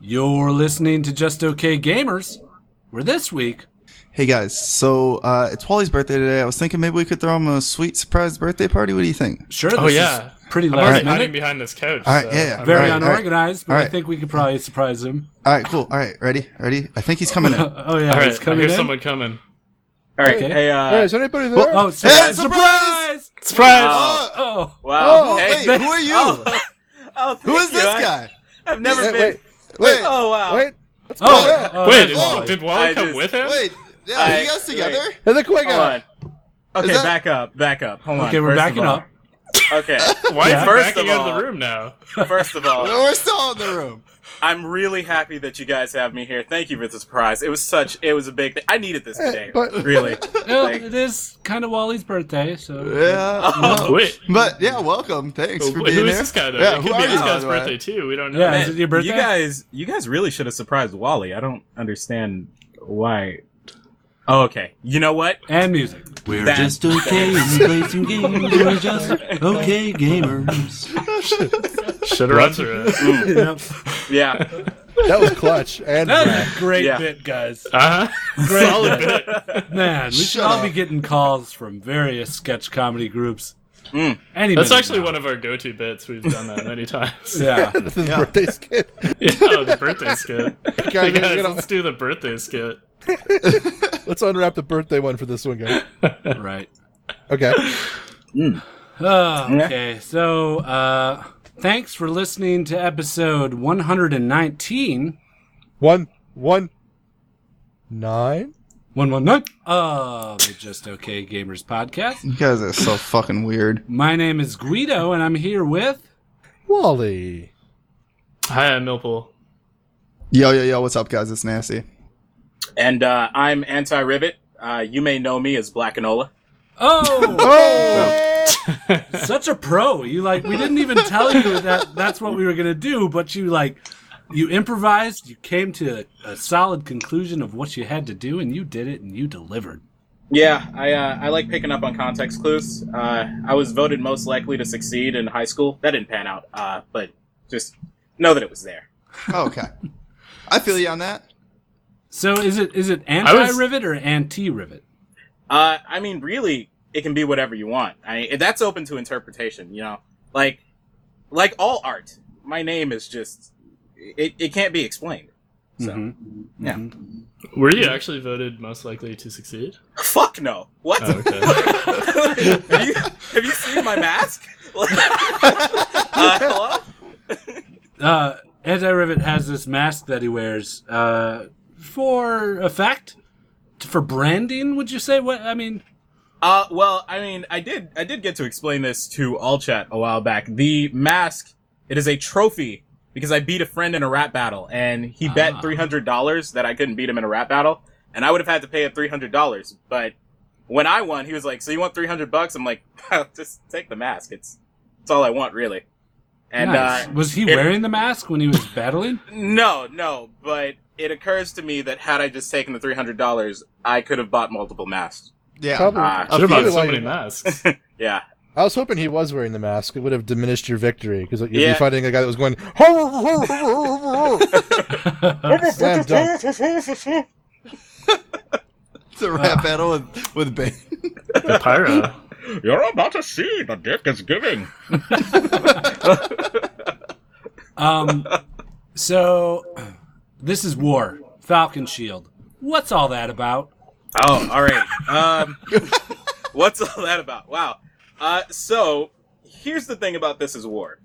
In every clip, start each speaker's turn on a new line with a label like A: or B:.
A: You're listening to Just Okay Gamers, where this week
B: Hey guys, so uh, it's Wally's birthday today. I was thinking maybe we could throw him a sweet surprise birthday party. What do you think?
A: Sure. This
C: Oh yeah,
A: is pretty
C: I'm
A: last
C: already
A: minute.
C: hiding behind this couch.
B: All right, yeah, yeah.
C: I'm
A: Very
C: ready.
B: Alright, alright.
A: unorganized, but I
B: Alright.
A: think we could probably surprise him.
B: All right, cool. All right, ready, ready. I think he's coming in.
A: Uh, oh yeah,
C: All right,
A: it's coming
C: I hear
A: in.
C: someone coming.
D: All right.
A: Okay.
D: Hey, uh,
E: Hey, is anybody there?
A: Oh, surprise!
B: Hey,
A: surprise!
B: surprise!
C: Surprise!
D: Oh,
B: Oh,
A: Oh,
D: wow.
B: oh,
D: hey,
B: wait, who are you?
D: Oh, oh,
B: Who is
D: thank you.
B: this
D: I-
B: guy?
D: I've never
E: Wait,
D: been.
E: wait, wait,
D: Oh wow.
E: wait. Let's
A: oh,
E: go.
B: yeah.
A: oh,
C: Wait,
A: that's
C: is-
A: Wally.
C: did Wally
D: I
C: come
D: just-
C: with him?
B: Wait, yeah,
D: I-
B: you guys together?
D: wait.
E: Hey, the quick
D: Hold
E: guy.
D: on. Okay,
B: that-
D: back up, back up. Hold on.
A: Okay, we're
D: first of
A: backing
D: all.
A: up.
D: Okay,
C: Why
A: Yeah.
C: is
D: First
C: he
D: of
C: backing out of
D: all-
C: the room now?
D: first of all,
B: We're still in the room.
D: I'm really happy that you guys have me here. Thank you for the surprise. It was such, it was a big thing. I needed this today,
E: but-
D: really.
A: Well,
D: Like,
A: it is kind of Wally's birthday, so
B: Yeah.
D: Oh,
B: no.
C: Wait,
B: But yeah, welcome. Thanks for
C: who
B: being
C: is
B: here.
C: this guy though?
B: Yeah,
C: it
B: who
C: could
B: are
C: be this
B: you,
C: guy's
B: by the way?
C: birthday too. We don't know.
A: Yeah. Is it your birthday?
D: You guys, you guys really should have surprised Wally. I don't understand why. Oh, okay. You know what?
A: and music.
F: We're
D: That-
F: just okay and play some games. We're just okay gamers.
C: Should have run through it.
A: Yep.
D: Yeah.
E: That was clutch. And
A: That's a great
D: Yeah.
A: bit, guys.
C: Uh huh.
A: Great
C: Solid
A: bit.
C: bit.
A: Man, we should
B: Shut
A: all
B: up.
A: be getting calls from various sketch comedy groups.
D: Mm.
A: Any
C: That's
A: minute
C: actually
A: now.
C: one of our go-to bits. We've done that many times.
A: Yeah.
E: this is birthday skit.
C: yeah, oh, the birthday skit. Hey
E: Guys,
C: guys,
E: we're gonna-
C: let's do the birthday skit.
E: let's unwrap the birthday one for this one, guys.
A: right.
E: Okay.
B: Mm.
A: Oh, okay. So, uh, thanks for listening to episode 119.
E: One, one, nine.
A: 119 of the Just Okay Gamers podcast.
B: You guys are so fucking weird.
A: My name is Guido, and I'm here with.
E: Wally.
C: Hi, I'm Millpool.
B: Yo, yo, yo, what's up, guys? It's Nasty.
D: And uh, I'm anti ribbit. Uh, you may know me as Blackanola.
A: Oh,
E: Oh!
A: such a pro. You like, we didn't even tell you that that's what we were going to do, but you like, you improvised, you came to a, a solid conclusion of what you had to do, and you did it, and you delivered.
D: Yeah, I, uh, I like picking up on context clues. Uh, I was voted most likely to succeed in high school. That didn't pan out, uh, but just know that it was there.
B: Oh, okay. I feel you on that.
A: So, is it is it
C: was-
A: anti rivet or anti rivet?
D: Uh, I mean, really, it can be whatever you want. I that's open to interpretation. You know, like like all art, my name is just it. It can't be explained. So yeah,
C: Were you actually voted most likely to succeed?
D: fuck no. What?
C: Oh, okay.
D: have, you, have you seen my mask? uh, hello?
A: uh, Anti Rivet has this mask that he wears uh, for effect, for branding. Would you say what? I mean,
D: Uh, well, I mean, I did, I did get to explain this to all chat a while back. The mask, it is a trophy because I beat a friend in a rap battle, and he
A: Ah.
D: bet three hundred dollars that I couldn't beat him in a rap battle, and I would have had to pay him three hundred dollars. But when I won, he was like, "So you want three hundred bucks?" I'm like, "Just take the mask. It's, it's all I want, really." And
A: nice.
D: uh,
A: was he
D: it-
A: wearing the mask when he was battling?
D: no, no, but it occurs to me that had I just taken the three hundred dollars, I could have bought multiple masks.
B: Yeah.
E: Probably.
D: Ah,
E: I
C: Should have
E: feel
C: bought so
E: like-
C: many masks.
D: Yeah.
E: I was hoping he was wearing the mask. It would have diminished your victory because you'd
D: Yeah.
E: be fighting a guy that was going. "Hurr, hurr, hurr, hurr, hurr." Slam dunk.
B: It's a rap battle with, with Bane.
C: the pyro.
D: You're about to see the dick is giving.
A: Um, so this is war. Falcon Shield. What's all that about?
D: Oh, all right. Um, what's all that about? Wow. Uh, so here's the thing about this is war.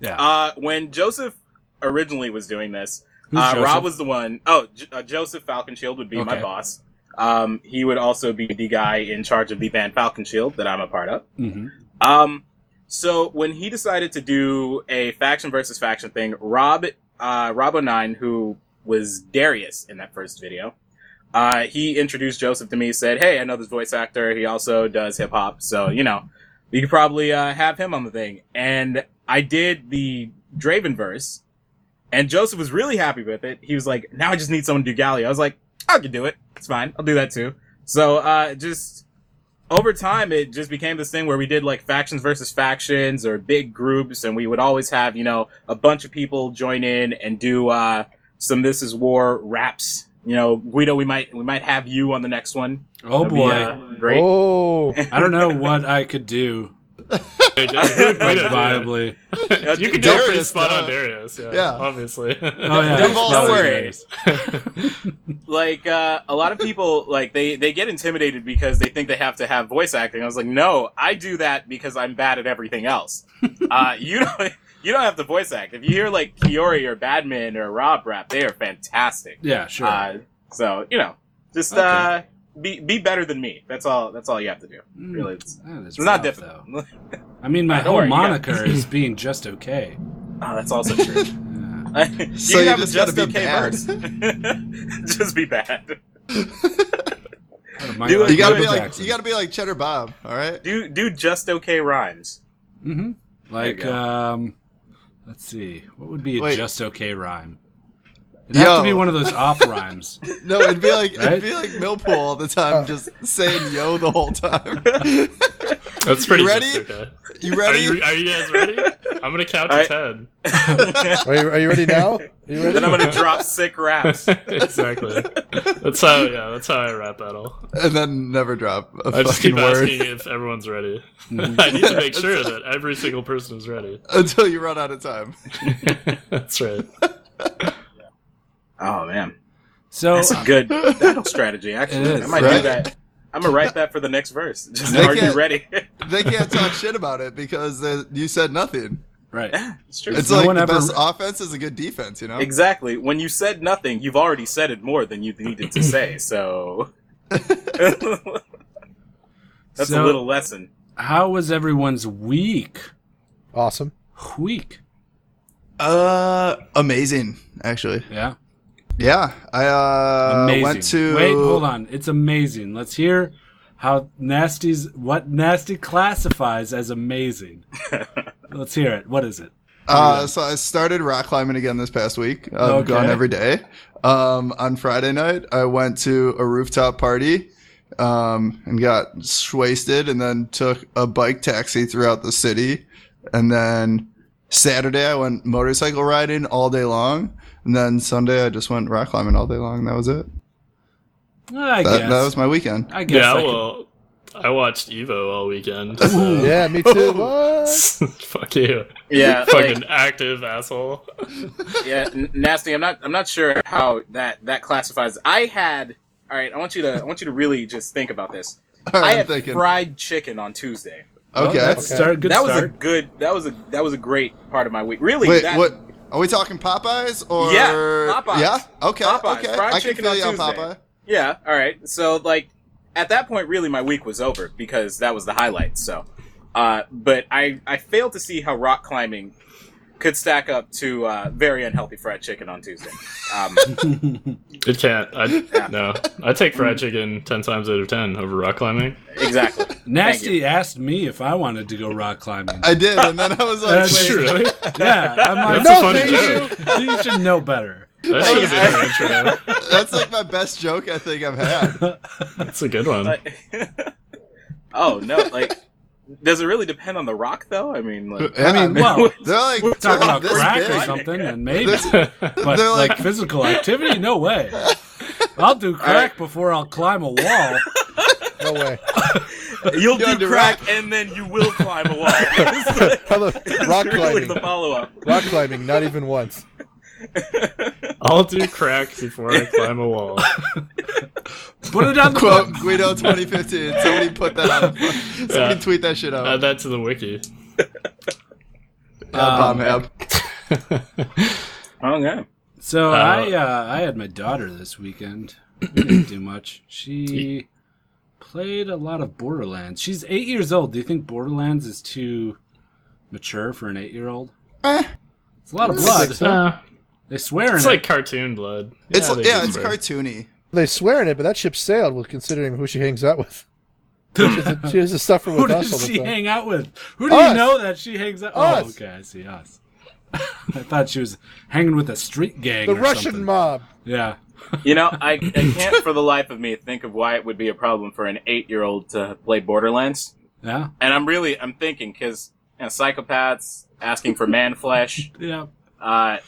A: Yeah.
D: Uh, when Joseph originally was doing this,
A: Who's
D: uh,
A: Joseph?
D: Rob was the one oh J- uh, Joseph Falcon Shield would be my
A: Okay.
D: boss. Um, he would also be the guy in charge of the band Falcon Shield that I'm a part of.
C: Mm-hmm.
A: Mhm.
D: Um, so when he decided to do a faction versus faction thing, Rob, uh, Rob09, who was Darius in that first video, uh, he introduced Joseph to me, said, Hey, I know this voice actor. He also does hip hop. So, you know, we could probably, uh, have him on the thing. And I did the Draven verse and Joseph was really happy with it. He was like, now I just need someone to do Gallia. I was like, I can do it. It's fine. I'll do that too. So, uh, just, over time it just became this thing where we did like factions versus factions or big groups and we would always have you know a bunch of people join in and do uh some This Is War raps. You know, Guido, we might we might have you on the next one.
A: Oh
D: That'd be,
A: boy,
D: uh, great.
E: Oh,
A: I don't know what I could do like, viably.
C: you can
B: Darius,
C: do a spot
B: uh,
C: on Darius. Yeah,
B: yeah.
C: obviously.
A: Oh yeah,
D: Don't
A: that's
D: worry.
A: hilarious.
D: like uh, a lot of people like they they get intimidated because they think they have to have voice acting. I was like, no, I do that because I'm bad at everything else. uh, you don't you don't have to voice act. If you hear like Kiori or Badman or Rob rap, they are fantastic.
A: Yeah, sure.
D: Uh, so you know, just
A: Okay.
D: uh, be be better than me. That's all. That's all you have to do. Really, it's,
A: Mm, that is
D: it's not
A: rough,
D: difficult.
A: though. I mean, my
D: Don't
A: whole
D: worry, you got
A: moniker is being just okay.
D: Oh, that's also true.
A: Yeah.
D: you
B: So
D: can
B: you
D: have a
B: just gotta
D: just
B: be
D: okay
B: bad.
D: verse. just be bad.
A: My
D: Do it.
B: You gotta
A: Michael
B: be like
A: Jackson.
B: you gotta be like Cheddar Bob. All right.
D: Do do just okay rhymes.
A: hmm Like,
D: go.
A: um, let's see, what would be a
B: Wait.
A: just okay rhyme? It'd have to
B: Yo.
A: be one of those off rhymes.
B: No, it'd be like
A: Right?
B: it'd be like Millpool all the time, just saying yo the whole time.
C: That's pretty
B: You ready?
C: just okay.
B: You
C: Are
B: ready?
C: you, are you guys ready? I'm gonna count to
D: I-
C: ten.
E: are you, are you ready now? Are you ready?
D: then I'm gonna drop sick raps.
C: exactly. That's how. Yeah, that's how I rap battle.
B: and then never drop a
C: I just
B: fucking
C: keep
B: word Mm-hmm.
C: asking if everyone's ready. I need to make sure that every single person is ready.
B: until you run out of time.
C: That's right.
D: Oh man,
A: So, uh,
D: that's a good battle strategy. Actually,
A: It is,
D: I might do
B: right?
D: that. I'm gonna write that for the next verse. Just
B: Make
D: are you
B: it-
D: ready?
B: They can't talk shit about it because they, you said nothing.
A: right.
D: it's true.
B: It's
A: No
B: like
A: one
B: the
A: ever-
B: best offense is a good defense, you know.
D: Exactly. When you said nothing, you've already said it more than you needed to say. So that's
A: So-
D: a little lesson.
A: How was everyone's week?
E: Awesome.
A: Week.
B: Uh, amazing actually.
A: Yeah.
B: Yeah, I uh
A: Amazing.
B: went to
A: Wait, hold on. It's amazing. Let's hear how nasty's what nasty classifies as amazing. Let's hear it. What is it?
B: Uh, so I started rock climbing again this past week. I've
A: Oh, Okay.
B: gone every day. Um, on Friday night, I went to a rooftop party um, and got swasted and then took a bike taxi throughout the city. And then Saturday, I went motorcycle riding all day long. And then Sunday, I just went rock climbing all day long. That was it.
A: I
B: That,
A: guess.
B: that was my weekend.
A: I guess.
C: Yeah.
A: I could-
C: Well, I watched Evo all weekend. so-
E: Yeah, me too. What?
C: Fuck you,
D: Yeah,
C: fucking active asshole.
D: yeah, n- nasty. I'm not. I'm not sure how that that classifies. I had. All right. I want you to. I want you to really just think about this.
B: All right,
D: I
B: I'm
D: had
B: thinking.
D: fried chicken on Tuesday.
A: well,
B: okay.
A: that's start- good
D: that was a
A: start.
D: good. That was a. That was a great part of my week. Really.
B: Wait,
D: that,
B: what? Are we talking Popeyes or
D: Yeah, Popeyes.
B: Yeah? Okay,
D: Popeyes,
B: okay.
D: fried
B: I can
D: chicken
B: feel
D: on
B: you on
D: Tuesday.
B: Popeye.
D: Yeah, all right. So like at that point really my week was over because that was the highlight. So uh but I I failed to see how rock climbing could stack up to uh very unhealthy fried chicken on Tuesday. Um
C: It can't. I no. I take fried chicken ten times out of ten over rock climbing.
D: exactly.
A: Nasty asked me if I wanted to go rock climbing.
B: I did, and then I was like,
A: That's
B: wait,
A: true.
C: Really?
A: yeah, I'm like,
C: That's a
A: no,
C: funny
A: thank you. you should know better.
C: That should have been an intro.
B: that's like my best joke I think I've had.
C: That's a good one.
D: Like- oh no, like does it really depend on the rock though? I mean like
B: Yeah,
A: mean, well,
B: they're like
A: Talk about
B: this
A: crack or
B: big.
A: something, and maybe,
B: This-
A: but
B: they're
A: like,
B: like-
A: physical activity, no way. I'll do crack before I'll climb a wall.
E: No way.
D: you'll
B: You had
D: do
B: to
D: crack and then you will climb a wall. It's like-
E: Hello,
D: it's
E: rock
D: really
E: climbing.
D: the follow up.
E: Rock climbing, not even once.
C: I'll do crack before I climb a wall.
A: Put it on the
B: Quote Guido 2015. Somebody put that out. Somebody
C: Yeah.
B: tweet that shit out.
C: Add that to the wiki.
D: Um,
B: Bomb hab.
D: Okay.
A: So
C: Uh,
A: I uh, I had my daughter this weekend. We didn't do much. She played a lot of Borderlands. She's eight years old. Do you think Borderlands is too mature for an eight year old?
B: Eh.
A: It's a lot of blood.
C: Uh,
A: They swear in
C: it's
A: it.
C: like cartoon blood.
B: It's
C: they
B: like- yeah,
C: do
B: it's
C: swear.
B: cartoony.
E: They swear in it, but that ship sailed. With considering who she hangs out with, she has to, she has to suffer
A: Who
E: with us all
A: does
E: the
A: she
E: time.
A: hang out with? Who do you
E: Us.
A: know that she hangs out? Oh,
E: Us.
A: okay, I see us. I thought she was hanging with a street gang.
E: the
A: or
E: Russian
A: something.
E: mob.
A: Yeah.
D: You know, I, I can't for the life of me think of why it would be a problem for an eight year old to play Borderlands.
A: Yeah.
D: And I'm really I'm thinking because you know, psychopaths asking for man flesh.
A: Yeah.
D: Uh,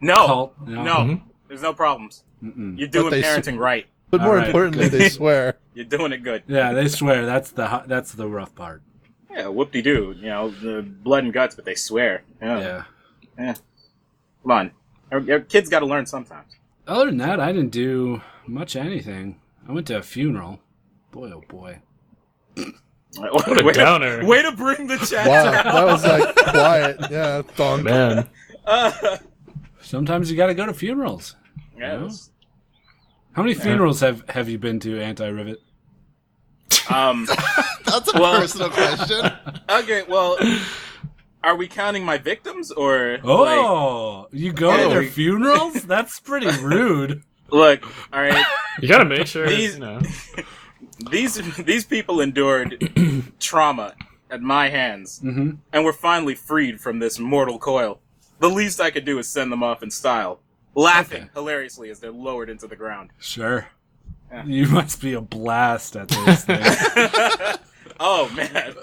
D: no,
A: Cult, yeah. Mm-hmm.
D: no, There's no problems.
A: Mm-mm.
D: You're doing
E: they
D: parenting right.
E: But
A: All
E: more
A: right,
E: importantly,
D: good.
E: they swear.
D: You're doing it good.
A: Yeah, they swear that's the hu- that's the rough part.
D: Yeah, whoop de doo. You know, the blood and guts, but they swear. Yeah.
A: Yeah.
D: Come on. Our, our kids got to learn sometimes.
A: Other than that, I didn't do much anything. I went to a funeral. Boy, oh boy.
D: What
C: a downer.
D: Way to bring the chat
E: Wow,
D: down.
E: that was like quiet. Yeah, thong.
C: Man,
D: Uh,
A: Sometimes you got to go to funerals.
D: yeah, that's-
A: How many funerals have, have you been to, Anti Rivet?
D: um,
B: That's a
D: Well-
B: personal question.
D: okay, well, are we counting my victims or. like-
A: Oh, you go to their
D: Oh.
A: funerals? That's pretty rude.
D: look, alright.
C: you gotta make sure.
D: These-
C: you know.
D: These, these people endured trauma at my hands
A: Mm-hmm.
D: and were finally freed from this mortal coil. The least I could do is send them off in style, laughing
A: Okay.
D: hilariously as they're lowered into the ground.
A: Sure.
D: Yeah.
A: You must be a blast at this thing.
D: oh man.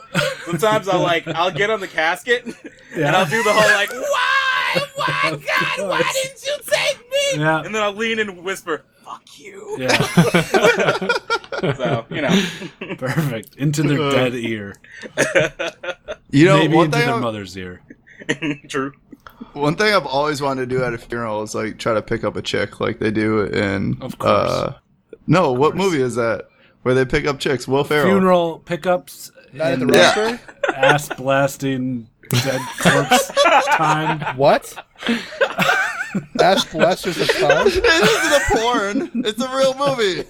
D: Sometimes I'll like I'll get on the casket and
A: Yeah.
D: I'll do the whole like why why
A: Of
D: God why
A: course.
D: didn't you take me?
A: Yeah.
D: And then I'll lean in and whisper fuck you.
A: yeah,
D: So you know
A: perfect. Into
E: Uh.
A: their dead ear.
B: You know,
A: Maybe
B: one
A: into
B: thing,
A: their
B: I'm-
A: mother's ear.
D: true.
B: one thing I've always wanted to do at a funeral is like try to pick up a chick, like they do in.
A: Of course.
B: Uh, no, what movie is that? Where they pick up chicks? Will Ferrell.
A: Funeral pickups.
E: Night at the
A: and
B: Yeah.
E: Roxbury?
A: Ass blasting dead corpse time.
E: What? Ash Blasters of Time?
B: this isn't a porn. It's a real movie.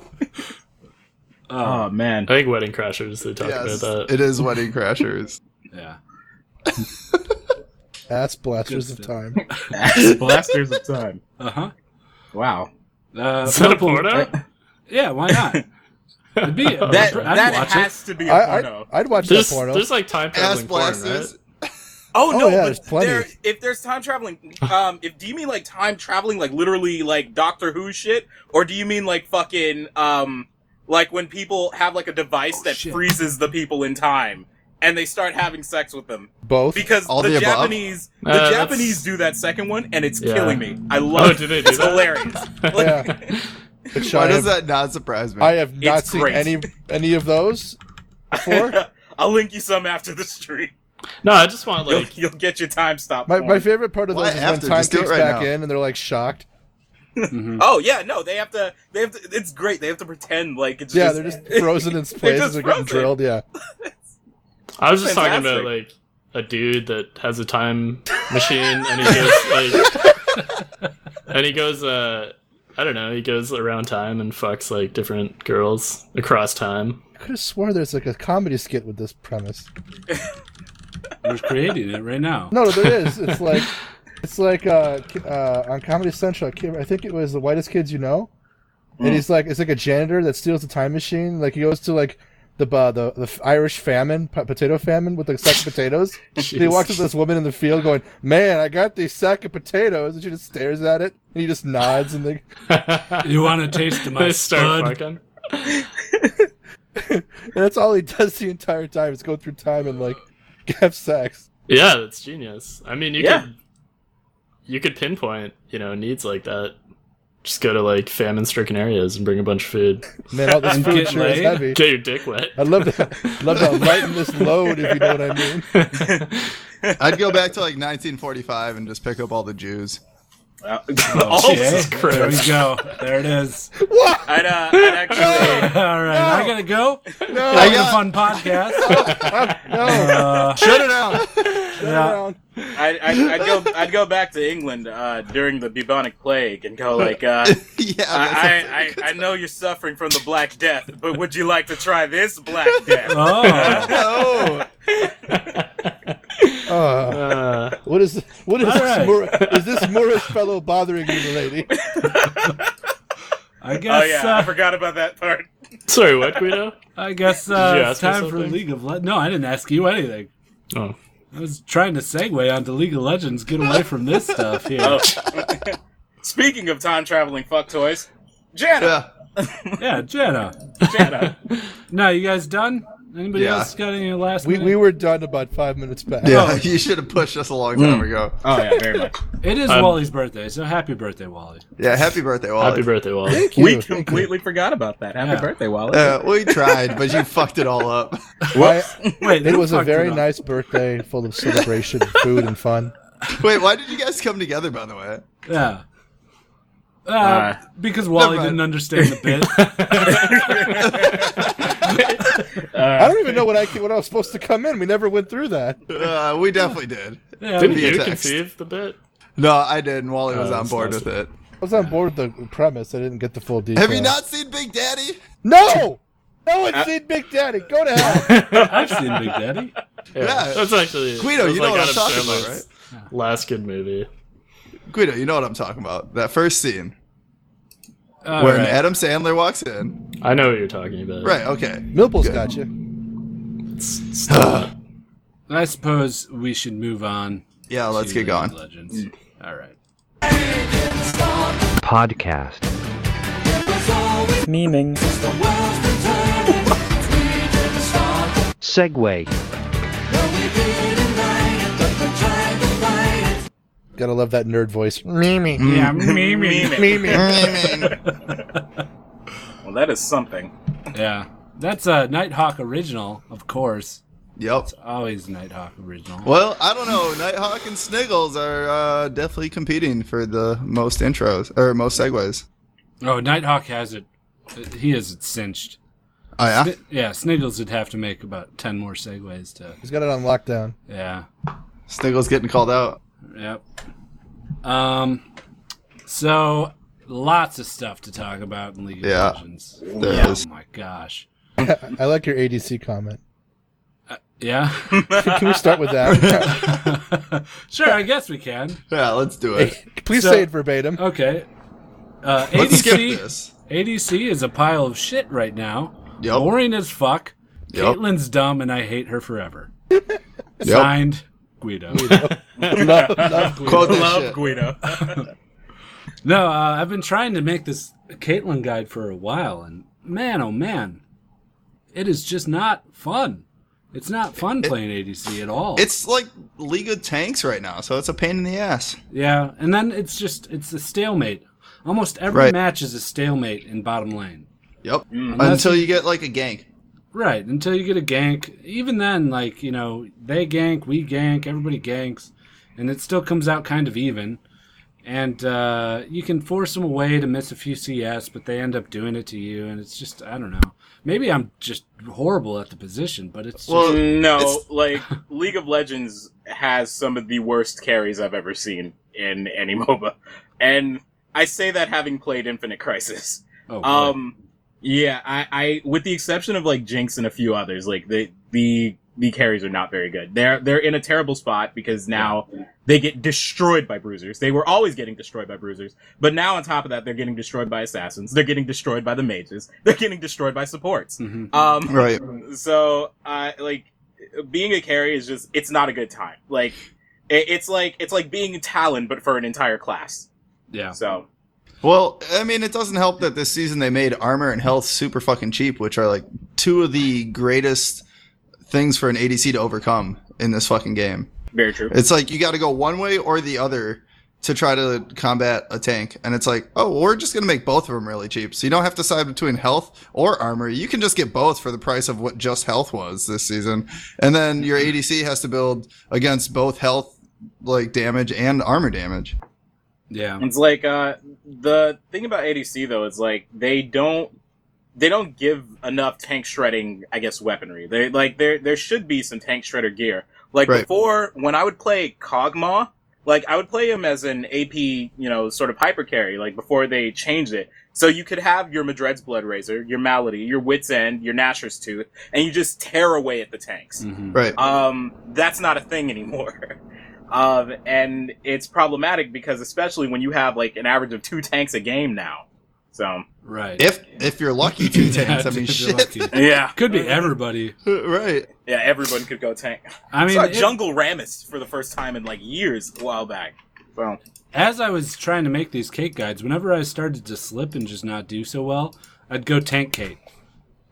A: Oh,
D: man.
C: I think Wedding Crashers. They talk
B: Yes,
C: about that.
B: it is Wedding Crashers.
A: yeah.
E: Ass Blasters
A: Good
E: of Time.
D: Blasters of time.
A: Uh-huh.
D: Wow.
A: Uh,
C: Is that a
A: purple-
C: porno?
A: Yeah, why not? It'd be,
D: That
A: I'd
D: that
A: watch it.
D: has to be a
E: I,
D: porno.
E: I, would watch that
C: There's,
E: porno.
C: there's like time
B: Ass
C: traveling porn, right?
B: blasters.
D: Oh,
E: Oh,
D: no,
E: yeah,
D: but
E: there's plenty.
D: There, if there's time traveling, um, if do you mean like time traveling, like literally like Doctor Who shit, or do you mean like fucking um, like when people have like a device
A: Oh,
D: that
A: shit.
D: freezes the people in time and they start having sex with them
E: Both.
D: because
B: All
D: the,
B: the above?
D: Japanese the
C: Uh, that's-
D: Japanese do that second one and it's
C: Yeah.
D: killing me. I love
C: Oh,
D: it.
C: do they do
D: it's
C: that?
D: hilarious.
E: Yeah. Which
B: Why
E: I,
B: does
E: have,
B: that not surprise me?
E: I have not
D: It's
E: seen
D: great.
E: any any of those before.
D: I'll link you some after the stream.
C: No, I just want
D: You'll,
C: like
D: you'll get your time stop.
E: My, my
D: porn.
E: favorite part of
B: Well,
E: those is when
B: after,
E: time
B: just do it
E: kicks
B: right
E: back
B: now.
E: in and they're like shocked.
C: Mm-hmm.
D: Oh yeah, no, they have to. They have to. It's great. They have to pretend like it's
E: Yeah,
D: just,
E: they're just frozen in place
D: just
E: as they're getting
D: frozen.
E: drilled. Yeah.
C: I was just talking about
D: Fantastic.
C: like a dude that has a time machine and he goes like and he goes uh I don't know, he goes around time and fucks like different girls across time.
E: I could have swore there's like a comedy skit with this premise.
A: We're creating it right now.
E: No, no, there is. It's like it's like uh, ki- uh, on Comedy Central. I can't- I think it was the whitest kids you know,
C: Mm.
E: and he's like it's like a janitor that steals a time machine. Like he goes to like the uh, the the Irish famine po- potato famine with like sack of potatoes. and he walks up to this woman in the field going, "Man, I got these sack of potatoes," and she just stares at it and he just nods and they
A: You want a taste of my
C: They
A: stud?
C: start fucking.
E: and that's all he does the entire time is go through time and like have sex.
C: Yeah, that's genius. I mean you
D: Yeah.
C: could you could pinpoint, you know, needs like that. Just go to like famine stricken areas and bring a bunch of food.
E: Man, all this
A: And
E: food
A: get
E: sure is
A: laid?
E: heavy.
C: Get your dick wet.
E: I love that. Love to lighten this load, if you know what I mean.
B: I'd go back to like 1945 and just pick up all the Jews.
D: Uh,
A: Okay,
D: also,
A: Oh, There we go. There it is.
D: I'd, uh, I'd actually.
A: All right, I gotta go.
E: No,
A: That was
B: got-
A: a fun podcast.
E: no.
A: Uh,
B: Shut it down.
A: yeah.
D: I'd, I'd, I'd go. I'd go back to England uh, during the bubonic plague and go like, uh,
B: yeah, that's a-
D: I, I, I, I know you're suffering from the Black Death, but would you like to try this Black Death?
A: Oh,
B: no.
E: Uh,
C: Uh,
E: what is what is
A: All
E: this?
A: right.
E: Moor, is this Moorish fellow bothering you, lady?
A: I guess.
D: Oh yeah, I
A: uh,
D: forgot about that part.
C: sorry, what Guido?
A: I guess uh,
C: Did you
A: it's
C: ask me
A: time for
C: something?
A: League of Legends. No, I didn't ask you anything.
C: Oh.
A: I was trying to segue onto League of Legends. Get away from this stuff here.
D: Oh. Speaking of time traveling fuck toys, Jana,
B: Yeah.
A: Yeah, Jenna.
D: Jana,
A: Now, you guys done? Anybody
B: Yeah.
A: else got any last
E: We,
A: minute?
E: we were done about five minutes back.
B: Yeah,
A: Oh.
B: you should have pushed us a long time ago.
D: Oh yeah, very much.
A: It is
C: Um,
A: Wally's birthday, so happy birthday, Wally.
B: Yeah, happy birthday, Wally.
C: Happy birthday, Wally.
E: Thank you.
D: We
E: thank you.
D: completely forgot about that. Happy
A: Yeah.
D: birthday, Wally.
B: Uh, we tried, but you fucked it all up.
E: I-
A: Wait,
E: it
A: who
E: was a
A: fucked
E: very
A: up?
E: nice birthday full of celebration, food, and fun.
B: Wait, why did you guys come together, by the way?
A: Yeah. Uh,
D: Uh,
A: because Wally
B: mind.
A: didn't understand the bit.
E: I don't even know what I what I was supposed to come in. We never went through that.
B: Uh, we definitely did.
A: Yeah,
C: Didn't
B: Via
C: you
B: text.
C: conceive the bit?
B: No, I did, and Wally was
C: Oh,
B: on
C: that's
B: board
C: nice.
B: with it.
E: I was on board with the premise. I didn't get the full detail.
B: Have you not seen Big Daddy?
E: No. No
D: Uh,
E: one's seen Big Daddy. Go to hell.
A: I've seen Big Daddy.
C: Yeah,
B: Yeah.
C: that's actually
B: Guido,
C: that's
B: you know
C: like
B: what I'm
C: Adam
B: talking about,
C: Sandler's Last good movie.
B: Guido, you know what I'm talking about. That first scene
C: Oh,
A: All
B: when
A: right.
B: Adam Sandler walks in.
C: I know what you're talking about.
B: Right, okay.
E: Millpool's got you.
C: It's still-
A: I suppose we should move on.
B: Yeah, let's
A: to
B: get
A: League of
B: going.
A: Legends. All right.
G: podcast.
H: Meaning.
G: Segway.
E: Gotta love that nerd voice. Mimi.
A: Yeah, me, me,
E: Mimi.
D: Well, that is something.
A: Yeah, that's a Nighthawk original, of course.
B: Yep.
A: Always Nighthawk original.
B: Well, I don't know. Nighthawk and Sniggles are uh, definitely competing for the most intros or most segues.
A: Oh, Nighthawk has it. He has it cinched.
B: Oh yeah.
A: Sni- Yeah, Sniggles would have to make about ten more segues to.
E: He's got it on lockdown.
A: Yeah.
B: Sniggles getting called out.
A: Yep. Um. So lots of stuff to talk about in League of
B: Yeah.
A: Legends.
B: There
A: oh
B: is.
A: my gosh.
E: I like your ADC comment.
A: Yeah.
E: Can we start with that?
A: sure. I guess we can.
B: Yeah, let's do it.
E: Please
A: So-
E: say it verbatim.
A: Okay. Uh,
B: Let's skip
A: ADC.
B: this.
A: ADC is a pile of shit right now.
B: Yep.
A: Boring as fuck.
B: Yep.
A: Caitlin's dumb, and I hate her forever.
B: Yep.
A: Signed, Guido.
E: Love- love-
B: Quote this
D: Love
B: shit.
D: Guido.
A: No, uh, I've been trying to make this Caitlyn guide for a while, and man, oh man, it is just not fun. It's not fun playing ADC at all.
B: It's like League of Tanks right now, so it's a pain in the ass.
A: yeah, and then it's just it's a stalemate. Almost every
B: Right.
A: match is a stalemate in bottom lane.
B: Yep.
A: Unless
B: Until you get like a gank.
A: Right, until you get a gank. Even then, like, you know, they gank, we gank, everybody ganks, and it still comes out kind of even. And uh, you can force them away to miss a few CS, but they end up doing it to you, and it's just, I don't know. Maybe I'm just horrible at the position, but it's just,
B: Well,
D: No,
B: It's-
D: like League of Legends has some of the worst carries I've ever seen in any MOBA, and I say that having played Infinite Crisis.
A: oh, boy.
D: Um, yeah, I, I, with the exception of like Jinx and a few others, like the the the carries are not very good. They're they're in a terrible spot because now they get destroyed by bruisers. They were always getting destroyed by bruisers, but now on top of that, they're getting destroyed by assassins. They're getting destroyed by the mages. They're getting destroyed by supports.
I: Mm-hmm.
A: Mhm.
D: Um,
B: Right.
D: so uh, like being a carry is just it's not a good time. Like it, it's like it's like being a Talon but for an entire class.
A: yeah.
D: So
B: Well, I mean, it doesn't help that this season they made armor and health super fucking cheap, which are like two of the greatest things for an ADC to overcome in this fucking game.
D: very true.
B: It's like you got to go one way or the other to try to combat a tank, and it's like, oh, we're just gonna make both of them really cheap, so you don't have to decide between health or armor. You can just get both for the price of what just health was this season, and then your ADC has to build against both health like damage and armor damage.
A: Yeah.
D: It's like uh, the thing about ADC though is like they don't they don't give enough tank shredding, I guess, weaponry. They like there there should be some tank shredder gear. Like
B: Right.
D: before, when I would play Kog'Maw, like I would play him as an AP, you know, sort of hyper carry. Like before they changed it, so you could have your Madred's Blood Razor, your Malady, your Wit's End, your Nasher's Tooth, and you just tear away at the tanks.
A: Mhm.
B: Right.
D: Um, that's not a thing anymore. Um, and it's problematic because especially when you have like an average of two tanks a game now. So
A: Right.
B: If if you're lucky, two tanks. I mean,
A: If
B: shit.
A: you're lucky.
D: yeah,
A: Could be everybody.
B: right.
D: yeah, everyone could go tank.
A: I
D: I
A: mean,
D: saw
A: it-
D: Jungle Ramus for the first time in like years a while back. So
A: as I was trying to make these cake guides, whenever I started to slip and just not do so well, I'd go tank cake.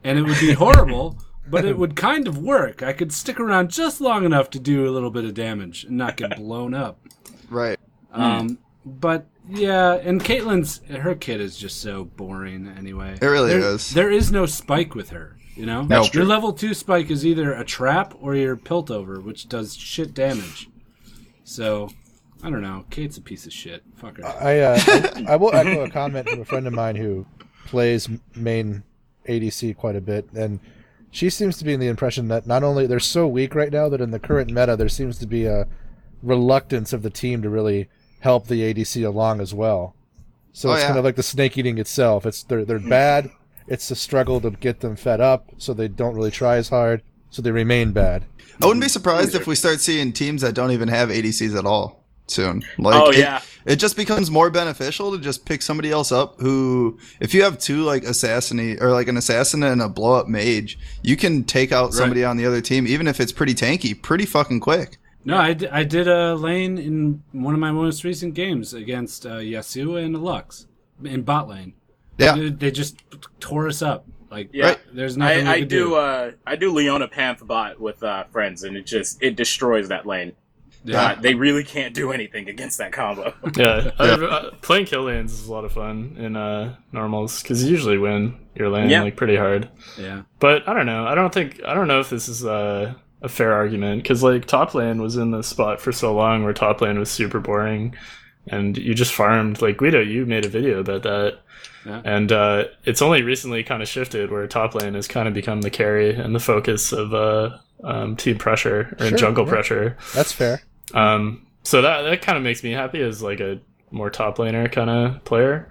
A: And it would be horrible, but it would kind of work. I could stick around just long enough to do a little bit of damage and not get blown up.
B: Right.
A: Um, but yeah, and Caitlyn's her kid is just so boring anyway.
B: It really
A: There-
B: is.
A: There is no spike with her. You know,
B: That's
A: your level two spike is either a trap or your piltover, which does shit damage. So, I don't know. Kate's a piece of shit. Fuck her.
E: I uh, I- I will echo a comment from a friend of mine who plays main ADC quite a bit, and she seems to be in the impression that not only they're so weak right now that in the current meta there seems to be a reluctance of the team to really help the ADC along as well. So
B: Oh,
E: it's
B: yeah. Hmm.
E: kind of like the snake eating itself. It's they're they're bad. It's a struggle to get them fed up, so they don't really try as hard, so they remain bad.
B: I wouldn't be surprised if we start seeing teams that don't even have ADCs at all soon. Like,
D: Oh,
B: it-
D: yeah.
B: it, just becomes more beneficial to just pick somebody else up. Who, if you have two like assassinate or like an assassin and a blow up mage, you can take out somebody on the other team, even if it's pretty tanky, pretty fucking quick.
A: No, I, d- I did a lane in one of my most recent games against uh, Yasu and Lux in bot lane.
B: Yeah.
A: They, they just tore us up. Like,
D: Yeah. Right.
A: there's nothing
D: I, I
A: we could
D: do uh, I do Leona Panth bot with uh, friends, and it just it destroys that lane. Uh, they really can't do anything against that combo.
C: Yeah, I, I, Uh, playing kill lanes is a lot of fun in uh, normals because you usually win your lane
D: Yeah.
C: like pretty hard.
A: yeah.
C: But I don't know. I don't think I don't know if this is uh, a fair argument because like top lane was in the spot for so long where top lane was super boring, and you just farmed. Like Guido, you made a video about that,
A: Yeah.
C: and uh, it's only recently kind of shifted where top lane has kind of become the carry and the focus of uh, um, team pressure or
E: Sure,
C: jungle
E: yeah.
C: pressure.
E: That's fair.
C: Um, so that that kind of makes me happy as like a more top laner kind of player.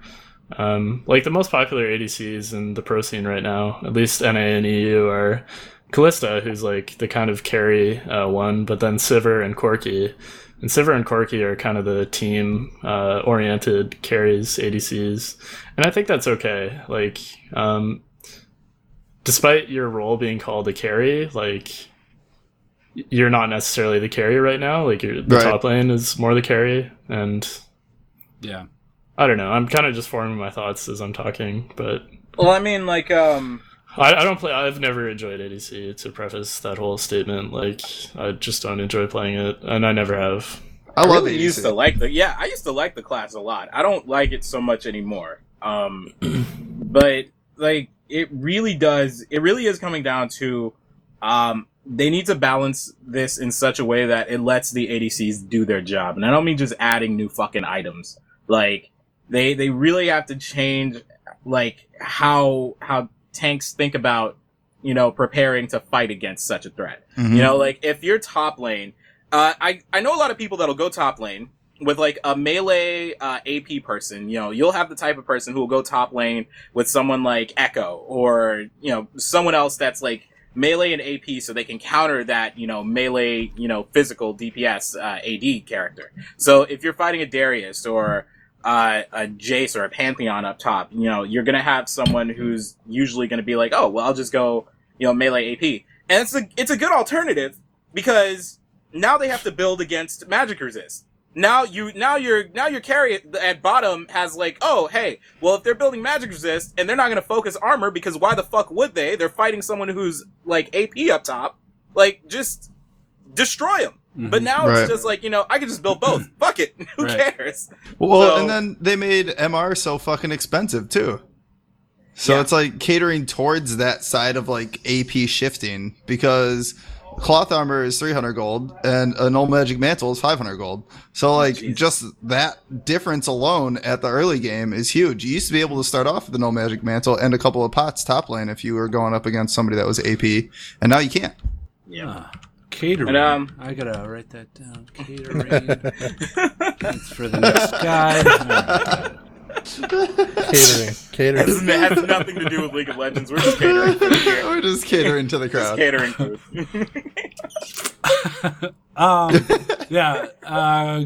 C: Um, like the most popular ADCs in the pro scene right now, at least NA and EU, are Callista, who's like the kind of carry uh, one, but then Sivir and Corki. And Sivir and Corki are kind of the team uh, oriented carries ADCs, and I think that's okay. Like, um, despite your role being called a carry, like you're not necessarily the carry right now. Like you're, the
B: Right.
C: top lane is more the carry, and
A: Yeah.
C: I don't know. I'm kind of just forming my thoughts as I'm talking, but
D: well, I mean, like, um,
C: I, I don't play. I've never enjoyed ADC. To preface that whole statement, like I just don't enjoy playing it, and I never have.
B: I love E
D: really
B: ADC.
D: used to like the yeah, I used to like the class a lot. I don't like it so much anymore. Um, but like it really does. It really is coming down to um, they need to balance this in such a way that it lets the ADCs do their job. And I don't mean just adding new fucking items. Like they they really have to change like how how tanks think about you know preparing to fight against such a threat.
B: Mhm.
D: You know, like if you're top lane, uh, I I know a lot of people that'll go top lane with like a melee uh, AP person. You know, you'll have the type of person who will go top lane with someone like Echo or you know someone else that's like melee and AP, so they can counter that you know melee you know physical DPS uh, AD character. So if you're fighting a Darius or uh, a Jace or a Pantheon up top, you know you're gonna have someone who's usually gonna be like, oh well, I'll just go you know melee AP, and it's a it's a good alternative because now they have to build against magic resist. Now you now your now your carry at- at bottom has like oh hey well if they're building magic resist and they're not gonna focus armor because why the fuck would they they're fighting someone who's like AP up top like just destroy them
E: Mm-hmm.
D: but now
B: Right.
D: it's just like you know I can just build both fuck it who
A: Right.
D: cares
B: Well,
D: So-
B: and then they made MR so fucking expensive too. So
D: Yeah.
B: it's like catering towards that side of like AP shifting because cloth armor is 300 gold and an old magic mantle is 500 gold.
D: Oh,
B: So like just that difference alone at the early game is huge. You used to be able to start off with an old magic mantle and a couple of pots top lane if you were going up against somebody that was AP, and now you can't.
A: Ah, catering.
D: And, um,
A: I gotta write that down. Catering. it's for the next guy. Oh,
E: Catering, catering.
D: this has nothing to do with League of Legends we're just catering food here
B: We're just catering to the
D: just
B: crowd.
D: catering food
A: my God. um, yeah. Uh,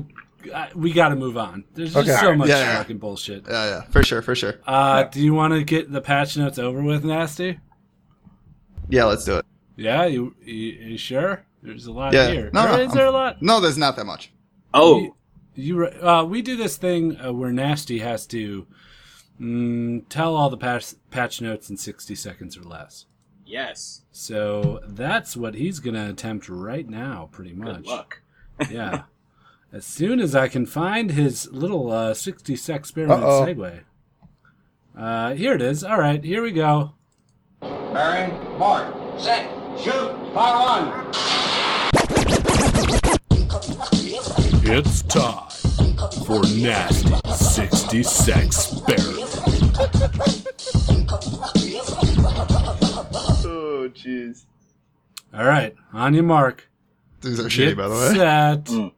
A: I- we gotta move on. There's just
E: Okay.
A: so much
B: Yeah, yeah.
A: fucking bullshit.
B: Yeah, yeah, for sure, for sure.
A: Uh, Do you want to get the patch notes over with, Nasty?
B: Yeah, let's do it.
A: Yeah, you, you, you sure? There's a lot
B: Yeah.
A: here.
B: No,
A: Or
B: no,
A: is there a lot?
B: No, there's not that much.
D: oh
A: You re- uh, we do this thing uh, where Nasty has to mm, tell all the patch, patch notes in 60 seconds or less.
D: Yes.
A: So that's what he's going to attempt right now, pretty
D: Good
A: much.
D: luck.
A: yeah. As soon as I can find his little uh, 60 sec experiment
E: Uh-oh.
A: segue. Uh, here it is. All right, here we go.
G: Bearing, mark, set, shoot, fire on.
A: It's time for Nasty 60 Sex Sparrow.
B: Oh, jeez.
A: All right, on your mark.
B: These are shitty,
A: get
B: by the way.
A: Set.
D: Mm.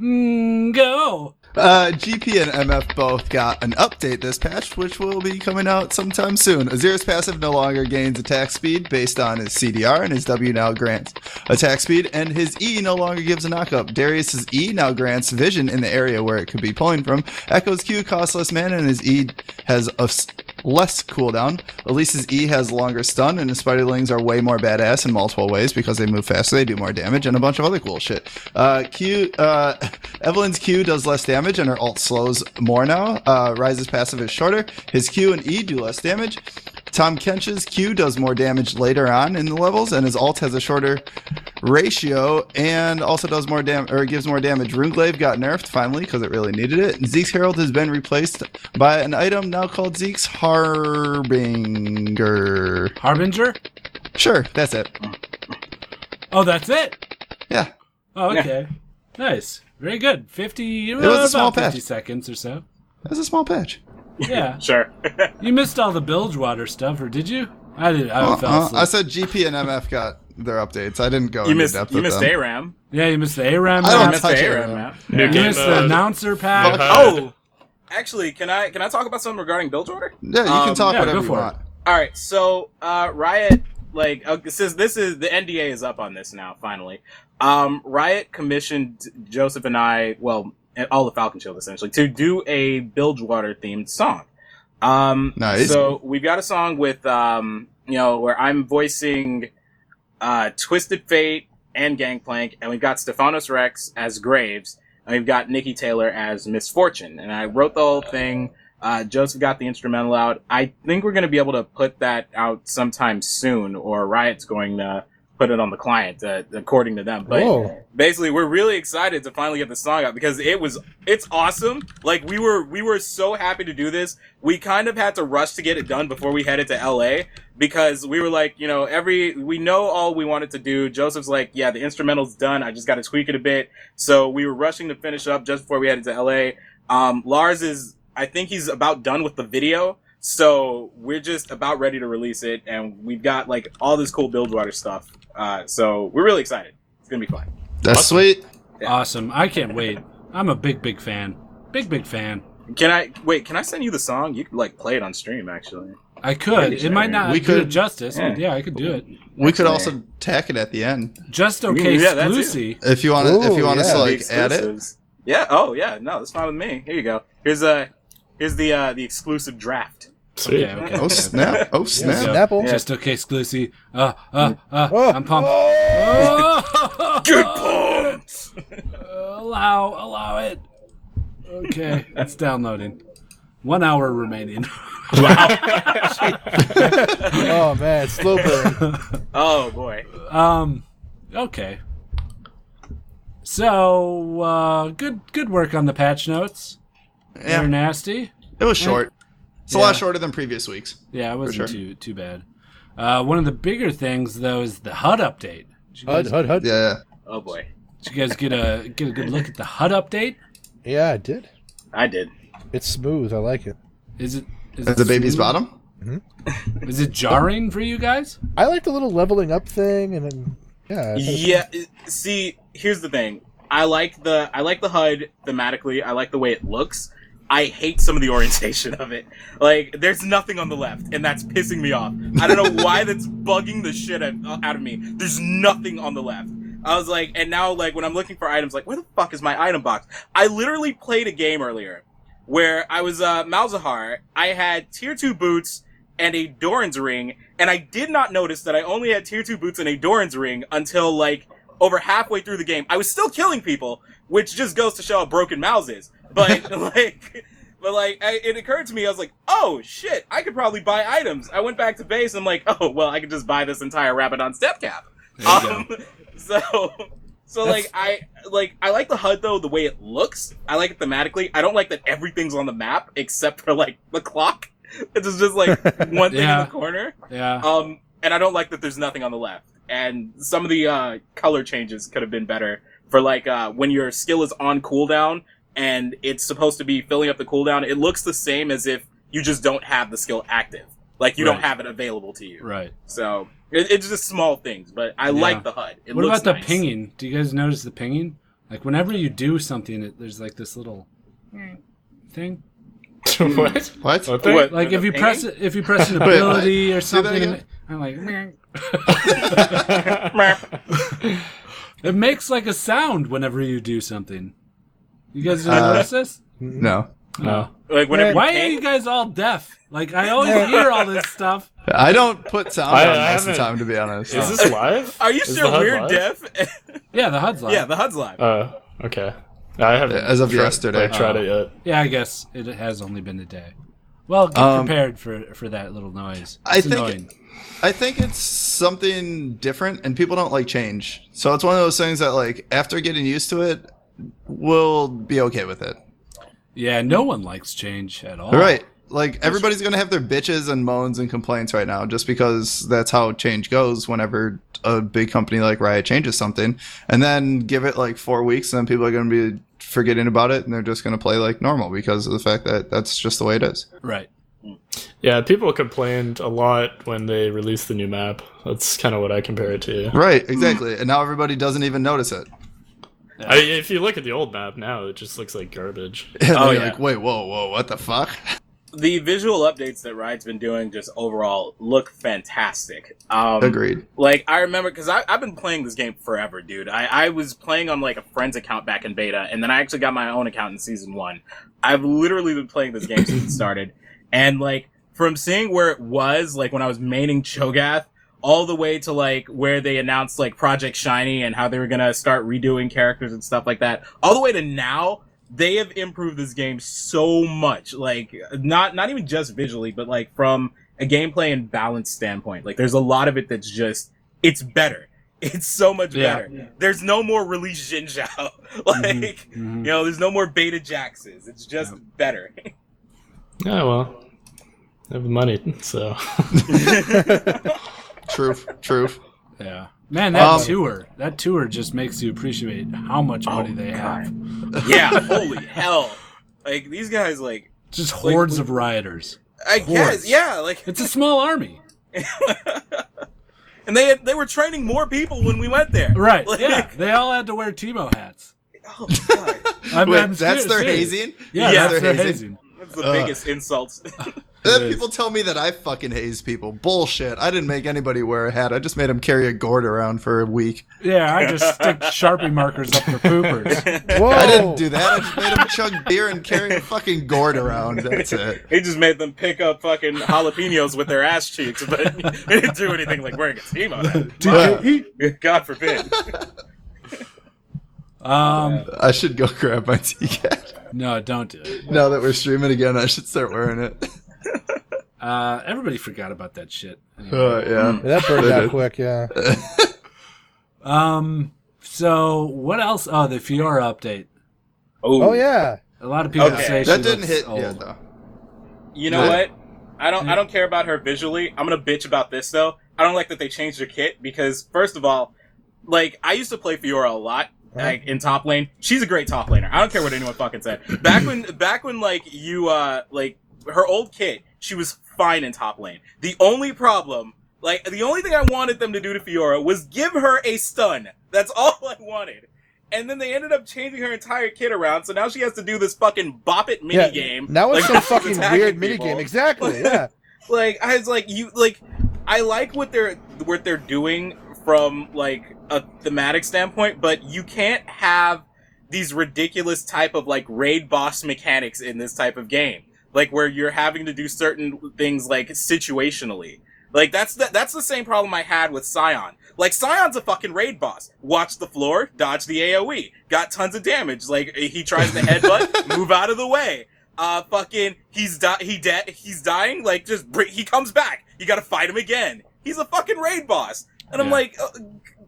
A: Mm, go.
B: Uh, GP and MF both got an update this patch, which will be coming out sometime soon. Azir's passive no longer gains attack speed based on his CDR, and his W now grants attack speed, and his E no longer gives a knockup. Darius's E now grants vision in the area where it could be pulling from. Echo's Q costs less mana, and his E has a s- less cooldown. Elise's E has longer stun, and his spiderlings are way more badass in multiple ways because they move faster, they do more damage, and a bunch of other cool shit. Uh, Q, uh, Evelyn's Q does less damage, and her alt slows more now. Uh, Rise's passive is shorter. His Q and E do less damage. Tom Kench's Q does more damage later on in the levels, and his alt has a shorter ratio and also does more dam or gives more damage. Runeglaive got nerfed finally because it really needed it. Zeke's Herald has been replaced by an item now called Zeke's Harbinger.
A: Harbinger?
B: Sure, that's it.
A: Oh, that's it.
B: Yeah.
A: Oh,
D: Yeah.
A: okay. Nice. Very good. 50,
B: was a
A: about
B: small
A: 50
B: patch.
A: seconds or so.
B: That's a small patch.
A: Yeah.
D: Sure.
A: you missed all the Bilgewater stuff, or did you? I did. I fell
B: Uh-uh.
A: asleep.
B: I said GP and MF got their updates. I didn't go
D: you
B: into
D: missed.
B: depth
D: You
B: with
D: missed
B: them.
D: ARAM.
A: yeah, you missed the ARAM
B: I
D: You
B: don't
A: map.
D: missed
B: touch
D: the
B: it.
D: ARAM map.
C: New
A: You
C: game
A: missed the
C: mode.
A: announcer pack.
B: Fuck.
D: Oh, actually, can I can I talk about something regarding Build Order?
B: Yeah, you can
D: Um,
B: talk
A: yeah,
B: whatever
A: go
B: you
A: for it.
B: want.
D: All right, so uh, Riot, like, uh, since this is the NDA is up on this now, finally, um, Riot commissioned Joseph and I, well, and all the Falcon Shield essentially, to do a Bilgewater themed song. Um,
B: Nice.
D: So we've got a song with, um, you know, where I'm voicing uh, Twisted Fate and Gangplank, and we've got Stephanos Rex as Graves, and we've got Nikki Taylor as Misfortune. And I wrote the whole thing. Uh, Joseph got the instrumental out. I think we're going to be able to put that out sometime soon, or Riot's going to put it on the client, uh, according to them. But
E: Whoa.
D: basically, we're really excited to finally get the song out because it was it's awesome. Like we were we were so happy to do this. We kind of had to rush to get it done before we headed to LA because we were like, you know, every we know all we wanted to do. Joseph's like, yeah, the instrumental's done. I just got to tweak it a bit. So we were rushing to finish up just before we headed to LA. Um, Lars is, I think he's about done with the video. So we're just about ready to release it, and we've got like all this cool Buildwater stuff. Uh, so we're really excited. It's gonna be fun.
B: That's sweet.
A: Awesome. I can't wait. I'm a big, big fan. Big, big fan.
D: Can I wait? Can I send you the song? You could like play it on stream, actually.
A: I could. It might not
B: We
A: do
B: could-
A: it justice, but yeah, I could do it.
B: We could also tack it at the end
A: Just
D: can
A: okay,
D: do that, that's
A: Lucy.
B: if you want to. If
E: Ooh,
B: you want
E: yeah.
B: to
D: The
B: like add it.
D: exclusives. Yeah. Oh, yeah. No, that's fine with me. Here you go. Here's uh, here's the uh, the exclusive draft.
C: Sweet.
A: Okay, okay.
B: Oh snap! Oh snap!
A: So,
E: Snapple.
A: Just okay, Lucy. Uh, uh, uh,
E: Oh,
A: I'm pumped.
E: oh,
A: Oh!
D: Good points.
A: allow, allow it. Okay, it's downloading. One hour remaining.
E: oh, man, slow burn.
D: Oh boy.
A: Um, okay. So, uh, good, good work on the patch notes. They're
B: Yeah,
A: nasty.
B: it was short. It's a lot
A: Yeah.
B: shorter than previous weeks.
A: Yeah, it wasn't
B: sure.
A: too too bad. Uh, one of the bigger things though is the HUD update. Did you,
E: Hud,
A: guys,
E: hud, hud. Yeah.
B: Yeah.
D: Oh boy.
A: did you guys get a get a good look at the HUD update?
E: I did.
D: I did.
E: It's smooth. I like it.
A: Is it is
B: At
A: it
B: the baby's
A: smooth?
B: bottom?
A: Is it jarring for you guys?
E: I like the little leveling up thing, and then, yeah. I think-
D: Yeah. it- See, here's the thing. I like the I like the HUD thematically. I like the way it looks. I hate some of the orientation of it. Like, there's nothing on the left, and that's pissing me off. I don't know why that's bugging the shit out out of me. There's nothing on the left. I was like, and now like when I'm looking for items, like where the fuck is my item box? I literally played a game earlier where I was uh, Malzahar. I had tier two boots and a Doran's ring, and I did not notice that I only had tier two boots and a Doran's ring until like over halfway through the game. I was still killing people, which just goes to show how broken Mouse is. But like, but like, I, it occurred to me, I was like, oh shit, I could probably buy items. I went back to base. I'm like, oh well, I could just buy this entire Rabadon step cap.
A: There you
D: Um, so, so like I like I like the HUD though the way it looks. I like it thematically. I don't like that everything's on the map except for like the clock. It's just like one thing
A: Yeah.
D: in the corner.
A: Yeah.
D: Um, and I don't like that there's nothing on the left. And some of the uh, color changes could have been better for like uh, when your skill is on cooldown and it's supposed to be filling up the cooldown. It looks the same as if you just don't have the skill active, like you don't
A: Right.
D: have it available to you.
A: Right.
D: So it, it's just small things, but I
A: Yeah.
D: like the HUD. It
A: what
D: looks
A: about the
D: nice.
A: pinging? Do you guys notice the pinging? Like whenever you do something, it, there's like this little thing. Hmm.
C: what?
B: What?
C: What?
D: What,
A: Like
D: the
A: if you
D: pinging?
A: press it, if you press an
B: Wait,
A: ability or
B: Say that
A: something,
B: again?
A: I'm like, "Meh."
C: thing?
A: it makes like a sound whenever you do something. You guys didn't
B: Uh,
A: notice this?
B: No.
C: no.
D: like whenever
A: Why
D: you
A: are
D: ping-
A: you guys all deaf? Like I always hear all this stuff.
B: I don't put sound
C: I-
B: on
C: I
B: most of the
C: haven't-
B: time, to be honest.
C: Is this live?
D: Are you
C: Is the
D: sure
C: HUD
D: we're
C: live?
D: deaf?
A: Yeah, the HUD's live.
D: yeah, the HUD's live.
C: Oh, okay. I haven't
B: As of
C: tried-
B: yesterday. Oh.
C: like, tried it yet.
A: Yeah, I guess it has only been a day. Well, get
B: Um,
A: prepared for for that little noise. It's
B: I think-
A: annoying.
B: I think it's something different, and people don't like change. So it's one of those things that, like, after getting used to it, we'll be okay with it.
A: Yeah, no one likes change at
C: Oh.
A: all.
B: All right. Like everybody's gonna have their bitches and moans and complaints right now, just because that's how change goes. Whenever a big company like Riot changes something, and then give it like four weeks, and then people are gonna be forgetting about it, and they're just gonna play like normal because of the fact that that's just the way it is.
A: Right.
C: Yeah, people complained a lot when they released the new map. That's kind of what I compare it to.
B: Right. Exactly. And now everybody doesn't even notice it.
C: I, if you look at the old map now, it just looks like garbage.
B: And
D: Oh,
B: they're
D: yeah.
B: Like, wait, whoa, whoa, what the fuck?
D: the visual updates that Riot's been doing just overall look fantastic. Um,
B: Agreed.
D: Like I remember because I've been playing this game forever, dude. I, I was playing on like a friend's account back in beta, and then I actually got my own account in season one. I've literally been playing this game since it started, and like from seeing where it was, like when I was maining Cho'Gath, all the way to like where they announced like Project Shiny and how they were gonna start redoing characters and stuff like that, all the way to now. They have improved this game so much, like not not even just visually, but like from a gameplay and balance standpoint. Like there's a lot of it that's just it's better. It's so much
A: Yeah.
D: better. There's no more release Jin Zhao. like
A: mhm.
D: you know, there's no more beta Jaxes. It's just better.
C: Oh well, I have the money, so
B: Truth. Truth.
A: Yeah. Man, that
B: Um,
A: tour, that tour just makes you appreciate how much money they have.
D: Oh, yeah, holy hell. Like these guys like
A: Just hordes of rioters.
D: I
A: Hordes.
D: guess yeah, like
A: It's a small army.
D: and they they were training more people when we went there.
A: Right.
D: Like,
A: Yeah. They all had to wear Timo hats.
D: Oh god.
A: I'm,
B: Wait,
A: I'm
B: that's
A: ser-
B: their
A: serious.
B: hazing.
A: Yeah,
D: Yeah,
A: that's their hazing.
D: That's the
B: Uh.
D: biggest insult.
B: Then people tell me that I fucking haze people. Bullshit. I didn't make anybody wear a hat. I just made them carry a gourd around for a week.
A: Yeah, I just stick Sharpie markers up their poopers.
E: Whoa!
B: I didn't do that. I just made them chug beer and carry a fucking gourd around. That's it.
D: He just made them pick up fucking jalapenos with their ass cheeks, but they didn't do anything like wearing a team on it.
A: Did
B: Wow.
A: you eat?
D: God forbid.
A: Um,
B: I should go grab my tea cat.
A: no, don't do it.
B: Now that we're streaming again, I should start wearing it.
A: Uh, everybody forgot about that shit. Anyway.
B: Uh, yeah.
E: Yeah, Hmm. that burned out quick. Yeah.
A: Um, so what else? Oh, the Fiora update.
E: Oh yeah.
A: A lot of people
D: Okay.
A: say she
B: That didn't
A: looks
B: hit
A: old.
B: yet, though.
D: You know
B: Yeah.
D: what? I don't. I don't care about her visually. I'm gonna bitch about this though. I don't like that they changed her kit because first of all, like I used to play Fiora a lot. Like in top lane, she's a great top laner. I don't care what anyone fucking said. Back when, back when, like you, uh, like her old kit, she was fine in top lane. The only problem, like the only thing I wanted them to do to Fiora was give her a stun. That's all I wanted. And then they ended up changing her entire kit around, so now she has to do this fucking bop it
E: Yeah.
D: minigame. game.
E: Now it's some fucking weird
D: minigame.
E: minigame. Exactly. Yeah.
D: like I was like you like I like what they're what they're doing from like a thematic standpoint, but you can't have these ridiculous type of like raid boss mechanics in this type of game. Like where you're having to do certain things like situationally. Like that's the, that's the same problem I had with Scion. Like Scion's a fucking raid boss. Watch the E. floor, dodge the AOE, got tons of damage. Like he tries to headbutt, move out of the way. Uh, fucking, he's di- he dead, he's dying. Like, just bring- he comes back. You gotta fight him again. He's a fucking raid boss. And I'm
C: Yeah.
D: like, uh,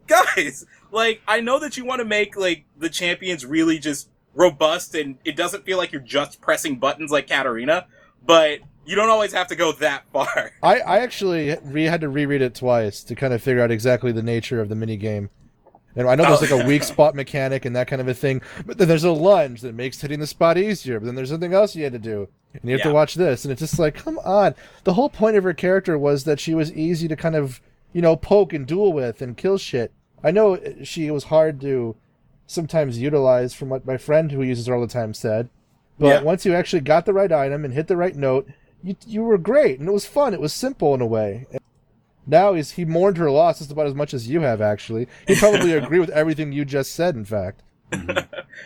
D: guys, like I know that you want to make like the champions really just robust, and it doesn't feel like you're just pressing buttons like Katarina, but you don't always have to go that far.
E: I, I actually re- had to reread it twice to kind of figure out exactly the nature of the mini game. And I know there's
D: Oh.
E: like a weak spot mechanic and that kind of a thing, but then there's a lunge that makes hitting the spot easier. But then there's something else you had to do, and you have to
D: Yeah.
E: watch this, and it's just like, come on. The whole point of her character was that she was easy to kind of, you know, poke and duel with and kill shit. I know uh, she was hard to sometimes utilize, from what my friend who uses her all the time said. But
D: Yeah.
E: once you actually got the right item and hit the right note, you you were great, and it was fun. It was simple in a way. And now he's he mourned her loss just about as much as you have. Actually, he probably agree with everything you just said. In fact,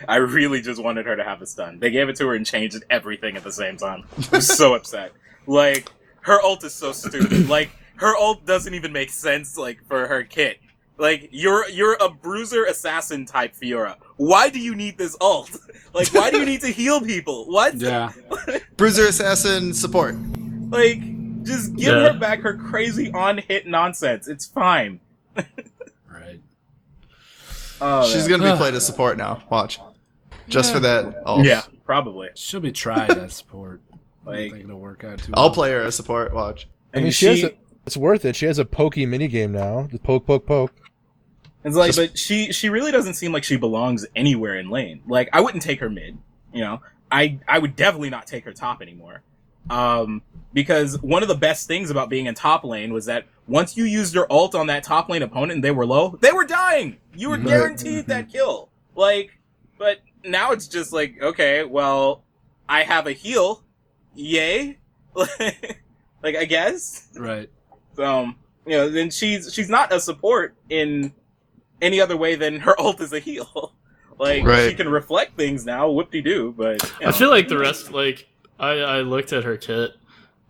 D: I really just wanted her to have a stun. They gave it to her and changed everything at the same time. I'm so upset. Like her ult is so stupid. Like her ult doesn't even make sense. Like for her kit. Like you're you're a bruiser assassin type Fiora. Why do you need this ult? Like why do you need to heal people? What?
A: Yeah.
B: Bruiser assassin support.
D: Like just give
C: Yeah.
D: her back her crazy on hit nonsense. It's fine.
A: Right.
D: Oh,
B: She's
D: yeah.
B: gonna be played as support now. Watch, just for that. i
D: yeah, probably.
A: She'll be tried as support. I don't
D: Like
A: think it'll work out too
B: I'll
A: well.
B: play her as support. Watch.
E: I mean, she, has a, it's worth it. She has a pokey mini game now. The poke, poke, poke.
D: It's like, but she she really doesn't seem like she belongs anywhere in lane. Like, I wouldn't take her mid. You know, I I would definitely not take her top anymore. Um, because one of the best things about being in top lane was that once you used your ult on that top lane opponent and they were low, they were dying. You were
B: Right.
D: guaranteed that kill. Like, but now it's just like, okay, well, I have a heal. Yay. like, I guess.
A: Right.
D: So Um, you know, then she's she's not a support in any other way than her ult is a heal. like she
B: Right.
D: can reflect things now, whoop de doo. But you
C: I
D: know.
C: feel like the rest, like I, I looked at her kit,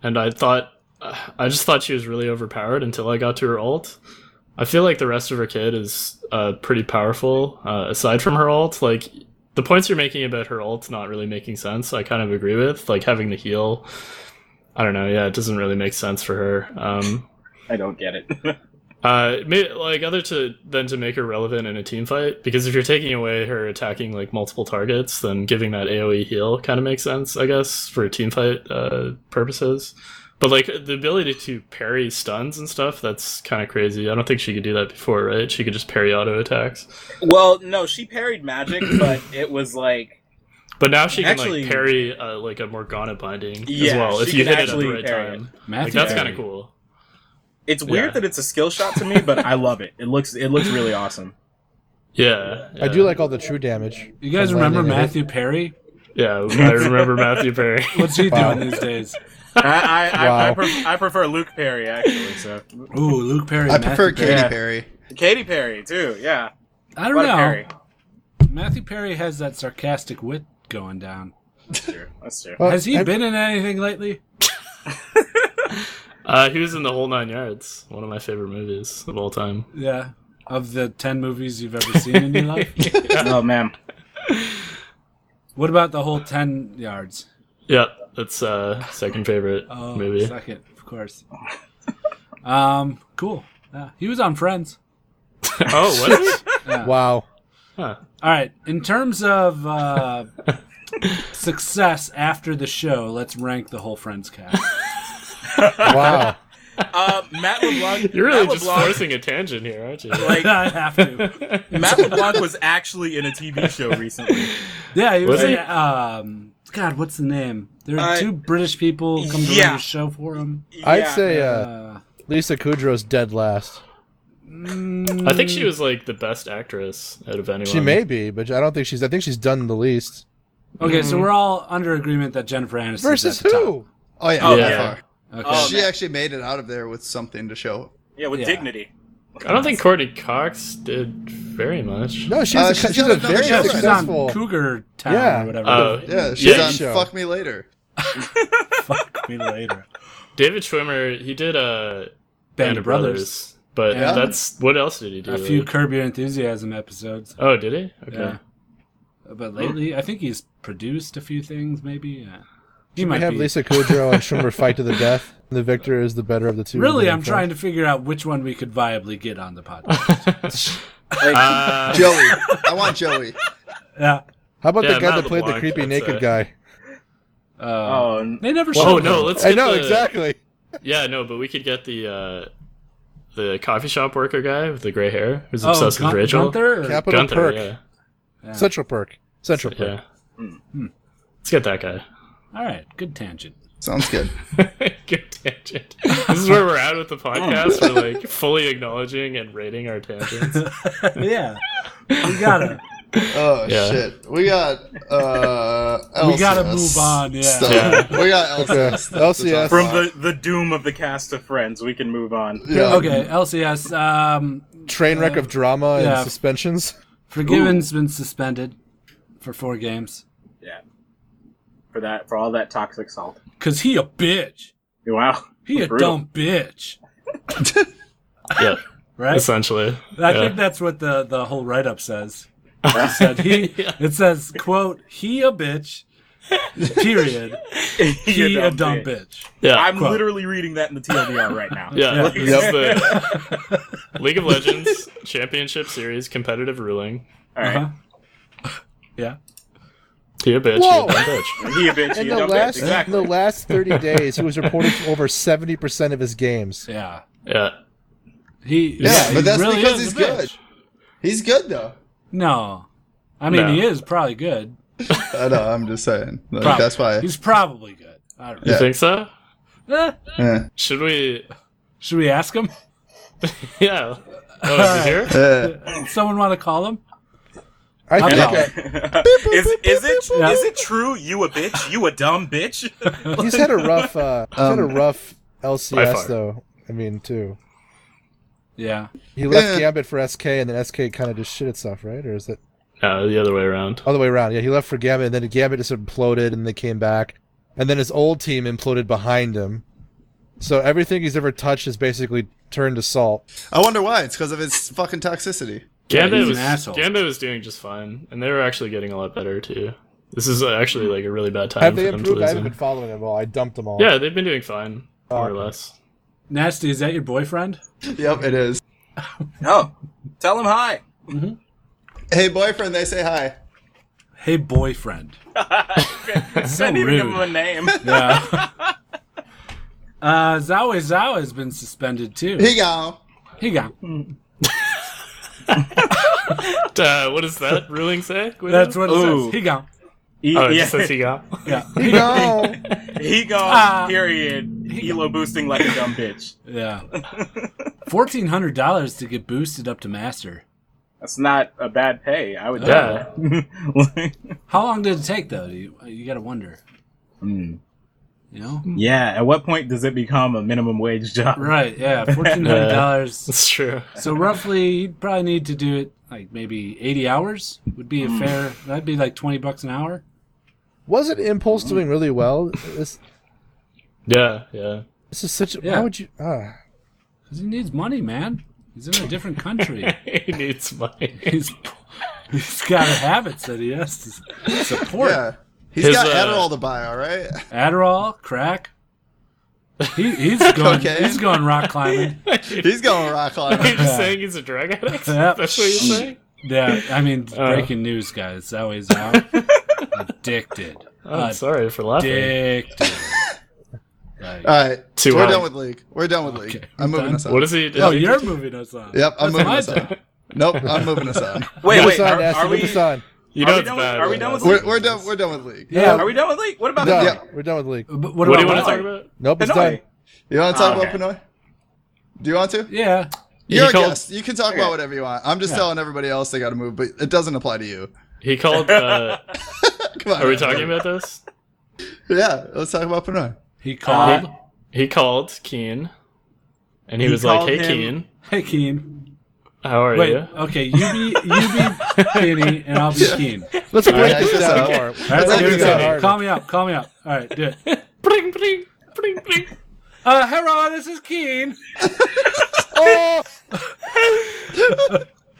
C: and I thought, I just thought she was really overpowered until I got to her ult. I feel like the rest of her kit is uh, pretty powerful. Uh, aside from her ult, like the points you're making about her ult not really making sense. I kind of agree with like having the heal. I don't know. Yeah, it doesn't really make sense for her. Um,
D: I don't get it.
C: uh, may like other to than to make her relevant in a team fight because if you're taking away her attacking like multiple targets, then giving that AOE heal kind of makes sense, I guess, for team fight uh, purposes. But like the ability to parry stuns and stuff, that's kind of crazy. I don't think she could do that before, right? She could just parry auto attacks,
D: well, no, she parried magic, but it was like
C: but now she can
D: Actually-
C: like parry uh, like a Morgana binding as
D: Yeah,
C: well if
D: she
C: you
D: can
C: hit it at the
D: actually
C: right
D: parry
C: time. Like,
A: Matthew
C: that's
A: Perry.
C: kind of cool.
D: it's weird
C: Yeah.
D: that it's a skill shot to me, but I love it. It looks it looks really awesome.
C: Yeah,
E: I
C: yeah.
E: do like all the true damage.
A: You guys
E: from
A: remember
E: landing it.
A: Matthew Perry?
C: Yeah, I remember Matthew Perry.
A: What's he
E: Wow.
A: doing these days?
D: I I, I, I,
E: Wow.
D: pref- I prefer Luke Perry actually. So
A: Ooh, Luke Perry.
B: I
A: Matthew
B: prefer
A: Perry.
B: Katy
D: Yeah.
B: Perry.
D: Katy Perry too. Yeah,
A: I don't
D: What a
A: know.
D: Perry.
A: Matthew Perry has that sarcastic wit going down.
D: That's true. That's true.
E: Well,
A: Has he
E: I-
A: been in anything lately?
C: Uh, he was in the whole nine yards. One of my favorite movies of all time.
A: Yeah. Of the 10 movies you've ever seen in your life? Um,
D: oh man.
A: What about the whole 10 yards?
C: Yep, that's uh second favorite
A: Oh,
C: movie.
A: second, of course. Um, cool. Yeah, he was on Friends.
C: oh, was it?
E: Wow.
C: Huh.
A: All right. In terms of uh, success after the show, let's rank the whole Friends cast.
E: Wow.
D: Uh, Matt LeBlanc.
C: You're really
D: Matt
C: just
D: LeBlanc-
C: forcing a tangent here, aren't you?
D: Like
A: I have to.
D: Matt LeBlanc was actually in a TV show recently.
A: Yeah, he was.
C: Was
A: in,
C: he?
A: um, God, what's the name? There are
D: Uh,
A: two British people come to
D: yeah.
A: run a show for him.
E: I'd
D: Yeah.
E: say uh,
A: Uh,
E: Lisa Kudrow's dead last.
A: mm,
C: I think she was like the best actress out of anyone.
E: She may be, but I don't think she's. I think she's done the least.
A: Okay, so
D: Mm.
A: we're all under agreement that Jennifer Aniston
E: Mm-hmm. Versus
A: at the top.
E: who?
B: Oh yeah,
C: Oh,
B: by
C: yeah.
B: far.
A: Okay.
D: Oh,
B: she
D: man.
B: actually made it out of there with something to show.
D: yeah, with
A: yeah.
D: dignity.
C: I don't think Courtney Cox did very much.
E: No, she's.
B: Uh,
E: a,
B: she's
E: she's
B: done
E: a
B: another
E: very
B: show.
A: yeah, she's on
E: successful.
A: Cougar Town
E: Yeah.
A: or whatever.
C: Oh,
B: Yeah, she's
C: yeah,
B: on
E: show.
B: Fuck Me Later.
A: Fuck me later.
C: David Schwimmer. He did uh,
A: Band of Brothers.
C: but
A: Yeah.
C: that's what else did he do?
A: A few
C: Like-
A: Curb Your Enthusiasm episodes.
C: Oh, did he? Okay.
A: Yeah. But lately, I think he's produced a few things, maybe. Yeah. He
E: We
A: might
E: have
A: be.
E: Lisa Kudrow and Schumer fight to the death. The victor is the better of the two.
A: Really, I'm trying to figure out which one we could viably get on the podcast.
C: Uh,
B: Joey. I want Joey.
A: yeah.
E: How about
C: Yeah,
E: the guy
C: Matt
E: that played the
C: LeBlanc,
E: creepy
C: I'd
E: naked
C: say.
E: guy?
A: Uh,
D: Oh, n-
A: they never
C: oh
A: showed
C: no,
A: him.
C: let's.
E: I
C: get
E: know
C: the-
E: exactly.
C: Yeah, no, but we could get the uh, the coffee shop worker guy with the gray hair who's
A: Oh,
C: obsessed
A: Gun-
C: with Rachel.
A: Gunther? Or-
E: Capital
C: Gunther,
E: perk.
C: yeah,
E: Central perk. Central
C: yeah.
E: perk.
D: Hmm.
A: Hmm.
C: Let's get that guy.
A: All right, good tangent.
B: Sounds good.
C: Good tangent. This is where we're at with the podcast.
D: Hmm.
C: We're like fully acknowledging and rating our tangents.
A: yeah, we gotta
B: Oh
C: Yeah.
B: shit. We got uh
A: we gotta
B: LCS
A: move on. Yeah,
B: stuff.
C: Yeah.
B: We got LCS. stuff to
E: LCS.
B: talk
D: from
B: about.
D: the, the doom of the cast of Friends, we can move on.
B: Yeah.
A: okay. LCS, um,
E: Train wreck of drama
A: yeah.
E: and suspensions.
A: Forgiven's been suspended for four games
D: Yeah, for that, for all that toxic salt.
A: because he a bitch.
D: Wow,
A: He a
D: Brutal.
A: dumb bitch,
C: yeah,
A: right?
C: essentially.
A: I
C: yeah.
A: think that's what the the whole write up says. It said he. It says quote he a bitch. Period.
D: You
A: He a dumb
D: bitch.
A: bitch.
C: yeah.
D: I'm
A: Quote.
D: literally reading that in the TLDR right now.
C: Yeah,
A: Yeah.
C: this is the League of Legends Championship Series competitive ruling.
D: All right.
A: Uh-huh. Yeah.
C: He a bitch. He a
E: Whoa!
C: dumb bitch.
D: He a bitch.
E: In
D: He a
E: the
D: dumb
E: last
D: bitch. Exactly.
E: in the last thirty days, he was reported to over seventy percent of his games.
A: Yeah.
C: Yeah,
A: He.
B: Yeah,
A: he
B: but that's
A: really
B: because
A: is
B: he's
A: a bitch.
B: good. He's good though.
A: No. I mean,
C: No.
A: he is probably good.
B: I know, I'm just saying. Like,
A: Probably.
B: that's why.
A: He's probably good. I don't
C: you
A: know.
B: Yeah.
C: think so?
A: Eh,
B: Yeah.
C: Should we?
A: should we ask him?
C: Yeah. Oh, is he here?
B: Yeah.
A: Someone want to call him?
E: I
A: Not
E: think
A: at all.
E: uh,
D: is is it
A: Yeah.
D: is it true? You a bitch? You a dumb bitch?
E: he's had a rough uh, he's had a
B: Um,
E: rough
C: by far.
E: LCS though. I mean, too.
A: Yeah.
E: He left
B: Yeah.
E: Gambit for SK, and then SK kind of just shit itself, right? Or is it
C: No, the other way around.
E: other way around? Yeah, he left for Gambit, and then Gambit just imploded, and they came back, and then his old team imploded behind him. So everything he's ever touched is basically turned to salt.
B: I wonder why. It's because of his fucking toxicity.
C: Gambit
A: he's an
C: was
A: asshole.
C: Gambit was doing just fine, and they were actually getting a lot better too. This is uh, actually like a really bad time
E: Have
C: for
E: they
C: them to
E: improved? I
C: lose.
E: haven't
C: in.
E: been following them at all. I dumped them all.
C: Yeah, they've been doing fine, more or
E: okay.
C: less.
A: Nasty, is that your boyfriend?
B: Yep, it is.
D: No. Tell him hi.
A: Mm-hmm.
B: Hey boyfriend, they say hi.
A: Hey, boyfriend.
D: Send him
A: rude.
D: give him a name.
A: Yeah. uh, Zawa Zawa has been suspended too.
B: He go.
A: He got.
C: Uh, what does that ruling say? Guido?
A: That's what it
D: Ooh.
A: says. He got.
D: He,
C: Oh, it
D: yeah,
C: just says he got.
A: Yeah.
E: No.
D: he gone.
A: Ah.
D: period. Elo boosting like a dumb bitch.
A: Yeah. Fourteen hundred dollars to get boosted up to master.
D: That's not a bad pay. I would. do
C: Yeah.
D: that.
A: How long did it take though? Do You you gotta wonder. You know.
D: Hmm. yeah. At what point does it become a minimum wage job?
A: Right. Yeah. Fourteen hundred dollars.
C: That's true.
A: So roughly, you'd probably need to do it like maybe 80 hours would be a
D: Hmm.
A: fair. That'd be like 20 bucks an hour.
E: Wasn't Impulse doing really well? This,
C: Yeah, yeah.
E: this is such.
A: Yeah.
E: Why would you? Uh,
A: 'Cause he needs money, man. He's in a different country.
C: he needs money.
A: he's he's got habits that he has to support.
B: Yeah. he's
C: His,
B: got
C: uh,
B: Adderall to buy, all right?
A: Adderall, crack. He, he's going.
B: Cocaine.
A: He's going rock climbing.
B: He's going rock
C: Are you
B: climbing.
C: just saying he's a drug addict?
A: Yep.
C: That's what you're saying?
A: Yeah, I mean,
C: Uh.
A: breaking news, guys. That way he's out. Addicted.
C: Oh, I'm sorry for laughing.
A: Addicted. Like-
B: All right.
C: Too
B: We're
C: high.
B: done with league. We're done with league.
A: Okay.
B: I'm moving
A: Done.
B: us on.
C: What is he?
A: oh, you're moving us on.
B: Yep, I'm moving
A: my
B: us on.
A: turn.
B: Nope, I'm moving us on.
D: Wait,
E: Move us
D: wait.
E: on,
D: Are,
E: Nasty,
D: are
E: move
D: we?
E: us on.
C: you
D: Are
C: know
D: we
C: it's
D: done with-
C: bad.
D: are we
C: when
D: done with
C: that's-
B: We're, we're done. We're done with league.
A: Yeah.
D: Are we done with League? What about
E: Done.
D: the
B: Yeah.
E: We're done with league.
A: But what,
C: What do you
A: about
C: want to
A: Pinoy?
C: talk about?
E: Nope, it's
D: Pinoy?
E: done.
B: You want to talk
D: Oh,
B: about
D: okay.
B: Pinoy? Do you want to?
A: Yeah.
B: You're
C: He
B: a
C: called-
B: guest. You can talk about whatever you want. I'm just telling everybody else they got to move, but it doesn't apply to you.
C: He called. Uh,
B: Come on.
C: are we
B: man.
C: talking about this?
B: Yeah, let's talk about Pinoy.
A: He
D: Uh,
A: called.
C: Uh, He called Keen, and he,
D: He
C: was like,
D: called
C: "Hey,
D: him-
C: Keen,
A: hey, Keen.
C: how are
A: Wait.
C: you?"
A: Okay, you be you be Kenny, and I'll be Keen.
E: Let's break
B: guys,
E: this
B: that's
E: down
B: all.
A: All
E: more. Let's
A: right,
E: break
A: here we
E: this down
A: go.
E: harder.
A: Call me up. Call me up. All right, do it.
C: Bling, bling, bling, bling.
A: Uh, hello, this is Keen.
E: Oh!
C: Uh,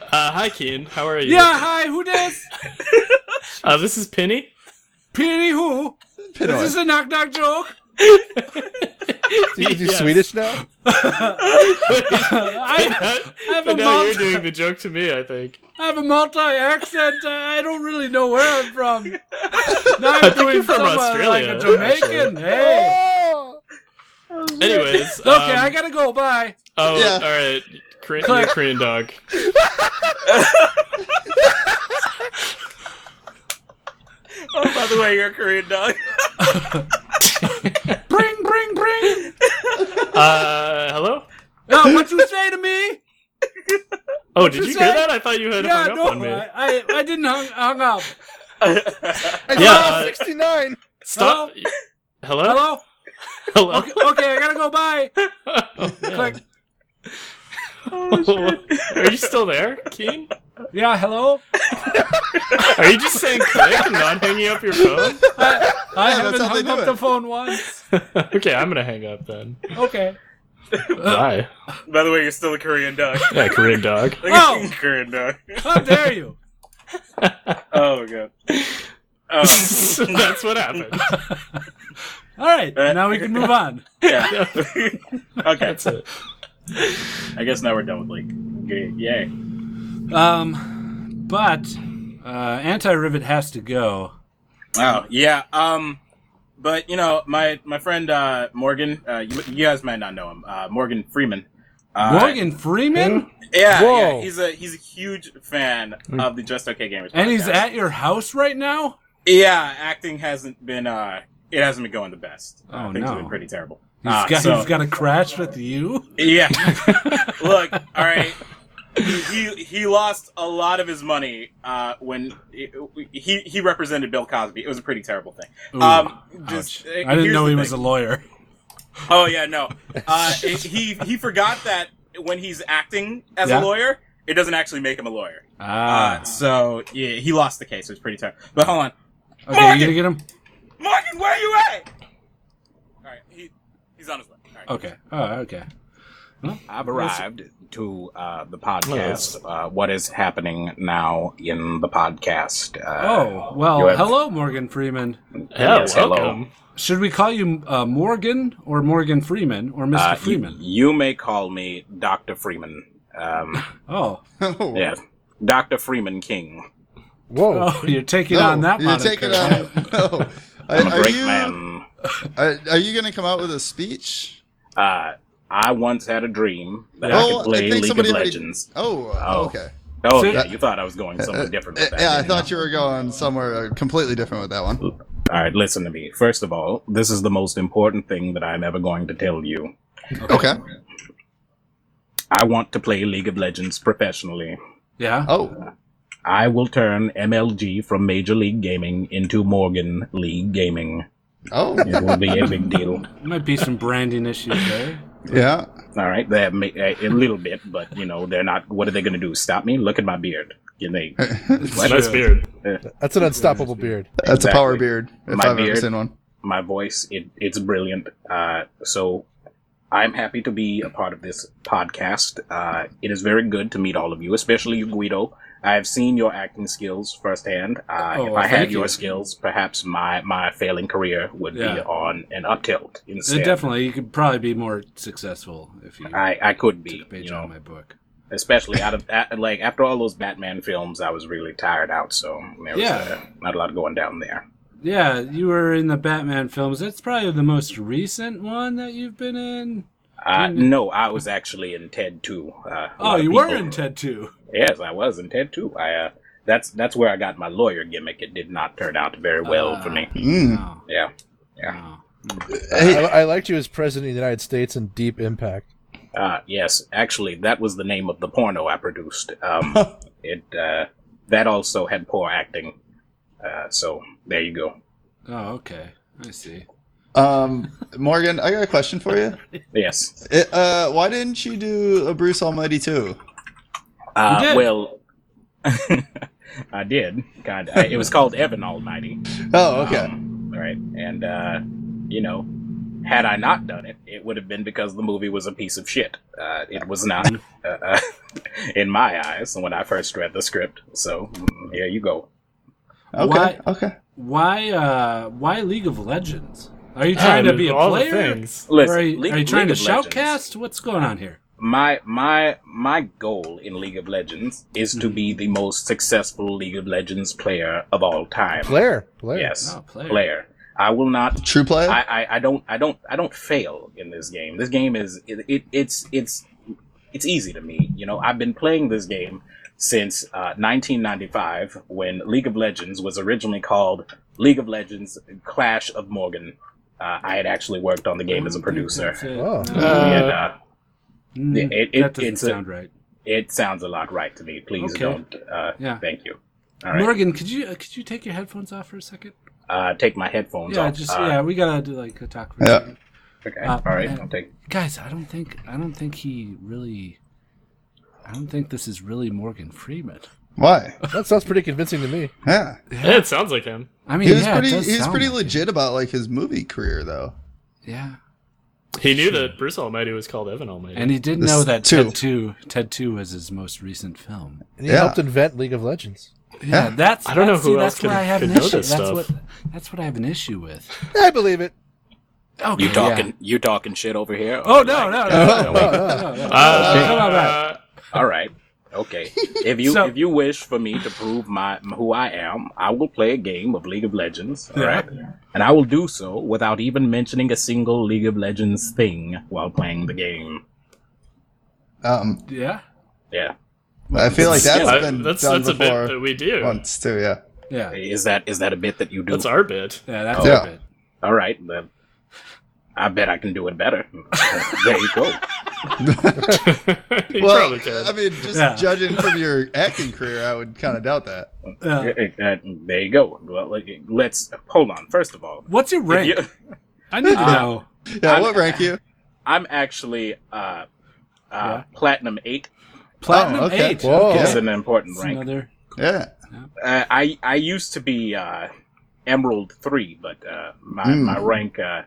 C: hi, Keen. How are you?
A: Yeah, hi. Who this?
C: Uh, this is Penny.
A: Penny who? Is
B: Pinoy.
A: this a knock knock joke?
E: Is he
C: Yes.
E: Swedish now?
A: I, I have a
C: But now you're
A: multi,
C: doing the joke to me, I think.
A: I have a multi accent. I don't really know where I'm from. Now I'm
C: I think
A: doing
C: you're from
A: some, uh,
C: Australia,
A: like a Jamaican.
C: actually.
A: Hey.
D: Oh,
C: Anyways,
A: Okay,
C: um,
A: I gotta go. Bye.
C: Oh,
B: Yeah.
C: all right. Korean,
A: Click.
C: you're Korean dog.
D: Oh, by the way, you're a Korean dog.
A: Bring, bring, bring.
C: Uh, hello.
A: Now, what you say to me?
C: Oh, did
A: you
C: you
A: say?
C: hear that? I thought you had
A: Yeah,
C: hung up
A: no,
C: on me.
A: I, I, I didn't hung, hung up.
E: I
C: Yeah,
E: got
C: uh,
E: 69.
C: Stop. Hello.
A: Hello?
C: Hello?
A: Okay, okay I gotta go. Bye.
C: Oh, man.
A: Click.
D: Oh,
C: Are you still there, Keen?
A: Yeah, hello?
C: Are you just saying click and not hanging up your phone?
A: I, I
B: Yeah, that's
A: haven't
B: how they
A: hung
B: do
A: up
B: it.
A: the phone Uh, once.
C: okay, I'm gonna hang up then.
A: Okay.
C: Bye.
D: By the way, you're still a Korean dog.
C: Yeah, Korean dog.
A: Oh.
D: Korean dog.
A: How dare you?
D: Oh god. Oh,
C: That's what happened.
A: All right, now we can move on.
D: yeah. okay.
C: That's it.
D: I guess now we're done with Link. Okay, Yay.
A: Um, but uh, Anti Rivet has to go.
D: Oh yeah. Um, but you know, my my friend uh, Morgan, uh, you, you guys might not know him. Uh, Morgan Freeman. Uh,
A: Morgan Freeman,
D: Yeah, yeah.
E: Whoa.
D: He's a he's a huge fan
C: Hmm.
D: of the Just Okay Gamers.
A: and he's
D: podcast.
A: at your house right now.
D: yeah. Acting hasn't been uh, it hasn't been going the best. Uh,
A: Oh,
D: things
A: no.
D: have been pretty terrible.
A: He's
D: Uh,
A: got
D: so-
A: he's got a crash with you.
D: Yeah. Look, all right. He, he he lost a lot of his money uh, when he he represented Bill Cosby. It was a pretty terrible thing.
A: Ooh,
D: um,
A: ouch.
D: just, uh,
A: I didn't
D: here's
A: know
D: the
A: he was a
D: thing.
A: lawyer.
D: Oh yeah, no. Uh, it- he he forgot that when he's acting as
A: Yeah.
D: a lawyer, it doesn't actually make him a lawyer. Uh,
A: Ah,
D: so yeah, he lost the case. It was pretty terrible. But hold on,
A: okay, you gonna get him?
D: Morgan, where you at? All right, he he's on his way. All right.
A: Okay. Oh, okay.
D: I've arrived to uh, the
C: Nice.
D: podcast. Uh, what is happening now in the podcast? Uh,
A: Oh well,
D: you have- uh,
A: hello, Morgan Freeman.
C: Yeah,
D: Yes, hello.
C: welcome.
A: Should we call you uh, Morgan or Morgan Freeman or Mr.
D: uh,
A: Freeman?
D: y- You, may call me Doctor Freeman. Um,
A: oh,
B: Oh,
D: yeah, Doctor Freeman King.
E: Whoa.
A: oh, you're taking
B: no,
A: on that.
B: You're
A: moniker.
B: taking on. No.
D: I'm
B: Are,
D: a
B: are
D: great
B: you,
D: man.
B: Are, are you going to come out with a speech?
D: Uh, I once had a dream that I
B: Oh,
D: could play
B: I think
D: League of
B: somebody already-
D: Legends.
B: Oh,
D: Oh.
B: okay. Uh,
D: Oh
A: So-
D: yeah, you thought I was going somewhere different with that.
B: yeah, I
D: didn't
B: thought you were going somewhere uh, completely different with that one.
D: All right, listen to me. First of all, this is the most important thing that I'm ever going to tell you.
B: Okay.
D: I want to play League of Legends professionally.
A: Yeah.
B: Oh,
D: I will turn MLG from Major League Gaming into Morgan League Gaming.
B: oh,
D: It will be a big deal.
A: Might be some branding issues there.
B: yeah.
D: All right, they have ma- a, a little bit, but you know they're not. What are they going to do? Stop me? Look at my beard. Can they?
C: Nice beard.
E: That's an unstoppable beard.
B: That's a power
D: Exactly.
B: beard. If
D: My
B: I've ever
D: beard.
B: seen one.
D: My voice, it, it's brilliant. Uh, so I'm happy to be a part of this podcast. Uh, it is very good to meet all of you, especially you, Guido. I've seen your acting skills firsthand. Uh,
A: Oh,
D: if I had
A: thank you.
D: your skills, perhaps my, my failing career would be
A: Yeah.
D: on an uptilt
A: Uh,
D: instead.
A: definitely, you could probably be more successful if you
D: I, I
A: took
D: could be,
A: a page
D: you
A: out of
D: know,
A: my book.
D: especially out of a like after all those Batman films, I was really tired out, so there was
A: Yeah.
D: uh, not a lot going down there.
A: Yeah, you were in the Batman films. That's probably the most recent one that you've been in.
D: Uh,
A: Didn't-
D: no, I was actually in Ted too. Uh, a lot
A: Oh,
D: of
A: you were
D: people-
A: in Ted too.
D: Yes, I was in Ted too. I uh, that's that's where I got my lawyer gimmick. It did not turn out very well
J: Ah.
D: for me.
J: Hmm.
B: Mm.
A: Oh,
D: Yeah.
A: oh.
E: I, I liked you as president of the United States in Deep Impact.
D: Uh, yes, actually, that was the name of the porno I produced. Um, it uh, that also had poor acting. Uh, so there you go.
A: Oh, okay. I see.
B: Um, Morgan, I got a question for you.
D: Yes.
B: It, uh, why didn't you do a Bruce Almighty too?
D: Uh,
A: You did.
D: Well, I did. God, I, it was called Evan Almighty.
B: Oh, okay.
D: Um, right. And uh, you know, had I not done it, it would have been because the movie was a piece of shit. Uh, it was not, uh, uh, in my eyes, when I first read the script. So mm, here you go.
B: Okay.
A: Why-
B: Okay.
A: why uh why League of Legends? Are you trying to be a
C: all the
A: player?
C: things.
A: Or
D: Listen,
A: are you,
D: League-
A: are you trying
D: League
A: to
D: of Legends.
A: shoutcast? What's going on here?
D: My my my goal in League of Legends is to be the most successful League of Legends player of all time.
E: Blair, Blair.
D: Yes,
A: Oh, player.
D: player. I will not
B: True play?
D: I, I, I don't I don't I don't fail in this game. This game is it, it it's it's it's easy to me. You know, I've been playing this game since uh, 1995 when League of Legends was originally called League of Legends Clash of Morgan. Uh, I had actually worked on the game as a producer.
E: Oh.
D: And, uh,
A: Mm,
D: it- it-
A: that doesn't
D: it's a-
A: sound right.
D: it sounds a lot right to me. Please
A: Okay.
D: don't. Uh,
A: Yeah.
D: Thank you. All right.
A: Morgan, could you uh, could you take your headphones off for a second?
D: Uh, take my headphones
A: Yeah,
D: off.
A: just
D: Uh,
A: yeah, we gotta do like a talk. For a
B: Yeah.
A: second.
D: Okay.
A: Uh,
D: All right.
A: uh,
D: I'll take.
A: Guys, I don't think I don't think he really. I don't think this is really Morgan Freeman.
B: Why?
E: That sounds pretty convincing to me.
B: Yeah.
C: Yeah, it sounds like him.
A: I mean,
B: He was
A: yeah, it
B: pretty
A: does
B: he was
A: sound
B: pretty
A: like it.
B: legit about like his movie career though.
A: Yeah,
C: He knew that Bruce Almighty was called Evan Almighty.
A: and he did
B: This
A: know that
B: two.
A: Ted Two Ted Two was his most recent film.
E: And he
B: Yeah.
E: helped invent League of Legends.
A: Yeah, that's.
C: I don't know
A: that's- see,
C: who else
A: that's
C: could-
A: what I have
C: could
A: an
C: know
A: issue.
C: this
A: that's
C: stuff.
A: What, that's what I have an issue with.
E: I believe it.
A: Okay,
D: You talking?
A: Oh, yeah.
D: You talking shit over here?
A: Oh no no no no no no! no.
C: Uh,
A: Come on back.
D: All right. Okay. If you
A: So-
D: if you wish for me to prove my who I am, I will play a game of League of Legends. All right. And I will do so without even mentioning a single League of Legends thing while playing the game.
B: Um
A: Yeah
D: Yeah.
B: I feel like that's
C: I-
B: been
C: that's
B: done
C: that's a
B: before
C: bit that we do.
B: once too, yeah.
A: yeah yeah.
D: Is that is that a bit that you do?
C: That's our bit.
A: That's
B: Yeah.
A: a bit.
D: All right. Then I bet I can do it better. there you go.
C: he probably could.
B: I mean, just
A: Yeah.
B: judging from your acting career, I would kind of doubt that.
A: Yeah.
D: Uh, there you go. Well, like, let's hold on. First of all,
A: What's your rank?
D: you-
A: I need to
D: Uh,
A: know.
B: Yeah,
D: I'm-
B: what rank you?
D: I'm actually uh, uh,
A: Yeah.
D: platinum eight
A: Platinum
B: Oh, okay.
A: eight.
E: Whoa.
A: Okay.
D: is an important
A: That's
D: rank.
A: another.
B: Yeah.
D: Uh, I I used to be uh, emerald three, but uh, my
B: Mm.
D: my rank uh,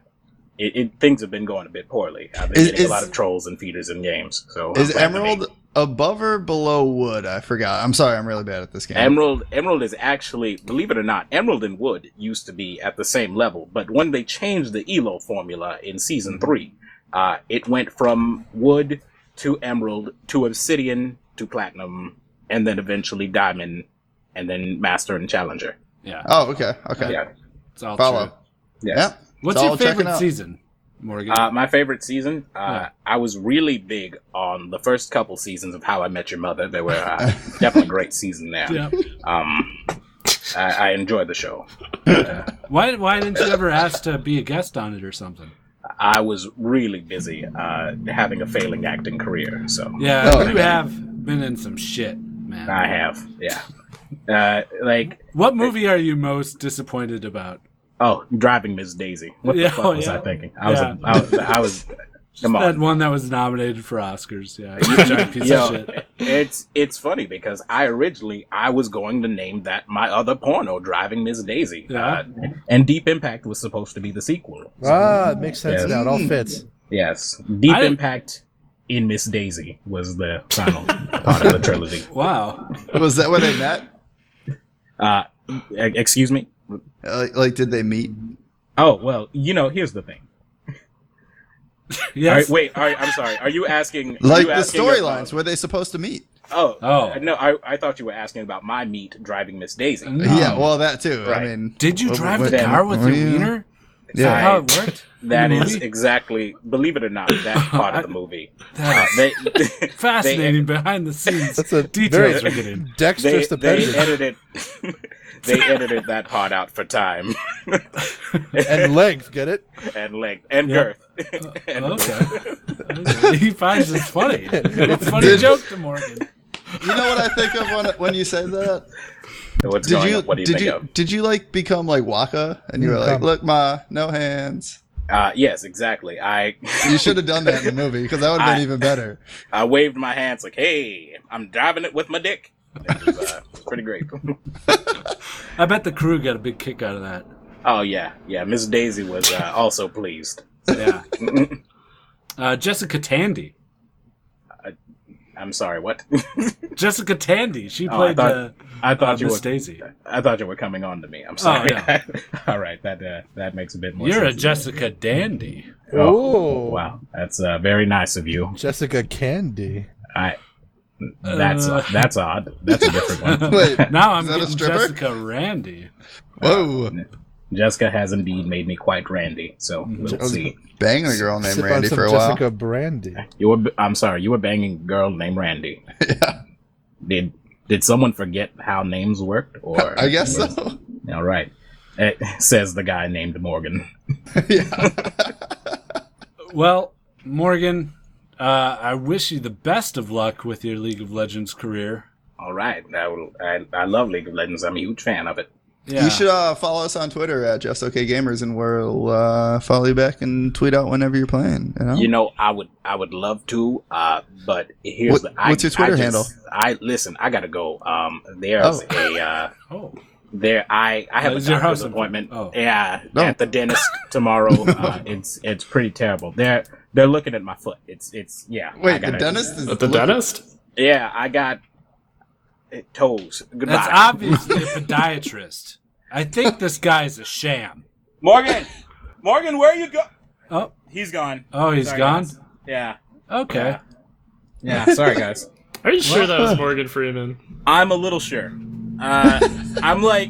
D: it, it things have been going a bit poorly. I've been
B: Is-
D: getting
B: is-
D: a lot of trolls and feeders in games.
A: Oh,
D: So I'm
B: Is
D: platinum
B: emerald
D: eight.
B: above or below wood? I forgot. I'm sorry. I'm really bad at this game.
D: Emerald Emerald is actually believe it or not, Emerald and Wood used to be at the same level, but when they changed the Elo formula in
B: Hmm.
D: season three, uh, it went from Wood to Emerald to Obsidian to Platinum, and then eventually Diamond, and then Master and Challenger.
A: Yeah,
B: Oh, okay. Okay.
D: Yeah,
A: it's all true.
B: Follow.
D: yes.
B: Yeah.
A: What's
B: It's
A: your
B: all checking
A: favorite
B: out.
A: season, Morgan?
D: Uh, my favorite season. Uh,
A: Yeah.
D: I was really big on the first couple seasons of How I Met Your Mother. They were uh, definitely great season there.
A: yeah.
D: Um, I, I enjoyed the show.
A: Why why didn't you ever ask to be a guest on it or something?
D: I was really busy uh, having a failing acting career, so
A: Yeah,
B: Oh,
A: you
B: okay.
A: have been in some shit, man.
D: I have. Yeah. Uh, like,
A: What movie are you most disappointed about?
D: oh, driving Miss Daisy. What
A: Yeah,
D: the fuck
A: oh,
D: was
A: yeah.
D: I thinking? I was,
A: Yeah.
D: a, I was, I was. Come on.
A: That one that was nominated for Oscars. Yeah, you giant piece
D: Yo,
A: of shit.
D: it's it's funny because I originally I was going to name that my other porno, Driving Miss Daisy,
A: Yeah.
D: Uh, and Deep Impact was supposed to be the sequel.
E: Ah, it makes sense
D: Yes.
E: now. It all fits.
D: Yes, Deep
A: I-
D: Impact in Miss Daisy was the final part of the trilogy.
A: Wow.
B: Was that where they met?
D: Uh, e- excuse me.
B: Uh, Like, like, did they meet?
D: Oh well, you know here's the thing. All right,
A: Yes.
D: wait, all right, I'm sorry. Are you asking? are
B: Like
D: you
B: the
D: asking about-
B: storylines? Were they supposed to meet?
D: Oh,
A: Oh.
D: no, I, I thought you were asking about my meat driving Miss Daisy.
A: No.
B: Yeah. Well, that too.
D: Right.
B: I mean,
A: Did you
B: Well,
A: drive
B: well,
A: the
D: then,
A: car with
B: well,
A: your
B: yeah.
A: wiener? Is
B: Yeah.
A: that how it worked?
D: That
A: In the
D: is
A: movie?
D: exactly, believe it or not, that part of the movie. Uh,
A: That is
D: they,
A: fascinating behind the scenes.
E: That's a
A: details we're
E: very-
A: getting.
D: They,
E: Dexter's the
D: they
E: pendant
D: edited, they edited that part out for time
E: and length. Get it?
D: and length and
A: Yeah.
D: girth. and
A: Okay. Okay. he finds it funny. It's a funny
B: Did-
A: joke to Morgan.
B: you know what I think of when when you say that?
D: What's
B: Did
D: going
B: you?
D: on? What do you
B: did
D: think
B: you?
D: of?
B: Did you like become like Waka? And you were like,
E: come.
B: "Look, ma, no hands."
D: Uh, yes, exactly. I
B: You should have done that in the movie because that would have been
D: I-
B: even better.
D: I waved my hands like, "Hey, I'm driving it with my dick." It was, uh, pretty great.
A: I bet the crew got a big kick out of that.
D: oh yeah, yeah. Miss Daisy was uh, also pleased.
A: Yeah. Uh, Jessica Tandy.
D: I'm sorry. What?
A: Jessica Tandy. She
D: Oh, I
A: played
D: thought-
A: uh,
D: I thought
A: uh,
D: you
A: Miss
D: were.
A: Daisy. Oh,
D: I thought you were coming on to me. I'm sorry.
A: yeah.
D: All right. That uh, that makes a bit more.
A: You're a
D: sense.
A: Jessica Dandy.
E: Oh,
D: Wow, that's uh, very nice of you.
E: Jessica Candy.
D: I. That's
A: Uh.
D: that's odd. That's a different one.
B: Wait,
A: Now I'm
B: Is that a
A: getting
B: stripper?
A: Jessica Randy.
B: whoa.
D: Jessica has indeed made me quite randy. So we'll see.
B: Bang a girl named
E: Mhm. Sip on
B: Randy
E: some
B: for a
E: Jessica
B: while.
E: Brandy.
D: You were. I'm sorry. You were banging a girl named Randy.
B: Yeah,
D: Did did someone forget how names worked? Or
B: I guess so.
D: All right. Eh, says the guy named Morgan.
B: yeah.
A: Well, Morgan, uh, I wish you the best of luck with your League of Legends career.
D: All right. I, will, I I love League of Legends. I'm a huge fan of it.
A: Yeah.
B: You should uh, follow us on Twitter at Jeff's OK Gamers, and we'll uh, follow you back and tweet out whenever you're playing. You know?
D: You know, I would I would love to, uh, but here's
B: What-
D: the I,
B: what's your Twitter
D: I just-
B: handle?
D: I listen. I gotta go. Um, there's a uh,
A: Oh,
D: there. I I have
A: Oh,
D: a
A: is your
D: doctor's
A: house
D: appointment.
A: open? Oh.
D: Yeah,
B: No.
D: at the dentist tomorrow. uh, it's it's pretty terrible. They're they're looking at my foot. It's it's yeah. I
B: Wait, the
D: gotta-
B: dentist is
C: At the
B: look-
C: dentist?
D: Yeah, I got eh, toes. Goodbye.
A: that's obviously a podiatrist. I think this guy is a sham.
D: Morgan, Morgan, where you go?
A: Oh,
D: He's gone.
A: oh, he's
D: Sorry,
A: gone.
D: guys. Yeah.
A: Okay.
D: Yeah. Sorry, guys.
C: Are you sure that was Morgan Freeman?
D: I'm a little sure. Uh, I'm like,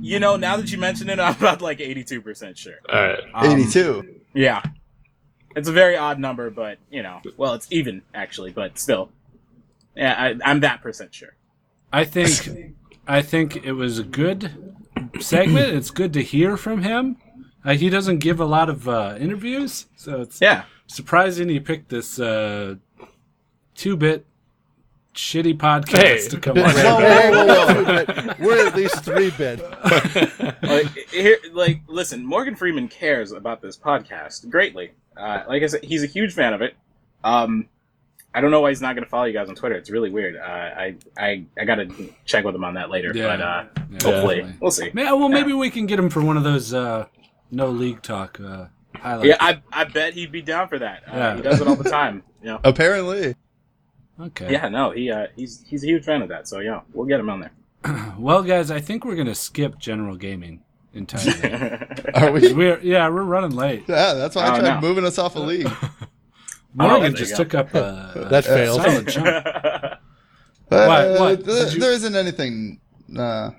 D: you know, now that you mention it, I'm about like 82% sure.
C: All right.
D: Um,
B: 82.
D: Yeah. It's a very odd number, but, you know, well, it's even, actually, but still. Yeah, I, I'm that percent sure.
A: I think I think it was a good segment. It's good to hear from him. Uh, he doesn't give a lot of uh, interviews, so it's
D: Yeah.
A: surprising he picked this uh, two-bit shitty podcast
C: Hey.
A: to come
E: Whoa,
A: on.
E: whoa, whoa, whoa, whoa. We're at least three bit.
D: Like, here, like, listen, Morgan Freeman cares about this podcast greatly. Uh, like I said, he's a huge fan of it. Um, I don't know why he's not going to follow you guys on Twitter. It's really weird. Uh, I, I, I got to check with him on that later,
A: Yeah.
D: but uh,
A: Yeah,
D: hopefully,
A: definitely.
D: we'll see.
A: Yeah, well, maybe we can get him for one of those uh, no league talk uh, highlights.
D: Yeah, I, I bet he'd be down for that. Uh,
A: Yeah.
D: He does it all the time. You know?
B: Apparently.
A: okay.
D: Yeah, no, he uh, he's he's a huge fan of that. So yeah, we'll get him on
A: Well, guys, I think we're gonna skip general gaming entirely.
D: there.
B: Are we?
A: we're yeah, we're running late.
B: Yeah, that's why I
D: Oh,
B: tried
D: no.
B: moving us off a league.
D: Oh,
A: Morgan
D: there
A: just
D: you go.
A: took up a,
E: That
A: a
E: failed.
A: solid chunk.
B: Uh,
A: what?
B: th-
A: Did you-
B: There isn't anything, uh,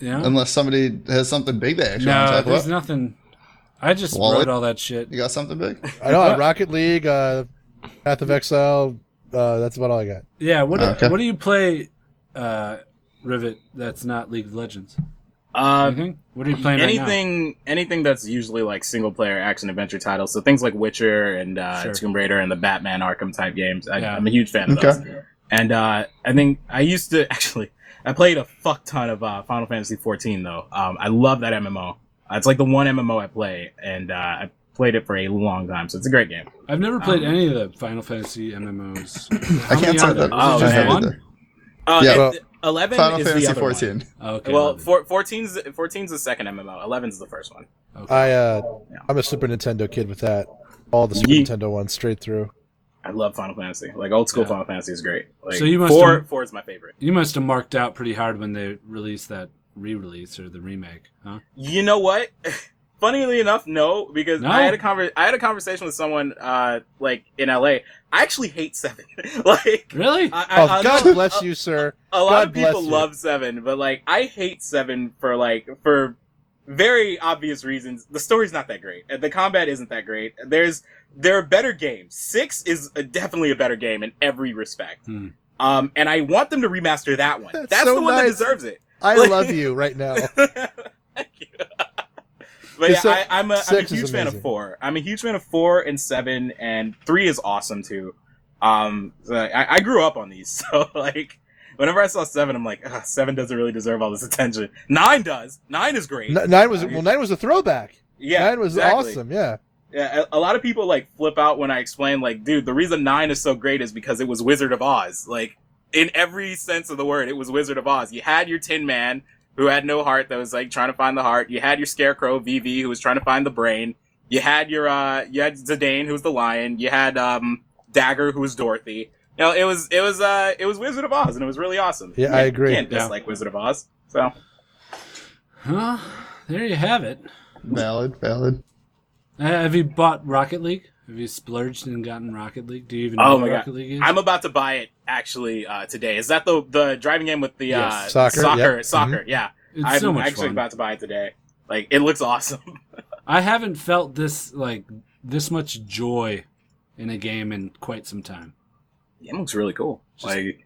A: Yeah.
B: unless somebody has something big they actually want to
A: No,
B: talk
A: there's
B: about.
A: nothing. I just
B: Wallet?
A: wrote all that shit.
B: You got something big?
E: I know Rocket League, uh, Path of Exile. Uh, that's about all I got.
A: Yeah. What do,
B: Uh, Okay.
A: What do you play, uh, Rivet? That's not League of Legends.
D: um,
A: Anything? Mm-hmm. What are you playing right
D: anything anything that's usually like single player action adventure titles. So things like Witcher and uh,
A: Sure.
D: Tomb Raider and the Batman Arkham type games. I,
A: Yeah.
D: I'm a huge fan of
B: Okay.
D: those. And uh, I think I used to actually I played a fuck ton of uh, Final Fantasy 14 though. Um, I love that MMO. Uh, It's like the one MMO I play, and uh, I played it for a long time. So it's a great game.
A: now? I've never played
D: Um,
A: any of the Final Fantasy MMOs.
B: I can't
A: tell
B: say that.
D: Oh,
A: just
D: man.
A: one?
D: Uh,
B: Yeah.
D: it-
E: Well,
D: 11
B: Final
D: is the
B: Fantasy
D: other 14.
B: 14.
A: Oh, okay.
D: Well,
A: eleven.
D: four- 14's, 14's the second MMO. 11's the first one.
E: I uh, I'm a Super Nintendo kid with that. All the Super
D: Yeet.
E: Nintendo ones straight through.
D: I love Final Fantasy. Like old school
A: Yeah.
D: Final Fantasy is great. Like,
A: So you must
D: four,
A: have-
D: four is my favorite.
A: you must have marked out pretty hard when they released that re-release or the remake, huh?
D: You know what? Funnily enough, no, because
A: No?
D: I had a conver- I had a conversation with someone uh like in LA. I actually hate Seven. like
A: Really?
D: I, I,
E: Oh,
D: I
E: God
D: know Uh,
E: bless
D: a-
E: you, sir.
D: A lot
E: God
D: of
E: bless
D: people
E: you.
D: love Seven, but like I hate Seven for like for very obvious reasons. The story's not that great. The combat isn't that great. There's there are better games. Six is a, definitely a better game in every respect.
A: Hmm.
D: Um, and I want them to remaster that one.
E: That's
D: That's,
E: so
D: the one that
E: nice.
D: deserves it.
E: I
D: Like-
E: love you right now.
D: Thank you. But yeah,
E: It's
D: I,
E: a-
D: I'm a, I'm a
E: six is
D: huge fan of
E: amazing.
D: four. I'm a huge fan of four and seven, and three is awesome too. Um, so I, I grew up on these, so like whenever I saw seven, I'm like, Ugh, seven doesn't really deserve all this attention. Nine does. Nine is great.
E: N- nine was well, nine was a throwback.
D: yeah,
E: nine was
D: exactly.
E: awesome. Yeah,
D: Yeah, a, a lot of people like flip out when I explain, like, dude, the reason nine is so great is because it was Wizard of Oz. Like, in every sense of the word, it was Wizard of Oz. You had your Tin Man, who had no heart, that was like trying to find the heart. You had your Scarecrow, VV, who was trying to find the brain. You had your, uh, you had Zidane, who was the lion. You had, um, Dagger, who was Dorothy. No, it was it was uh it was Wizard of Oz, and it was really awesome.
E: Yeah, I agree.
D: Can't dislike Wizard of Oz. So
A: Huh? There you have it.
B: Valid, valid.
A: Uh, have you bought Rocket League? Have you splurged and gotten Rocket League? Do you even know
D: Oh
A: what
D: my God.
A: Rocket League is?
D: I'm about to buy it actually uh, today. Is that the the driving game with the uh,
E: Yes. Soccer,
D: Soccer,
E: yep. Mm-hmm.
D: soccer. Yeah,
A: it's
D: I'm
A: so much
D: actually
A: fun.
D: about to buy it today. Like it looks awesome.
A: I haven't felt this like this much joy in a game in quite some time.
D: it looks really cool. Like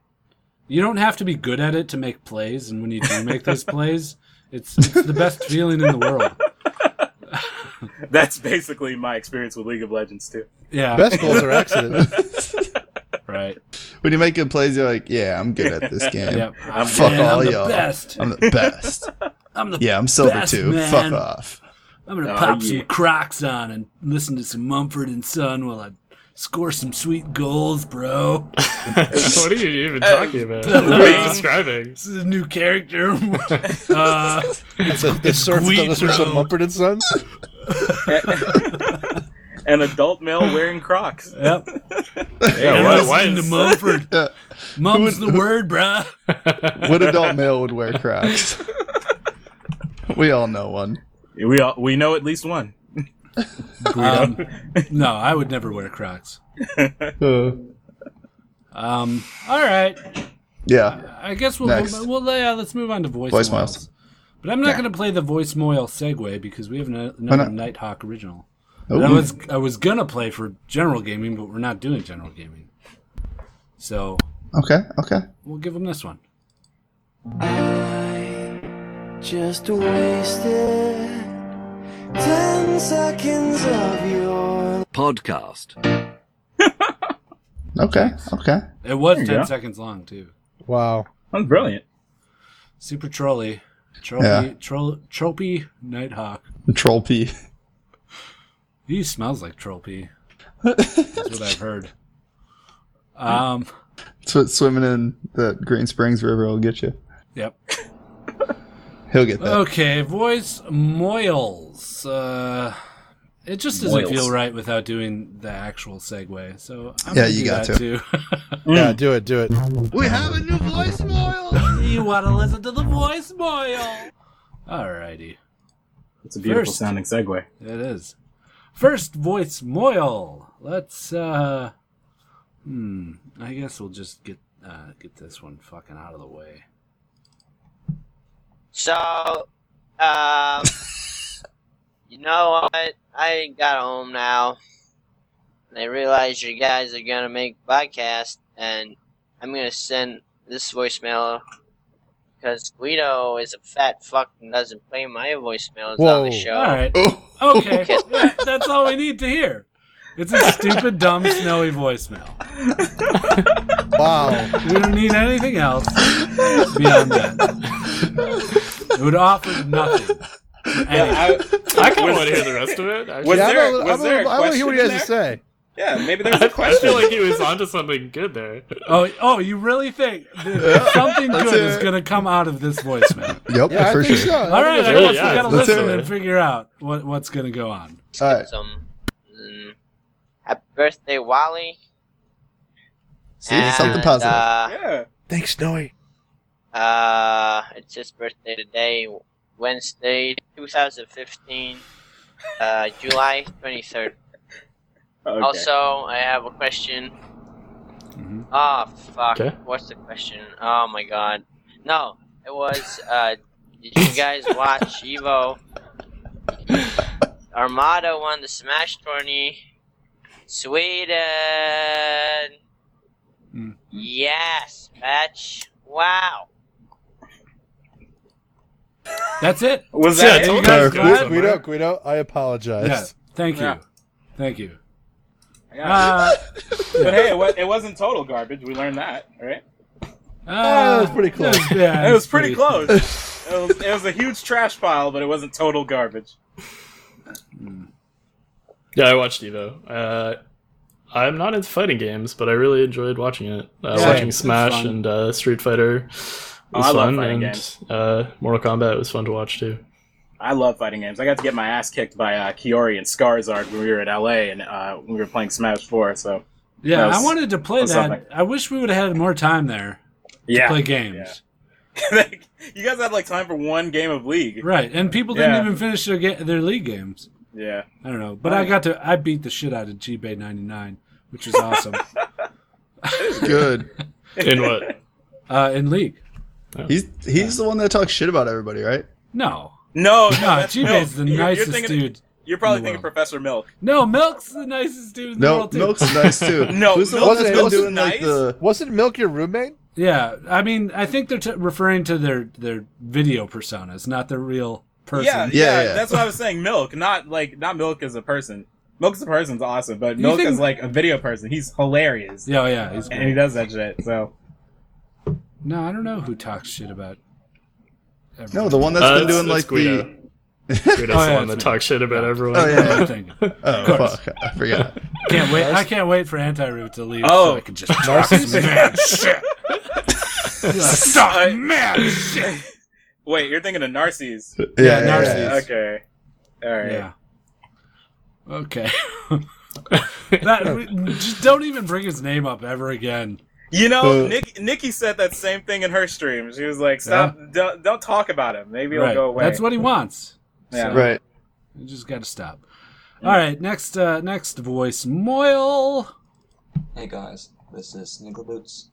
A: You don't have to be good at it to make plays, and when you do make those plays, it's, it's the best feeling in the world.
D: that's basically my experience with League of Legends too.
A: Yeah,
E: Best goals are accidents.
A: right.
B: When you make good plays, you're like, yeah, I'm good at this game.
A: Yep. I'm,
B: Fuck
A: man,
B: all
A: I'm
B: y'all.
A: The best.
B: I'm the best.
A: I'm the.
B: Yeah, I'm silver
A: Best
B: too.
A: man.
B: Fuck off.
A: I'm gonna
D: Oh,
A: pop
D: yeah.
A: some Crocs on and listen to some Mumford and Son while I score some sweet goals, bro.
C: what are you even
D: Uh,
C: talking about? What are you describing?
A: This is a new character. uh,
E: It's a, the surf the
A: Squeak
E: listeners of
A: Road.
E: Mumford and Sons.
D: An adult male wearing Crocs.
A: yep.
C: Yeah,
A: I'm
C: why, why
A: listening to
C: is-
A: Mumford.
B: Yeah.
A: Mum's the word, bruh.
B: What adult male would wear Crocs? we all know one.
D: We all, we know at least one. Uh,
A: Um, no, I would never wear Crocs.
B: Uh,
A: Um, all right.
B: yeah.
A: I guess we'll,
B: Next.
A: we'll, we'll yeah, let's move on to voice
B: Voicemails.
A: mails. But I'm not going to play the voicemail segue because we have an, another
B: not?
A: Nighthawk original.
B: Ooh.
A: And I was I was gonna play for general gaming, but we're not doing general gaming, so
B: Okay. Okay.
A: we'll give them this one.
H: I just wasted 10 seconds of your
F: Podcast.
B: Okay. Okay.
A: It was ten
D: go.
A: seconds long too.
E: Wow.
D: That's brilliant.
A: Super trolley, trolley,
B: Yeah.
A: troll, tropey Nighthawk.
B: The troll P.
A: He smells like tropey. That's what I've heard. Um.
B: That's what swimming in the Green Springs River will get you.
A: Yep.
B: He'll get that.
A: Okay, voice moils. Uh, it just doesn't
D: Moils.
A: feel right without doing the actual segue. So I'm
B: Yeah,
A: gonna
B: you
A: do
B: got
A: that too.
B: to.
E: Yeah,
D: Mm.
E: do it, do it.
B: We have a new voicemail.
A: you want to listen to the voice moil? Alrighty,
D: It's a beautiful
A: First.
D: sounding segue.
A: it is. First voice moil. Let's. uh... Hmm. I guess we'll just get uh, get this one fucking out of the way.
K: So, um, you know what? I got home now. And I realize you guys are gonna make podcast, and I'm gonna send this voicemail because Guido is a fat fuck and doesn't play my voicemails on
E: Whoa.
K: the show.
A: All right.
B: Oh.
A: Okay. Yeah, that's all we need to hear. It's a stupid, dumb, snowy voicemail.
E: Wow.
A: We don't need anything else beyond that. It would offer nothing. Anyway,
D: I,
C: I kind of want to hear the rest of it. actually.
D: Was
E: Yeah, I'm
D: there-
E: a little-
D: was
E: I'm a
D: there a
E: little- I want to hear what you guys
D: question
E: are saying.
D: yeah, maybe there's a
C: I, I
D: question.
C: feel like he was onto something good there.
A: oh, oh, you really think that something good is
B: it.
A: going to come out of this voicemail?
B: Yep.
E: Yeah, I
B: for
E: think
B: sure.
E: so.
A: All right, I
C: really-
A: guess
C: yeah,
A: we got to
C: that's
A: listen
C: it.
A: and figure out what, what's going to go on.
B: All right.
K: Some mm, happy birthday, Wally.
B: See something
K: And,
B: positive.
K: uh,
D: yeah.
E: Thanks, Noe.
K: Uh, it's his birthday today, Wednesday, 2015, uh, July 23rd.
D: Okay.
K: Also, I have a question.
A: Mhm.
K: Oh, fuck.
C: Okay.
K: What's the question? Oh my god. No, it was, uh, did you guys watch Evo? Armada won the Smash tourney. Sweden!
A: Hmm.
K: Yes, bitch. Wow.
A: That's it.
D: was
C: Yeah,
D: that
C: it's
D: it?
C: all
A: guys
C: good.
A: got it?
C: somewhere.
E: Guido, Guido, I
A: Yeah,
E: apologize.
A: thank you.
D: Yeah.
A: Thank you.
D: Yeah.
A: Uh,
D: but hey, it, wa- it wasn't total garbage. We learned that, right?
B: Oh,
A: uh,
E: was pretty close.
A: yeah,
D: It was pretty close. it, was, it was a huge trash pile, but it wasn't total garbage.
C: Yeah, I watched Evo. Uh, I'm not into fighting games, but I really enjoyed watching it. Uh,
A: Yeah,
C: watching
A: it's
C: Smash
A: fun.
C: and uh, Street Fighter was
D: Oh, I love
C: fun,
D: fighting
C: and
D: games.
C: Uh, Mortal Kombat was fun to watch too.
D: I love fighting games. I got to get my ass kicked by uh, Kiori and Scarzard when we were at LA and uh, when we were playing Smash 4. So
A: Yeah,
D: That was-
A: I wanted to play
D: was
A: that.
D: something.
A: I wish we would have had more time there to
D: Yeah.
A: play games.
D: Like, you guys had like time for one game of league.
A: Right, and people
D: Yeah.
A: didn't even finish their ga- their league games.
D: Yeah.
A: I don't know, but I got to I beat the shit out of G Bay ninety nine, which was awesome.
B: Good.
C: In what? Oh.
A: uh, in league,
B: He's he's the one that talks shit about everybody, right?
A: no,
D: No, no,
A: no,
D: that's
A: G
D: Milk.
A: Bay's the
D: You're- you're
A: nicest
D: thinking-
A: dude.
D: You're probably
A: in the
D: thinking
A: world.
D: Professor Milk.
A: No, Milk's the nicest dude in the
B: No,
A: world too.
B: Milk's nice too.
D: No,
B: who's the
D: Milk-
B: one that's been
E: Milk's
B: doing like
D: nice.
B: the?
E: Wasn't Milk your roommate?
A: Yeah, I mean, I think they're t- referring to their their video personas, not their real person.
D: Yeah, yeah,
B: Yeah, yeah.
D: That's what I was saying. Milk, not like not Milk as a person. Milk as a person's awesome, but
A: You
D: Milk
A: think-
D: is like a video person. He's hilarious,
A: yeah, oh, yeah. He's
D: and he does that shit. So
A: no, I don't know who talks shit about. everyone.
B: No, the one that's
C: Uh,
B: been
C: it's-
B: doing
C: it's
B: like
C: Guido.
B: the.
C: Guido's
A: Oh, yeah,
C: the one
A: it's
C: that
A: me.
C: talks shit about everyone.
B: Oh yeah.
A: Thing.
B: Oh fuck! I forgot.
A: Can't wait! I can't wait for anti root to leave
D: Oh.
A: so I can just talk some mad shit. Just talk mad shit.
D: wait, you're thinking of Narcissus?
B: Yeah, yeah, yeah,
A: Narcissus.
B: yeah.
D: Okay, all right.
A: Yeah. Okay. that we, just don't even bring his name up ever again.
D: You know,
B: Uh,
D: Nick, Nikki said that same thing in her stream. She was like, "Stop! Don't, don't talk about him. Maybe he'll
A: Right.
D: go away."
A: That's what he wants.
D: Yeah.
B: Right.
A: You just got to stop. All right, next uh next voice, Moyle.
F: Hey guys, this is Nickel Boots.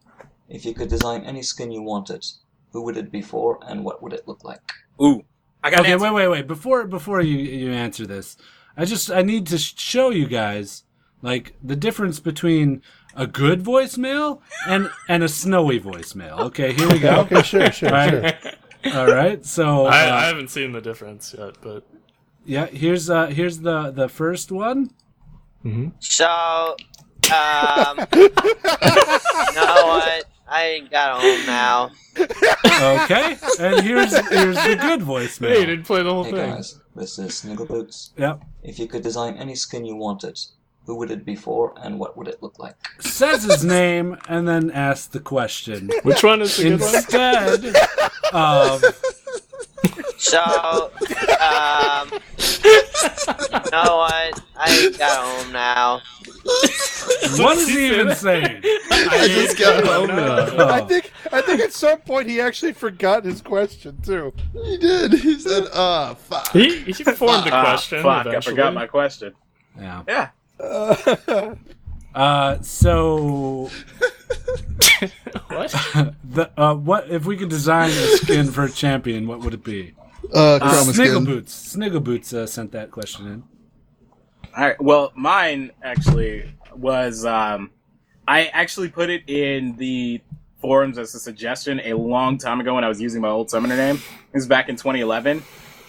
F: If you could design any skin you wanted, who would it be for and what would it look like?
D: Ooh, I got an
A: Okay,
D: answer.
A: wait, wait, wait. Before before you you answer this, I just I need to sh- show you guys like the difference between a good voicemail and and a snowy voicemail. Okay, here we go.
E: Okay, sure, sure,
A: Right.
E: sure.
A: All right, so uh,
C: I, I haven't seen the difference yet, but
A: yeah, here's uh here's the the first one.
C: Mm-hmm.
K: So, um, you know what? I got home now.
A: Okay, and here's here's the good
C: hey, you
A: voicemail.
C: didn't play the whole
F: Hey
C: thing.
F: guys, this is Nickel Boots.
A: Yep,
F: If you could design any skin you wanted, who would it be for and what would it look like?
A: says his name and then asks the question
C: Which one is the good one?
A: instead of
K: So, um, you know what? I got home now.
A: what is he even saying?
B: I just got home.
A: Oh.
E: I think I think at some point he actually forgot his question too.
B: He did. He said, "Ah, fuck."
C: He, he formed a
D: Ah,
C: question.
D: fuck, I
C: eventually.
D: forgot my question.
A: Yeah.
D: Yeah.
A: Uh, so
C: What?
A: the uh, what if we could design a skin for a champion? What would it be?
B: Uh,
A: Uh, Sniggle
B: chroma skin.
A: Boots. Sniggle Boots uh, sent that question in.
D: All right. Well, mine actually was um, I actually put it in the forums as a suggestion a long time ago when I was using my old summoner name. It was back in 2011,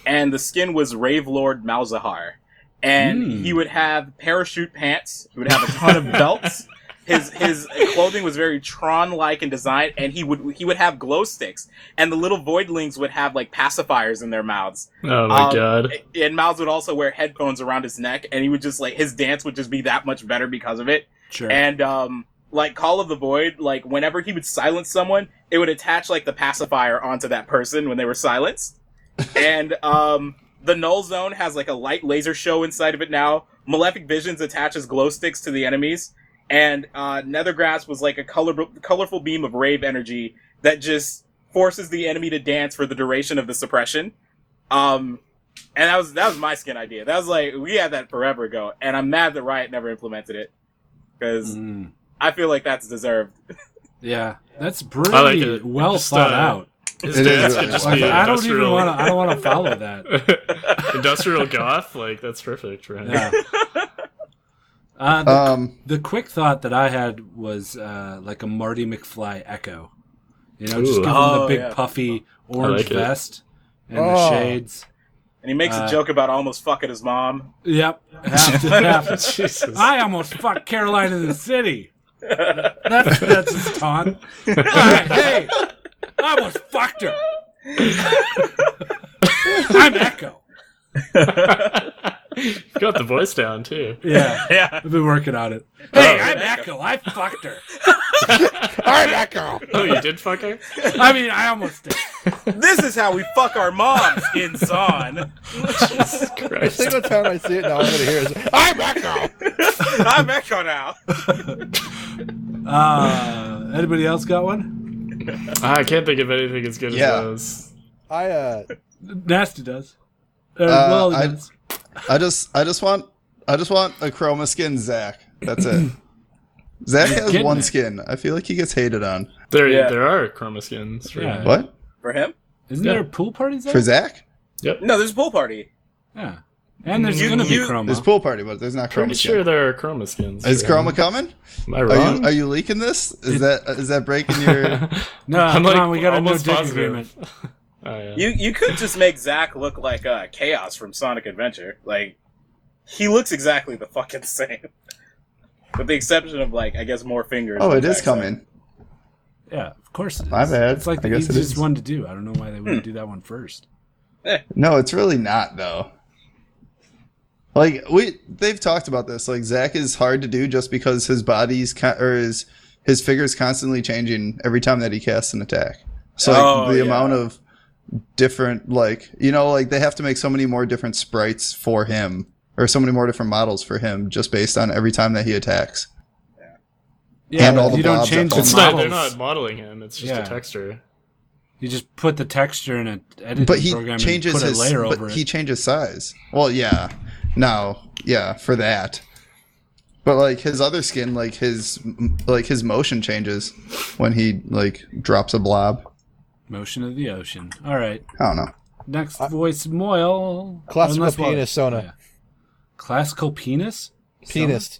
D: and the skin was Rave Lord Malzahar, and
A: Hmm.
D: he would have parachute pants. He would have a ton of belts. His his clothing was very Tron like in design, and he would he would have glow sticks, and the little voidlings would have like pacifiers in their mouths.
C: Oh my
D: Um,
C: god.
D: And Miles would also wear headphones around his neck, and he would just like his dance would just be that much better because of it.
A: Sure.
D: And um, like Call of the Void, like whenever he would silence someone, it would attach like the pacifier onto that person when they were silenced. and um, the Null Zone has like a light laser show inside of it now. Malefic Visions attaches glow sticks to the enemies, and uh, Nethergrass was like a color- colorful beam of rave energy that just forces the enemy to dance for the duration of the suppression. Um, and that was that was my skin idea. That was like we had that forever ago, and I'm mad that Riot never implemented it because
A: Mm,
D: I feel like that's deserved.
A: yeah, that's pretty
C: I like it.
A: well
C: Just,
A: thought
C: uh,
A: out.
C: His
B: It is
C: dance
B: really
C: could just
B: cool.
A: Like,
C: be
A: I don't even
C: industrial-
A: want to. I don't want to follow that.
C: industrial goth. Like that's perfect, right?
A: Yeah. Uh, the,
B: Um,
A: the quick thought that I had was uh, like a Marty McFly echo. You know, just
C: Ooh.
A: give him
D: Oh,
A: the big
D: yeah.
A: puffy orange
C: like it.
A: vest and
E: Oh.
A: the shades.
D: And he makes
A: Uh,
D: a joke about almost fucking his mom.
A: Yep. Have to, have to.
C: Jesus.
A: I almost fucked Caroline in the city. That's that's his taunt. All right, hey, I almost fucked her. I'm Echo.
C: Got the voice down too.
A: Yeah,
D: Yeah,
A: I've been working on it. Hey,
C: Oh.
A: I'm Echo. I fucked her.
E: All right, Echo.
C: Oh, you did fuck her?
A: I mean, I almost did.
D: this is how we fuck our moms in Zon.
C: Jesus
E: Every
C: Christ.
E: single time I see it now, I'm gonna hear it. I'm Echo.
D: I'm Echo now.
A: Uh, anybody else got one?
C: I can't think of anything as good
B: Yeah.
C: as those.
E: I uh,
A: Nasty does. Uh,
B: Uh,
A: well, he
B: I-
A: does.
B: I just I just want I just want a chroma skin Zach. That's it. Zach
A: He's
B: has
A: getting
B: one
A: it.
B: skin. I feel like he gets hated on.
C: There,
D: Yeah.
C: there are chroma skins. For
A: Yeah.
B: What?
D: For him?
A: isn't
C: yeah.
A: there a pool party there?
B: For Zach?
D: No, there's a pool party.
A: Yeah, and there's
D: You-
A: gonna be
D: you-
A: chroma.
B: There's pool party, but there's not
C: Pretty
B: chroma
C: sure
B: skin.
C: there are chroma skins.
B: Is
C: for-
B: chroma coming?
C: Am I
B: Are you
C: wrong?
B: are you leaking this? Is that is that breaking your
A: no,
C: I'm
A: come
C: like
A: on, we got a no
C: almost
A: dick
C: positive.
A: agreement.
C: Oh, yeah.
D: You you could just make Zach look like uh, Chaos from Sonic Adventure. Like he looks exactly the fucking same, with the exception of like I guess more fingers.
B: Oh,
D: on
B: it
D: the
B: is
D: backside.
B: coming.
A: Yeah, of course. It is.
B: My bad.
A: It's like
B: I
A: the
B: guess it
A: easiest
B: is.
A: one to do. I don't know why they wouldn't do that one first.
B: No, it's really not though. Like we they've talked about this. Like Zach is hard to do just because his body's con- or his his figure's constantly changing every time that he casts an attack. So like,
D: Oh,
B: the
D: yeah.
B: amount of different like you know like they have to make so many more different sprites for him or so many more different models for him just based on every time that he attacks.
A: Yeah,
B: And all
A: but
B: the
A: you don't
B: blobs
A: change the
B: up on
C: It's
A: models.
C: not, they're not modeling him. It's just
A: Yeah.
C: a texture.
A: You just put the texture in an editing
B: But he
A: program and
B: changes
A: put
B: his
A: a layer
B: but
A: over
B: he
A: it.
B: changes size. Well, yeah. No, yeah, for that. But like his other skin, like his like his motion changes when he like drops a blob.
A: Motion of the ocean. All right.
B: I don't know.
A: Next voice, Moyle.
E: Classical
A: Unless what-
E: penis, Sona.
A: Classical penis?
E: Penis.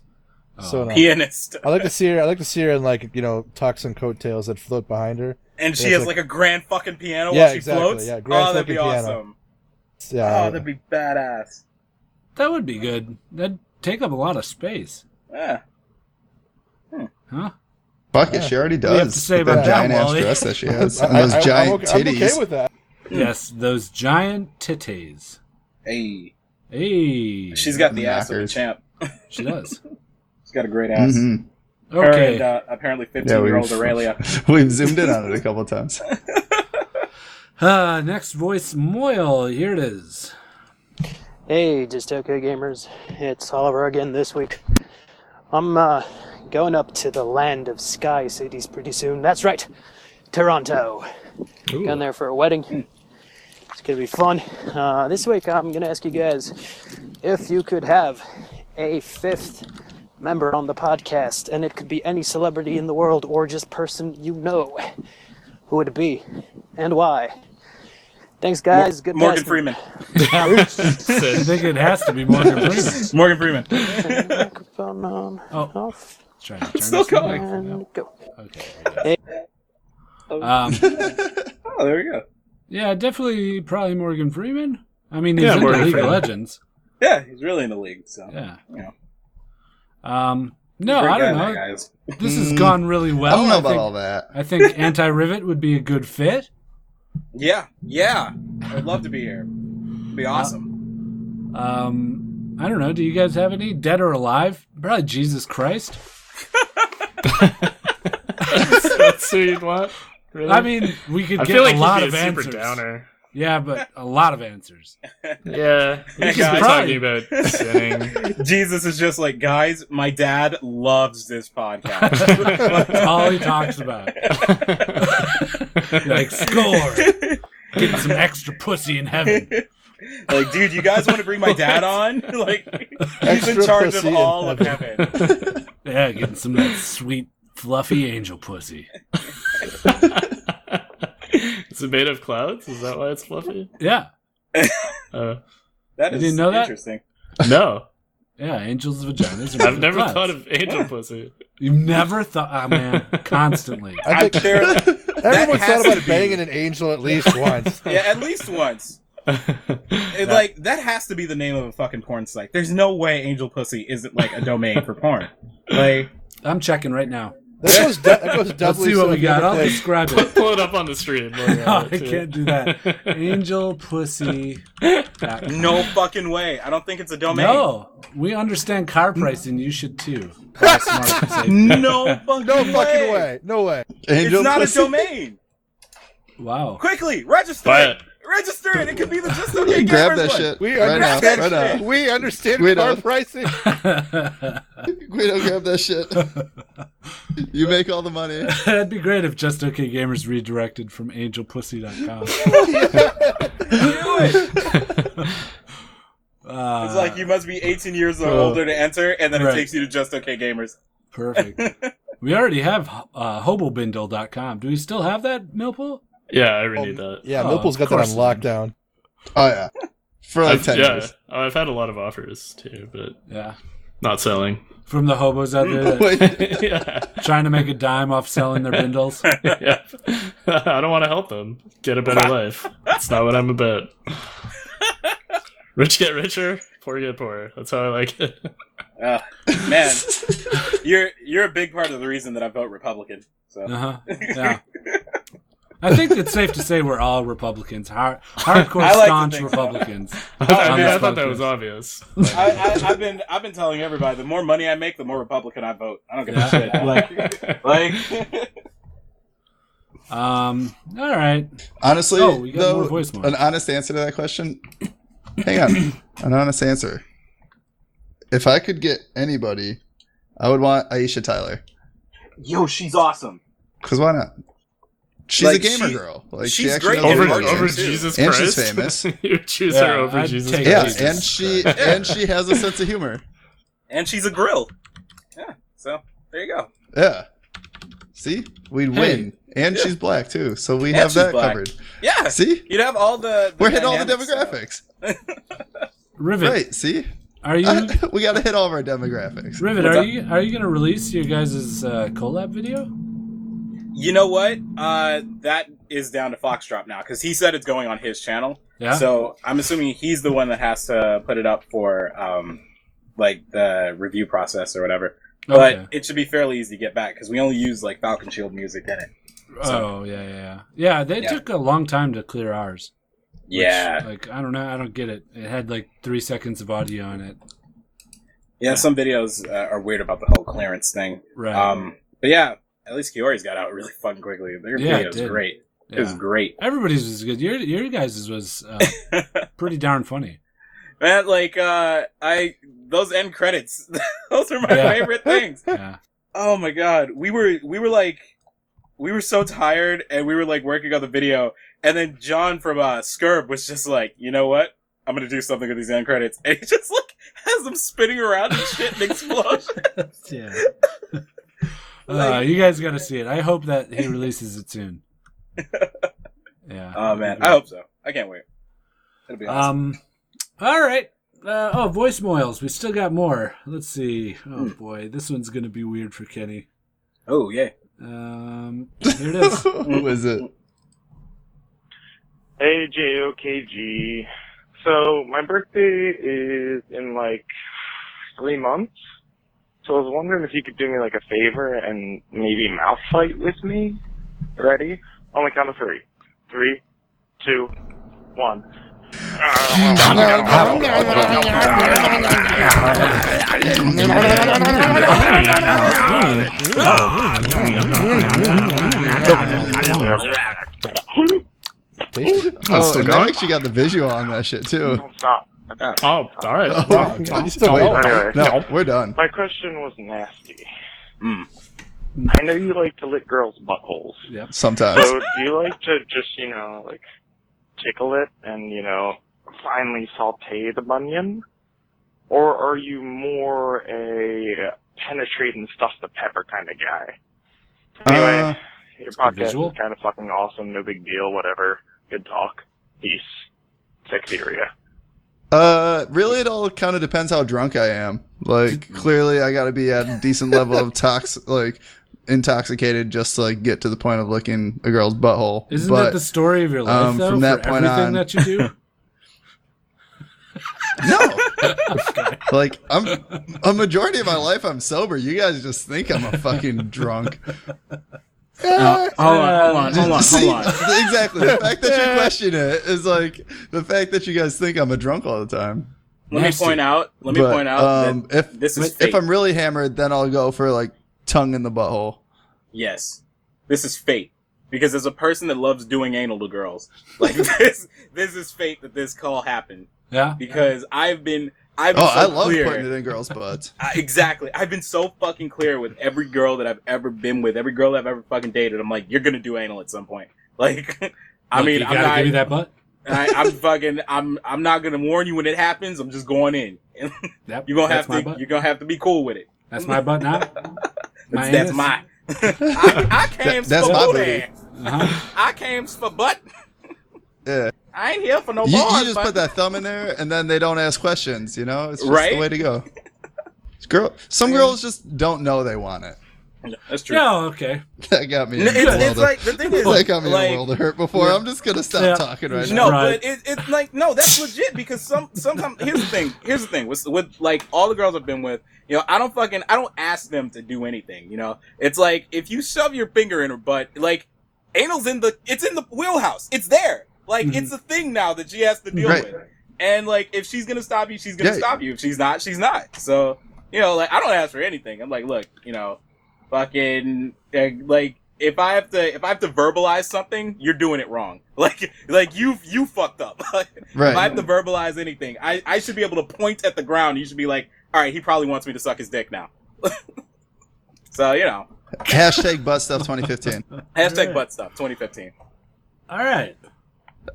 A: Oh.
E: So no.
D: Pianist,
E: I like to see her. I like to see her in like you know tocsin coattails that float behind her.
D: and she
E: Yeah, it's
D: has
E: like-
D: like a grand fucking piano
E: Yeah,
D: while she
E: exactly,
D: floats.
E: yeah, grand
D: oh, that'd be
E: fucking piano.
D: awesome.
E: Yeah.
B: Uh,
D: Oh, that'd be badass.
A: That would be good. That'd take up a lot of space.
D: Yeah.
A: Huh?
B: Fuck it, she already does.
A: have to say
B: with that
A: about that,
B: giant ass
A: Wally.
B: dress that she has and
E: I-
B: those
E: I- I'm
B: giant
E: okay- I'm
B: titties.
E: okay with that.
A: Yes, those giant titties.
D: Hey,
A: Hey.
D: she's got the ass of a
B: Knockers.
D: champ.
A: She does.
D: She's got a great ass.
B: Mhm.
D: Her
A: Okay.
D: and uh, apparently
B: Yeah, we-
D: fifteen-year-old Aurelia.
B: We've zoomed in on it a couple times.
A: Uh, next voice, Moyle. Here it is.
L: Hey, just okay gamers. It's Oliver again this week. I'm uh, going up to the land of sky cities pretty soon. That's right, Toronto. Going there for a wedding. It's gonna be fun. Uh, this week, I'm gonna ask you guys if you could have a fifth member on the podcast, and it could be any celebrity in the world or just person you know. Who would it be, and why? Thanks, guys. Good
D: Morgan
L: basket.
D: Freeman.
A: I think it has to be Morgan Freeman.
D: Morgan Freeman.
L: Microphone on,
A: Oh.
L: off,
A: Trying to turn
D: Still
A: this
D: going.
A: mic.
L: and go.
A: Okay. there we go. Um,
D: Oh, there we go.
A: yeah, definitely, probably Morgan Freeman. I mean, he's
C: Yeah,
A: in
C: Morgan
A: the League
C: Freeman.
A: of Legends.
D: Yeah, he's really in the league. So
A: Yeah.
D: Yeah.
A: Um, no,
D: Great
A: I don't
D: guy,
A: know.
D: that guy is.
A: This has gone really well.
B: Hmm. I don't know about
A: think,
B: all that.
A: I think anti rivet would be a good fit.
D: Yeah, yeah. I'd love to be here. It'd be awesome.
A: Um, I don't know. Do you guys have any dead or alive? Probably Jesus Christ.
C: That's who you'd want? Really?
A: I mean, we could
C: I
A: get
C: feel like
A: a
C: he'd
A: lot
C: be
A: of
C: a super
A: answers.
C: downer.
A: Yeah, but a lot of answers.
C: Yeah, he's
D: guys.
C: just been talking about sinning.
D: Jesus is just like, guys, my dad loves this podcast.
A: That's all he talks about. like score, getting some extra pussy in heaven.
D: like, dude, you guys want to bring my dad on? like, he's in
E: Extra
D: charge of
E: pussy in
D: all of heaven.
A: Yeah, getting some of that sweet fluffy angel pussy.
C: Is it made of clouds? Is that why it's fluffy?
A: Yeah,
C: Uh,
D: That
A: You
D: is
A: didn't know that?
D: interesting.
C: no,
A: yeah, angels' vaginas. Are
C: I've never
A: clouds.
C: thought of angel pussy.
A: You've never thought, oh man, constantly.
E: I
D: I'm
E: think
D: sure.
E: everyone's
D: has
E: thought about
D: to be-
E: banging an angel at least once.
D: Yeah, at least once. It, like that has to be the name of a fucking porn site. There's no way Angel Pussy isn't like a domain for porn. Like,
A: I'm checking right now.
E: That goes, du- that goes doubly.
A: Let's see
E: so
A: what we
E: if you
A: got.
E: ever
A: I'll
E: play-
A: describe it.
C: Pull it up on the stream.
A: No, I can't do that. Angel pussy.
D: no fucking way. I don't think it's a domain.
A: No, we understand car pricing. You should too. Buy smart and safe.
D: no fucking
E: no fucking way. No way.
D: It's
B: Angel
D: not
B: pussy?
D: a domain.
A: Wow.
D: Quickly, register
C: Buy
D: it. Register it. It could be the just okay gamers
B: grab that
D: one.
B: shit.
E: We
B: Right now,
E: understand.
B: right now.
E: We understand
B: Wait
E: car
B: up.
E: pricing.
B: Guido, grab that shit. You make all the money.
A: That'd be great if Just Okay Gamers redirected from angelpussy.com. uh,
D: It's like you must be 18 years or
A: Uh,
D: older to enter, and then
A: right.
D: it takes you to just okay gamers.
A: Perfect. We already have uh, hobobindle.com. Do we still have that, Millpool?
C: Yeah, I renewed that.
E: Um, Yeah,
A: Oh,
E: Millpool's
A: of
E: got that on
A: course.
E: lockdown.
B: Oh yeah, for like
C: I've,
B: ten
C: yeah, Oh,
B: years.
C: I've had a lot of offers too, but
A: Yeah.
C: not selling.
A: From the hobos out there that-
B: Wait,
C: yeah,
A: trying to make a dime off selling their bindles.
C: yeah. I don't want to help them get a better life. That's not what I'm about. Rich get richer, poor get poorer. That's how I like it.
D: Uh, man, you're you're a big part of the reason that I vote Republican. So
A: Uh-huh. Yeah. I think it's safe to say we're all Republicans, hard, hardcore,
D: I like
A: staunch
D: to think so.
A: Republicans.
C: I,
A: On
C: mean,
A: this
C: I thought that
A: podcast.
C: was obvious.
D: I, I, I've been I've been telling everybody the more money I make, the more Republican I vote. I don't give a shit.
A: Like-
D: like
A: Um. All right.
B: honestly,
A: Oh, we got
B: though,
A: more voicemail.
B: an honest answer to that question. Hang on, an honest answer. If I could get anybody, I would want Aisha Tyler.
D: yo, she's awesome.
B: Cause why not? She's
D: Like,
B: a gamer
D: she-
B: girl. Like she
D: she's
B: actually
D: great
B: knows
D: at
C: over
B: what
D: marketing,
B: she
C: over
B: is.
D: too.
C: Jesus
B: And she's
C: Christ,
B: famous.
C: you choose
A: Yeah,
C: her over
A: I'd
C: Jesus
A: take
B: Yeah,
A: that.
C: Christ.
A: Jesus
B: and she
A: Christ.
B: and she has a sense of humor.
D: And she's a grill. Yeah. So there you go.
B: Yeah. See, we'd
A: Hey.
B: win, and she's black too, so we
D: And
B: have
D: she's
B: that
D: black.
B: covered.
D: Yeah.
B: See,
D: You'd have all the,
B: we're hitting all the
D: dynamics.
B: demographics.
A: Rivet,
B: Right? See,
A: are you
B: we got to hit all of our demographics.
A: Rivet?
D: What's
A: Are
D: up?
A: you are you gonna release your guys' uh, collab video?
D: You know what? Uh, that is down to Foxtrot now because he said it's going on his channel.
A: Yeah.
D: So I'm assuming he's the one that has to put it up for um, like the review process or whatever. But
A: Okay.
D: it should be fairly easy to get back because we only use like Falcon Shield music in it.
A: oh yeah, yeah, yeah. Yeah, they
D: Yeah.
A: took a long time to clear ours. which,
D: Yeah.
A: Like I don't know, I don't get it. It had like three seconds of audio in it.
D: Yeah. Some videos uh, are weird about the whole clearance thing.
A: Right.
D: Um, but yeah, at least Kiori's got out really fun quickly. Their
A: Yeah, it
D: video
A: did.
D: is great. It was
A: yeah.
D: great.
A: Everybody's was good. Your your guys' was uh, pretty darn funny.
D: Man, like uh, I those end credits, those are my
A: Yeah.
D: favorite things.
A: Yeah.
D: Oh my god, we were we were like we were so tired and we were like working on the video and then John from uh Skirb was just like, "You know what? I'm going to do something with these end credits." And he just like has them spinning around and shit and explosion.
A: yeah. uh,
D: Like-
A: you guys got to see it. I hope that he releases it soon. Yeah.
D: oh man, I hope so. I can't wait. It'll be awesome.
A: Um. All right. Uh, oh, voicemails. We still got more. Let's see.
D: Hmm.
A: Oh boy, this one's gonna be weird for Kenny.
D: oh, yeah.
A: Um. Here it is.
B: Who is it?
M: Hey, JOKG. So, my birthday is in like three months. So, I was wondering if you could do me like a favor and maybe mouth fight with me. Ready? On the count of three. Three, two, one.
B: Oh, and I actually got the visual on that shit too.
M: Stop.
C: Oh, all right.
B: Oh,
E: You still
B: wait,
E: wait.
M: Anyway.
B: no, we're done.
M: My question was nasty.
D: Mm.
M: I know you like to lick girls' buttholes.
B: Sometimes.
M: So do you like to just, you know, like tickle it and, you know, finely saute the bunion? Or are you more a penetrate and stuff the pepper kind of guy?
B: Uh,
M: Anyway, your podcast
A: visual.
M: is kind of fucking awesome. No big deal. Whatever. Good talk. Peace. Secteria.
B: uh, really, it all kind of depends how drunk I am. Like, clearly, I got to be at a decent level of tox, like intoxicated, just to like get to the point of licking a girl's butthole.
A: Isn't
B: but
A: that the story of your life
B: um,
A: though?
B: from that
A: for
B: point
A: everything
B: on-
A: that you do.
B: no? like, I'm a majority of my life, I'm sober. You guys just think I'm a fucking drunk.
D: Hold on, hold on, hold on,
B: See,
D: hold on.
B: exactly. The fact that you question it is like the fact that you guys think I'm a drunk all the time.
D: Let me
A: Nasty.
D: point out, let me
B: But,
D: point out
B: um,
D: that
B: if
D: this is fate.
B: if I'm really hammered, then I'll go for like tongue in the butthole.
D: yes. This is fate. because as a person that loves doing anal to girls, like this, this is fate that this call happened.
A: Yeah.
D: Because I've been, I've been
B: Oh,
D: so
B: I love
D: clear.
B: putting it in girls' butts.
D: I- exactly. I've been so fucking clear with every girl that I've ever been with, every girl I've ever fucking dated. I'm like, you're gonna do anal at some point. Like, I
A: Look,
D: mean,
A: you
D: I'm
A: gotta
D: not,
A: give me that butt.
D: I, I'm fucking. I'm. I'm not gonna warn you when it happens. I'm just going in.
A: Yep,
D: you're gonna
A: that's
D: have
A: my
D: to.
A: butt.
D: You're gonna have to be cool with it.
A: That's my butt now.
D: that's, that's
A: anus.
D: my. I, I came
A: That- that's
D: for
A: my
D: booty.
A: booty. Uh-huh.
D: I came for butt.
B: Yeah.
D: I ain't here for no
B: you,
D: bars.
B: you just
D: but-
B: put that thumb in there, and then they don't ask questions. You know, it's just
D: Right?
B: the way to go. Girl, some girls just don't know they want it.
D: That's
A: true. No, Oh, okay.
B: That got me.
D: No,
B: in a
D: it's-
B: world
D: it's
B: of-
D: like- the thing is,
B: that got me in
D: like-
B: a world of hurt before.
D: Yeah.
B: I'm just gonna stop
D: Yeah.
B: talking right
D: no,
B: now.
D: but it, it's like no, that's legit because some sometimes here's the thing. Here's the thing with with like all the girls I've been with, you know, I don't fucking I don't ask them to do anything. You know, it's like if you shove your finger in her butt, like anal's in the it's in the wheelhouse. It's there. Like
B: Mhm.
D: it's a thing now that she has to deal
B: Right.
D: with. And like if she's gonna stop you, she's gonna
B: Yeah.
D: stop you. If she's not, she's not. So you know, like I don't ask for anything. I'm like, look, you know, fucking uh, like if I have to if I have to verbalize something, you're doing it wrong. Like like you you fucked up.
B: Right.
D: If I have to verbalize anything, I I should be able to point at the ground. You should be like, all right, he probably wants me to suck his dick now. so you know,
B: Hashtag butt stuff 2015.
D: hashtag butt stuff 2015.
A: All right.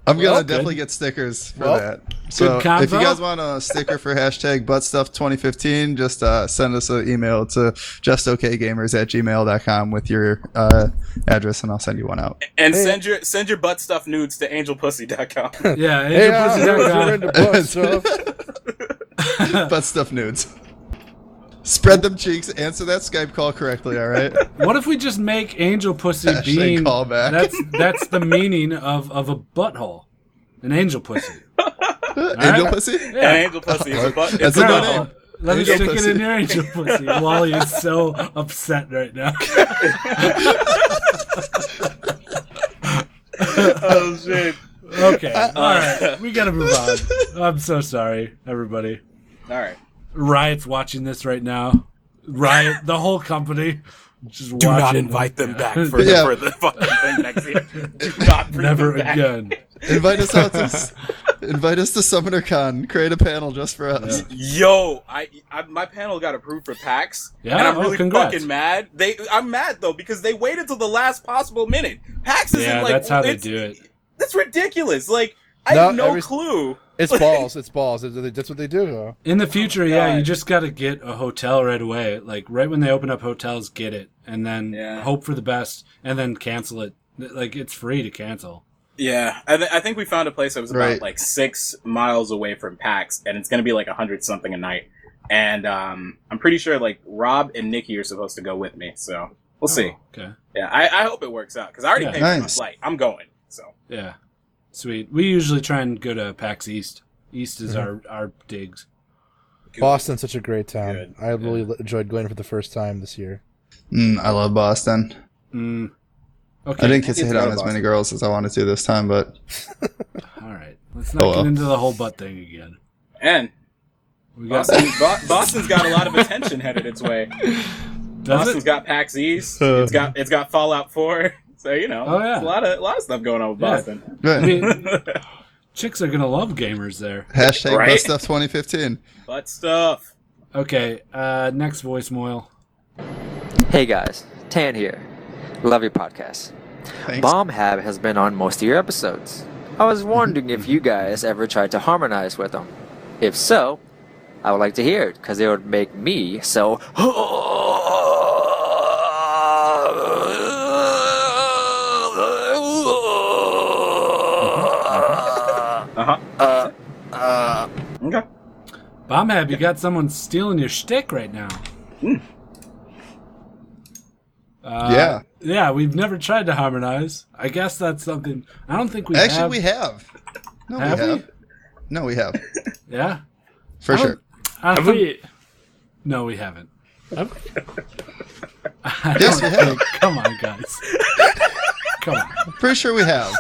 B: I'm gonna
A: Well, good.
B: definitely get stickers for
A: Well,
B: that.
A: good
B: So if you
A: convo.
B: guys want a sticker for hashtag butt stuff 2015, just uh, send us an email to justokgamers at gmail.com with your uh, address, and I'll send you one out.
D: And send your send your butt stuff nudes to angelpussy.com.
A: Yeah,
B: Hey, uh,
D: angelpussy.com.
B: we're into butt butt stuff nudes. Spread them cheeks. Answer that Skype call correctly. All right.
A: What if we just make angel pussy
B: Hashtag
A: being
B: callback.
A: that's that's the meaning of of a butthole, an angel pussy.
B: Angel pussy?
A: Yeah.
D: An angel pussy is a butt.
B: That's
D: it's
B: a
D: a
B: good
D: butthole.
B: name.
A: Let me
B: Angel
A: stick
B: pussy.
A: it in your angel pussy. Wally is so upset right now.
D: oh shit.
A: Okay.
D: Uh,
A: All right. We gotta move on. I'm so sorry, everybody.
D: All right.
A: Riot's watching this right now. Riot, the whole company. Just
D: Do not
A: watching
D: invite them back for the-
A: Yeah.
D: for the fucking thing next year. Do not bring
A: Never
D: them back.
A: again.
B: Invite us out to s- invite us to SummonerCon. Create a panel just for us.
D: Yo, I, I my panel got approved for PAX,
B: Yeah,
D: and I'm
B: oh,
D: really
B: congrats.
D: fucking mad. They, I'm mad though because they waited till the last possible minute. PAX isn't
A: Yeah,
D: like
A: that's how they
D: it's-
A: do it.
D: That's ridiculous. Like I
E: No,
D: have no
E: every-
D: clue.
E: It's balls. It's balls. That's that's what they do, though.
A: In the future, yeah, you just got to get a hotel right away. Like right when they open up hotels, get it, and then hope for the best, and then cancel it. Like it's free to cancel.
D: Yeah, I, th- I think we found a place that was about
A: Right.
D: like six miles away from PAX, and it's going to be like a hundred something a night. And um, I'm pretty sure like Rob and Nikki are supposed to go with me, so we'll
A: Oh,
D: see.
A: Okay.
D: Yeah, I, I hope it works out because I already
A: Yeah.
D: paid for my
A: Nice.
D: flight. I'm going. So
A: Yeah. Sweet. We usually try and go to PAX East. East is
B: Mm-hmm.
A: our our digs.
E: Boston's such a great town. I really l- enjoyed going for the first time this year.
B: Mm, I love Boston.
A: Mm.
B: I didn't get to hit on as many girls as I wanted to this time, but
A: All right. Let's not
B: Oh, well.
A: get into the whole butt thing again.
D: and
A: We got
D: Boston, Bo- Boston's got a lot of attention headed its way. Boston's got PAX East.
A: Uh.
D: It's got it's got Fallout Four. So you know,
A: Oh, yeah.
D: it's a lot of a lot of stuff going on with
A: Yeah.
D: Boston.
A: I mean, chicks are gonna love gamers there.
B: hashtag
A: Right?
B: best stuff 2015.
D: Butt stuff.
A: Okay. Uh, next voicemail.
N: Hey guys, Tan here. Love your podcast. Bomb Hab has been on most of your episodes. I was wondering if you guys ever tried to harmonize with them. If so, I would like to hear it because it would make me so.
D: Uh-huh.
N: Uh, uh.
D: Okay.
A: Bombhab, you got someone stealing your shtick right now. Uh,
B: Yeah.
A: Yeah, we've never tried to harmonize. I guess that's something. I don't think we
B: Actually,
A: have.
B: we have. No,
A: Have
B: we
A: we?
B: have. No, we have.
A: Yeah.
B: For
A: I don't-
B: sure.
A: I
B: Have
A: don't-
B: we-
A: No, we haven't.
B: Yes, we have.
A: Come on, guys. Come on.
B: Pretty sure we have.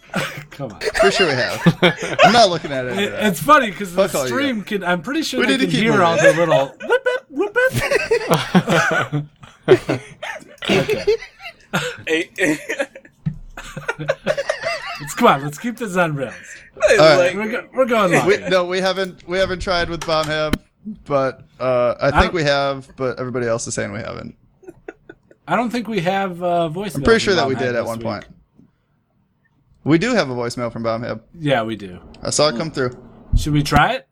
A: Come on.
B: Pretty sure we have. I'm not looking at it.
A: It, it's funny because the
B: Fuck all you
A: stream can. I'm pretty sure
B: We
A: they
B: need to
A: can
B: keep
A: hear
B: moving.
A: all the little. Whoop it, whoop it. okay.
D: Hey,
A: rails. Come on, let's keep this on rails.
B: All right.
A: We're, go- we're going long.
B: We- no, we haven't. We haven't tried with bomb ham, but uh, I think we have. But everybody else is saying we haven't.
A: I don't think we have uh, voice.
B: I'm pretty sure that we did at one point. We do have a voicemail from bomb ham.
A: Yeah, we do.
B: I saw it come through.
A: Should we try it?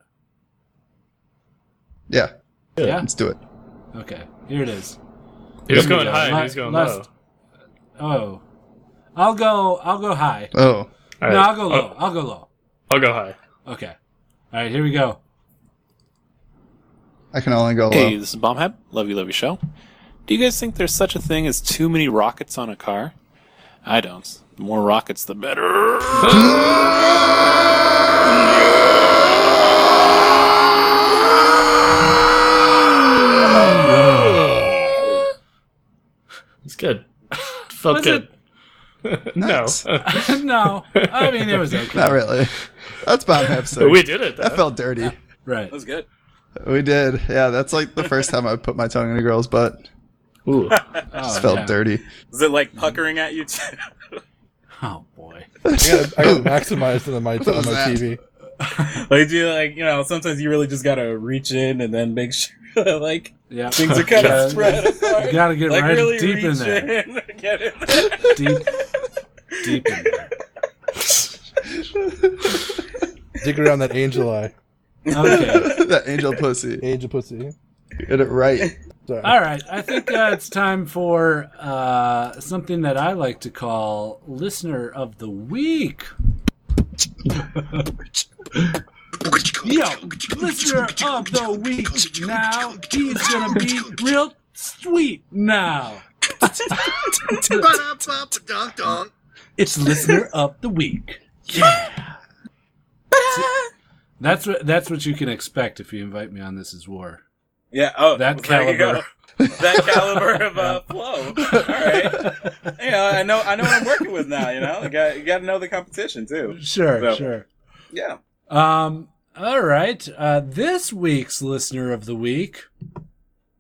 B: Yeah.
A: Yeah.
B: Let's do it.
A: Okay, here it is.
C: He was
A: Here we
C: going
A: go.
C: high and
A: La-
C: he was going
A: last- Oh, I'll go. I'll go high.
B: Oh.
A: No,
C: All right.
A: I'll go low.
C: Oh.
A: I'll go low.
C: I'll go high.
A: Okay. All right, here we go.
B: I can only go
O: Hey,
B: low.
O: this is Bombhead. Love you, love your show. Do you guys think there's such a thing as too many rockets on a car? I don't. The more rockets, the better.
C: It's good. Felt
A: Was
C: good. no.
A: no, I mean it was okay.
B: Not really. That's bomb ham. so-
C: We did it,
B: That
C: though.
B: felt dirty.
A: Right.
D: That was good.
B: We did. Yeah, that's like the first time I put my tongue in a girl's butt. Ooh.
A: Oh,
B: Just felt dirty.
D: Is it like puckering at you? Too?
A: Oh,
E: I got, I got maximized on my, on my
D: What was that?
E: TV.
D: like, do you like you know? Sometimes you really just gotta reach in and then make sure that, like
A: Yeah.
D: things are kind
A: Yeah.
D: of spread apart.
A: You gotta get
D: like,
A: right
D: really
A: deep in
D: reach
A: there.
D: in, get it.
A: Deep, deep in there.
E: Dig around that angel eye.
A: Okay.
B: that angel pussy.
E: Angel pussy.
B: Get it right.
A: All right, I think uh, it's time for uh, something that I like to call listener of the week. Yo, listener of the week now. He's gonna be real sweet now. It's listener of the week. That's what that's what you can expect if you invite me on this is war.
D: Yeah. Oh,
A: that
D: there you
A: caliber.
D: go. That caliber of uh, flow. All right. You know, I know. I know what I'm working with now. You know, you got you got to know the competition too.
A: Sure,
D: So,
A: sure.
D: Yeah.
A: Um. All right. Uh, this week's listener of the week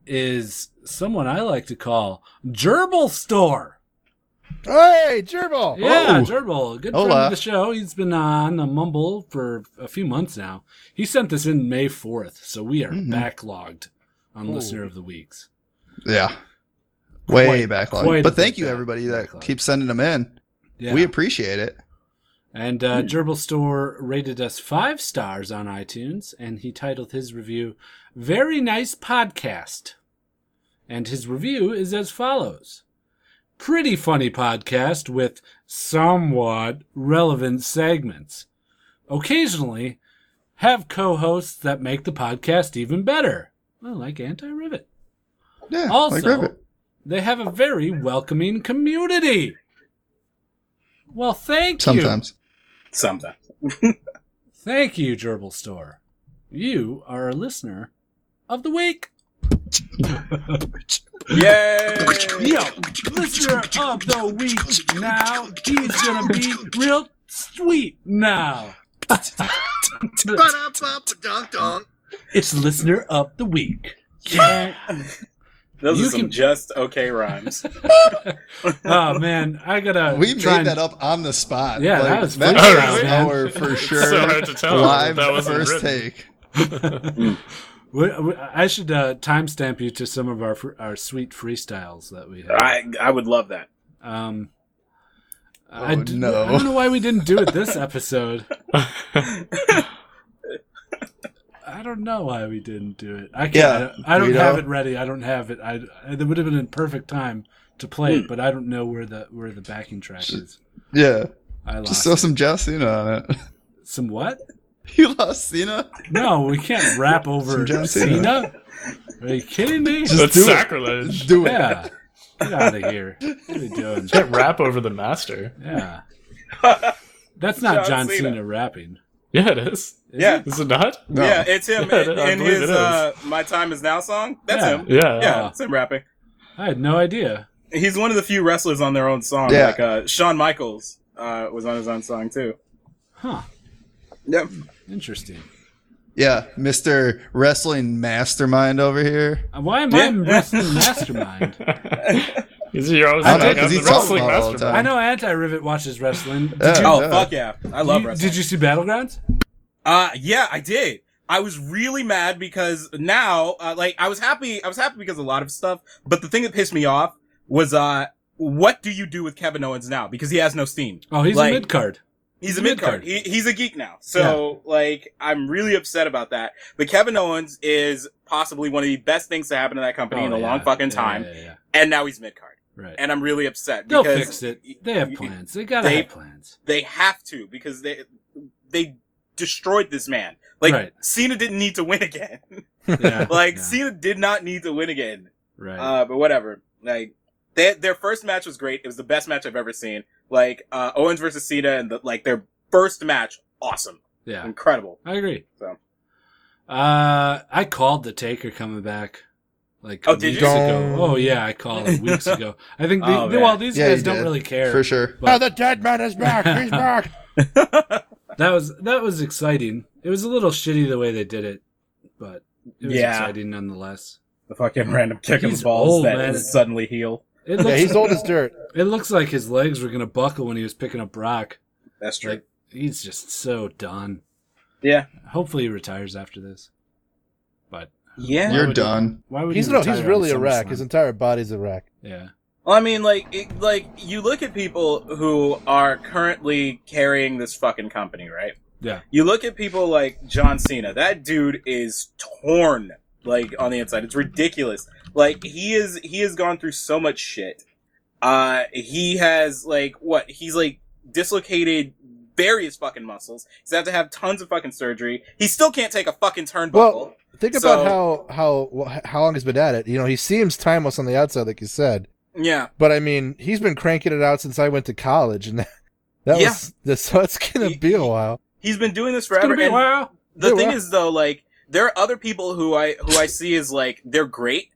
A: is someone I like to call Gerbil Store.
E: Hey, gerbil.
A: Yeah,
E: Oh.
A: Gerbil, good friend
E: Hola.
A: of the show. He's been on a Mumble for a few months now. He sent this in May fourth, so we are
B: Mhm.
A: backlogged on
B: Ooh.
A: listener of the weeks.
B: Yeah. Way
A: Quite-
B: backlog.
A: quite
B: But
A: a
B: thank
A: bit
B: you
A: back-
B: everybody that keeps sending them in.
A: Yeah.
B: We appreciate it.
A: And uh,
B: Hmm.
A: Gerbil Store rated us five stars on iTunes, and he titled his review Very Nice Podcast. And his review is as follows Pretty funny podcast with somewhat relevant segments. Occasionally, have co hosts that make the podcast even better. Well, like Anti Rivet.
B: Yeah,
A: also,
B: like Rivet.
A: they have a very welcoming community. Well, thank you.
B: Sometimes.
D: Sometimes.
A: Thank you, Gerbil Store. You are a listener of the week.
D: Yay!
A: Yo, listener of the week now. He's gonna be real sweet now. It's listener of the week. Yeah.
D: Those
A: You
D: are some
A: can-
D: just okay rhymes.
A: Oh man, I gotta.
B: We
A: try
B: made
A: and-
B: that up on the spot.
A: Yeah,
B: Like,
A: that was
B: that
A: freestyle,
B: was
A: man.
B: our for sure live first take.
A: We, we, I should uh, timestamp you to some of our fr- our sweet freestyles that we have.
D: I I would love that.
A: Um,
D: Oh,
A: I, d-
D: no.
A: I don't know why we didn't do it this episode. I don't know why we didn't do it. I can't.
B: Yeah,
A: I don't- I don't
B: you
A: have
B: know?
A: it ready. I don't have it. I it would have been a perfect time to play
B: Hmm.
A: it, but I don't know where the where the backing track is.
B: Yeah.
A: I lost
B: Just throw some Jocena on it.
A: Some what?
B: You lost Cena?
A: No, we can't rap over
B: Some John Cena.
A: Cena. Are you kidding me?
C: Just That's do it. sacrilege. Just do it.
A: Yeah. Get out of here. What are you doing?
C: Can't rap over the master.
A: Yeah. That's not John,
D: John
A: Cena.
D: Cena.
A: rapping.
C: Yeah, it is.
D: Yeah.
C: Is it not?
D: Yeah, it's him
C: Yeah,
D: in,
C: I
D: in
C: believe
D: his
C: it is.
D: uh, "My Time Is Now" song. That's
A: Yeah.
D: him.
A: Yeah.
D: yeah, it's him rapping.
A: I had no idea.
D: He's one of the few wrestlers on their own song.
A: Yeah.
D: Like uh, Shawn Michaels uh, was on his own song too.
A: Huh.
D: Yep.
A: Interesting.
B: Yeah, Mr. Wrestling Mastermind over here.
A: Why am I a wrestling mastermind?
C: Is he always
A: I
C: like,
A: did-
C: I'm the wrestling mastermind.
A: I know Anti Rivet watches wrestling. Did
D: Yeah. Oh, fuck yeah. I love
A: You-
D: wrestling.
A: Did you see Battlegrounds?
D: Uh, yeah, I did. I was really mad because now, uh, like, I was happy, I was happy because of a lot of stuff, but the thing that pissed me off was, uh, what do you do with Kevin Owens now? Because he has no steam.
A: Oh, he's
D: Like,
A: a mid card.
D: He's a mid card. He, he's a geek now. So, like, I'm really upset about that. But Kevin Owens is possibly one of the best things to happen to that company
A: Oh,
D: in a
A: yeah.
D: long fucking
A: Yeah,
D: time.
A: yeah, yeah.
D: And now he's mid card.
A: Right.
D: And I'm really upset.
A: They'll
D: because
A: fix it. They have plans. They gotta have plans.
D: They have to because they they destroyed this man. Like
A: Right.
D: Cena didn't need to win again.
A: Yeah,
D: like Cena did not need to win again.
A: Right.
D: Uh, but whatever. Like they, their first match was great. It was the best match I've ever seen. Like uh, Owens versus Cena and the, like their first match, awesome,
A: Yeah.
D: incredible.
A: I agree.
D: So
A: Uh, I called the Taker coming back. Like
D: Oh, did
A: weeks
D: you?
A: ago. Oh yeah, I called it weeks ago. I think the,
D: Oh, man.
A: well, these
B: Yeah,
A: guys
B: you
A: don't
B: did.
A: really care
B: For sure.
A: but-
E: oh, the dead man is back. He's back.
A: that was that was exciting. It was a little shitty the way they did it, but it was
D: Yeah.
A: exciting nonetheless.
D: the fucking random kick in the
A: He's
D: balls
A: old,
D: that
A: man.
D: is suddenly heal.
A: It
E: Yeah, he's old as dirt.
A: It looks like his legs were gonna buckle when he was picking up Brock.
D: That's true.
A: Like, he's just so done.
D: Yeah.
A: Hopefully he retires after this. But
D: Yeah.
A: why
B: You're
A: would he-
B: done.
A: why would
E: He's
A: he
E: no,
A: retire
E: he's
A: on
E: really a wreck.
A: SummerSlam?
E: His entire body's a wreck.
A: Yeah.
D: Well, I mean, like, it, like you look at people who are currently carrying this fucking company, right?
A: Yeah.
D: You look at people like John Cena. That dude is torn, like on the inside. It's ridiculous. Like he is, he has gone through so much shit. Uh, he has like what? He's like dislocated various fucking muscles. He's had to have tons of fucking surgery. He still can't take a fucking turnbuckle.
E: Well, think
D: So-
E: about how how wh- how long he's been at it. You know, he seems timeless on the outside, like you said.
D: yeah.
E: But I mean, he's been cranking it out since I went to college, and that, that
D: Yeah.
E: was that's- so it's gonna be a while.
D: He's been doing this forever.
A: gonna be a
D: and
A: while.
D: The
E: Be a
D: thing
E: while.
D: is, though, like there are other people who I who I see is like they're great,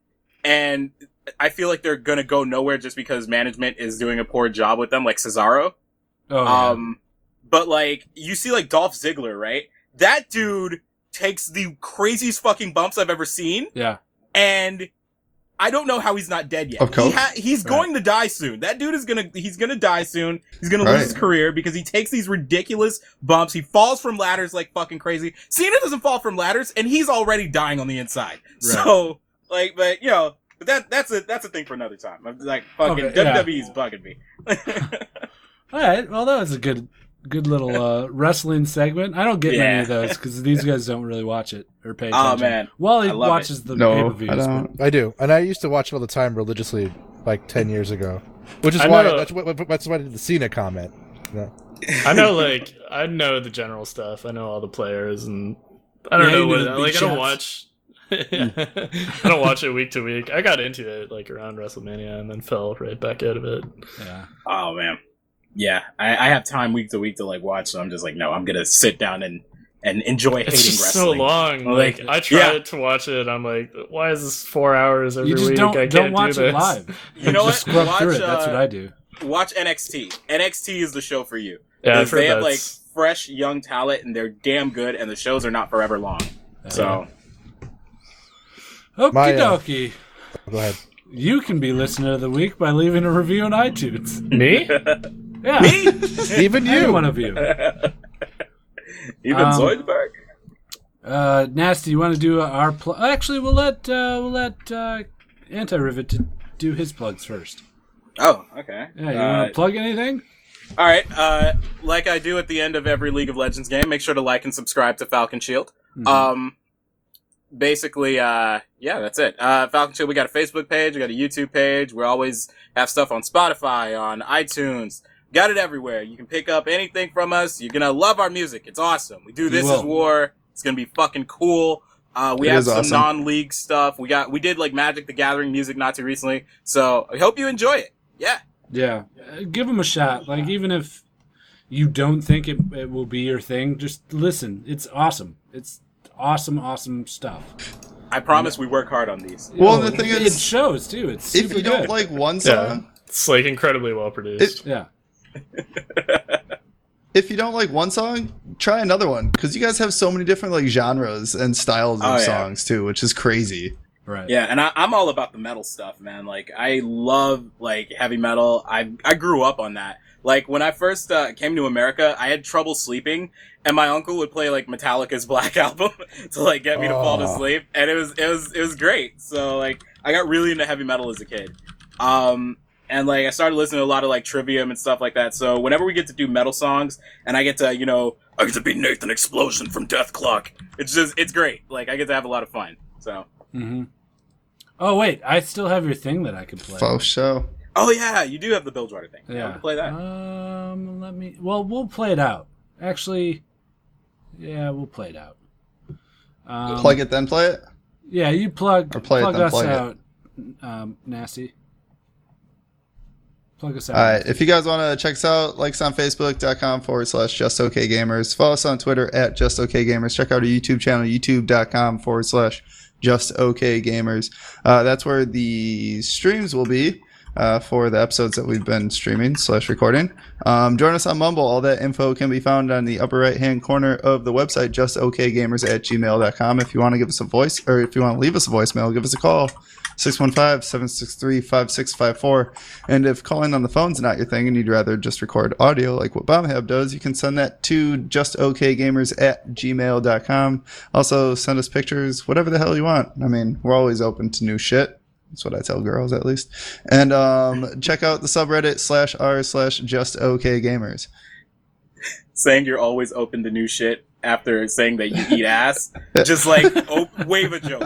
D: and I feel like they're gonna go nowhere just because management is doing a poor job with them, like Cesaro.
A: Oh, yeah.
D: Um, but like you see, like Dolph Ziggler, right? That dude takes the craziest fucking bumps I've ever seen,
A: yeah.
D: and I don't know how he's not dead yet.
A: Of coke?
D: He he's going to die soon. That dude is gonna he's gonna die soon. He's gonna
A: Right.
D: lose his career because he takes these ridiculous bumps. He falls from ladders like fucking crazy. Cena doesn't fall from ladders, and he's already dying on the inside. So like, but you know, but that that's a that's a thing for another time. I'm like fucking
A: Okay, yeah.
D: WWE's bugging me.
A: All right. Well, that was a good good little uh, wrestling segment. I don't get many
D: Yeah.
A: of those because these guys don't really watch it or pay
D: Oh,
A: attention.
D: man.
A: Wally
D: I love
A: watches
D: it.
A: the
B: No,
A: pay per views.
B: I don't.
E: I do, and I used to watch it all the time religiously, like ten years ago, which is
C: I
E: why
C: know-
E: that's, why- that's why I did the Cena comment. Yeah.
C: I know, like, I know the general stuff. I know all the players, and I don't
O: Yeah,
C: know
O: you
C: what.
O: know the big
C: Like, I don't
O: shots.
C: watch. I don't watch it week to week. I got into it like around WrestleMania, and then fell right back out of it.
A: Yeah.
D: Oh man, yeah, I, I have time week to week to like watch, so I'm just like, no, I'm gonna sit down and and enjoy hating
C: It's just so
D: wrestling.
C: long. Like, I tried to watch it. I'm like, why is this four hours every
A: You just
C: week?
A: don't
C: I can't
A: don't watch
C: do
A: it
C: this.
A: live.
D: You know
A: just
D: what?
A: Scrub
D: Watch,
A: through it. That's what
D: uh,
A: I do.
D: Watch NXT. NXT is the show for you.
A: Yeah, I've
D: 'Cause they
A: heard
D: have like
A: that's-
D: fresh young talent and they're damn good and the shows are not forever long. So
A: Okie
D: My, uh,
A: dokie.
E: Go ahead.
A: You can be listener of the week by leaving a review on iTunes.
C: Me?
A: Yeah.
D: Me?
A: Even you. Any one of you.
D: Even
A: Um,
D: Zoidberg.
A: Uh, nasty. You want to do our pl- actually? We'll let uh, we'll let uh, Anti Rivet to do his plugs first.
D: Oh, okay.
A: Yeah. You
D: Uh,
A: want to plug anything?
D: All right. Uh, like I do at the end of every League of Legends game, make sure to like and subscribe to Falcon Shield.
A: Mhm.
D: Um, basically, uh, yeah, that's it. Uh, Falcon Shield, we got a Facebook page, we got a YouTube page. We always have stuff on Spotify, on iTunes. Got it everywhere. You can pick up anything from us. You're gonna love our music. It's awesome. We do
A: You
D: this
A: will.
D: is war. It's gonna be fucking cool. Uh, we
A: It
D: have
A: is
D: some
A: awesome.
D: non-league stuff. We got we did like Magic the Gathering music not too recently. So I hope you enjoy it. Yeah.
A: Yeah, Uh, give them a shot. Like even if you don't think it, it will be your thing, just listen. It's awesome. It's awesome, awesome stuff.
D: I promise we work hard on these.
A: Well, the thing is- It shows, too. It's
B: if you don't like one song,
C: it's like incredibly well produced.
A: yeah.
B: if you don't like one song, try another one because you guys have so many different like genres and styles of
D: Oh, yeah.
B: songs too, which is crazy.
A: Right.
D: Yeah, and I, I'm all about the metal stuff, man. Like I love like heavy metal. I I grew up on that. Like when I first uh, came to America, I had trouble sleeping, and my uncle would play like Metallica's Black Album to like get me to fall to
P: Oh.
D: sleep, and it was it was it was great. So like I got really into heavy metal as a kid, um, and like I started listening to a lot of like Trivium and stuff like that. So whenever we get to do metal songs, and I get to you know I get to be Nathan Explosion from Death Clock, it's just it's great. Like I get to have a lot of fun. So.
A: Mm-hmm. Oh wait, I still have your thing that I could play.
B: Faux show.
D: Oh yeah, you do have the Bill Jordan thing.
A: Yeah.
D: Yeah, play that.
A: Um, let me. Well, we'll play it out. Actually, yeah, we'll play it out. Um,
B: plug it then play it.
A: Yeah, you plug.
B: Or play it,
A: plug
B: then
A: us
B: plug it.
A: out, um, nasty. Plug us out.
B: All right. Uh, If you guys want to check us out, like us on Facebook.com forward slash Just OK Gamers. Follow us on Twitter at Just OK Gamers. Check out our YouTube channel, YouTube.com forward slash Just OK Gamers. Uh, that's where the streams will be uh, for the episodes that we've been streaming slash recording. Um, join us on Mumble. All that info can be found on the upper right hand corner of the website, Just OK Gamers at gmail.com. If you want to give us a voice or if you want to leave us a voicemail, give us a call. 615-763-5654 and if calling on the phone's not your thing and you'd rather just record audio like what bombhab does you can send that to justokgamers at gmail.com also send us pictures whatever the hell you want i mean we're always open to new shit that's what i tell girls at least and um, check out the subreddit slash r slash just okay gamers
D: Saying you're always open to new shit after saying that you eat ass, just like op- wave a joke.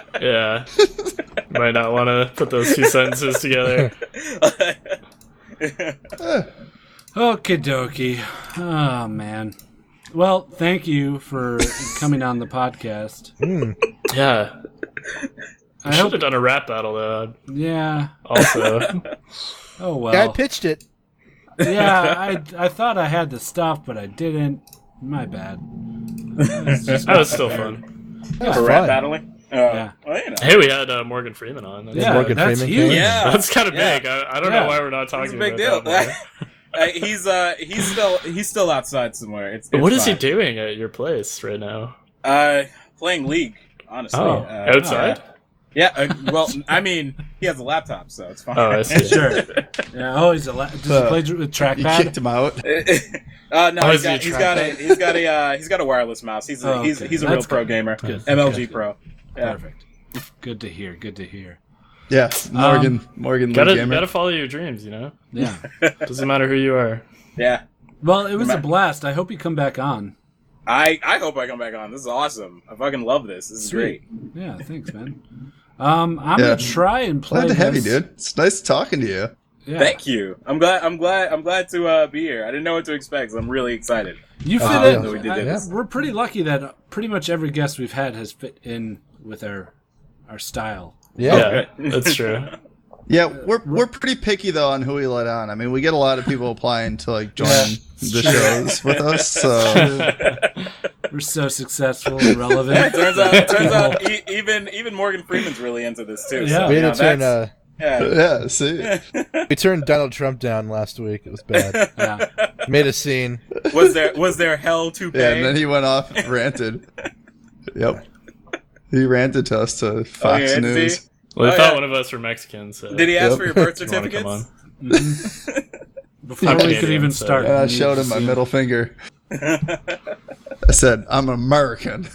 C: Yeah. Might not want to put those two sentences together.
B: Uh, eh.
A: Okie dokie. Oh man. Well, thank you for coming on the podcast.
B: Hmm.
C: Yeah. I
A: I
C: should
A: hope.
C: have done a rap battle though.
A: Yeah.
C: Also.
A: Oh well.
E: Yeah, I pitched it.
A: yeah, I I thought I had the stuff, but I didn't. My bad.
C: That was still fun.
A: Yeah.
C: For rap battling?
D: Uh, well, you know.
C: Hey, we had uh, Morgan Freeman on.
A: Yeah, Morgan that's Freeman huge. came in. Yeah.
C: that's kind of
A: Yeah.
C: big. I, I don't
A: Yeah.
C: know why we're not talking
D: It's a big
C: about
D: deal.
C: that.
D: Uh, he's uh he's still he's still outside somewhere. It's,
C: more.
D: it's
C: what is he
D: fine.
C: doing at your place right now?
D: Uh, playing league. Honestly.
C: Oh,
D: Uh,
C: outside?
D: Yeah. uh, well, I mean, he has a laptop, so it's fine.
C: Oh, I see.
A: Sure. Yeah. Oh, he's a. La- does
D: Uh,
A: he play dr- with trackpad?
D: you
B: him out.
D: Uh, no,
A: Oh,
D: he's
A: is he a
D: got, he's got a
A: trackpad?
D: he's got a uh, he's got a wireless mouse. He's a,
A: Oh,
D: he's
A: okay.
D: he's a
A: That's
D: real pro
A: good.
D: gamer,
A: Good.
D: MLG
A: Good.
D: pro. Yeah.
A: Perfect. Good to hear. Good to hear.
B: yeah morgan
A: Um,
B: morgan Lee
C: Gotta
B: gamer
C: gotta follow your dreams, you know.
A: Yeah.
C: Doesn't matter who you are.
D: Yeah.
A: Well, it was a
D: Ma-
A: blast. I hope you come back on.
D: I I hope I come back on. This is awesome. I fucking love this. This is great.
A: Sweet. Yeah. Thanks, man. Um, I'm
B: Yeah.
A: gonna try and play.
B: glad to have you
A: this-
B: dude it's nice talking to you
A: Yeah.
D: Thank you. I'm glad. I'm glad. I'm glad to uh, be here. I didn't know what to expect. So I'm really excited.
A: You fit
D: Um,
A: in.
D: that We did
A: I-
D: this.
A: We're pretty lucky that pretty much every guest we've had has fit in with our our style.
C: Yeah, that's true.
B: Yeah, we're we're pretty picky though on who we let on. I mean, we get a lot of people applying to like join the shows with us. So
A: We're so successful and relevant.
D: turns out, turns out, e- even even Morgan Freeman's really into this too. so,
E: we
D: you
E: had
D: know,
E: to turn. Uh,
D: that's- yeah.
E: we turned Donald Trump down last week. It was bad. Made a scene.
D: was there was there hell to pay?
B: yeah, and then he went off and ranted. Yep, he ranted to us to Fox
D: yeah, did he?
B: News.
C: Well, they
D: Oh,
C: thought
D: yeah.
C: one of us were Mexican. So
D: Did he ask for your birth
C: You wanna come on?
D: certificates?
A: Mm-hmm. Before we could even start,
B: And I
A: we
B: showed
A: need
B: him
A: to
B: my
A: see
B: middle finger. I said, "I'm American."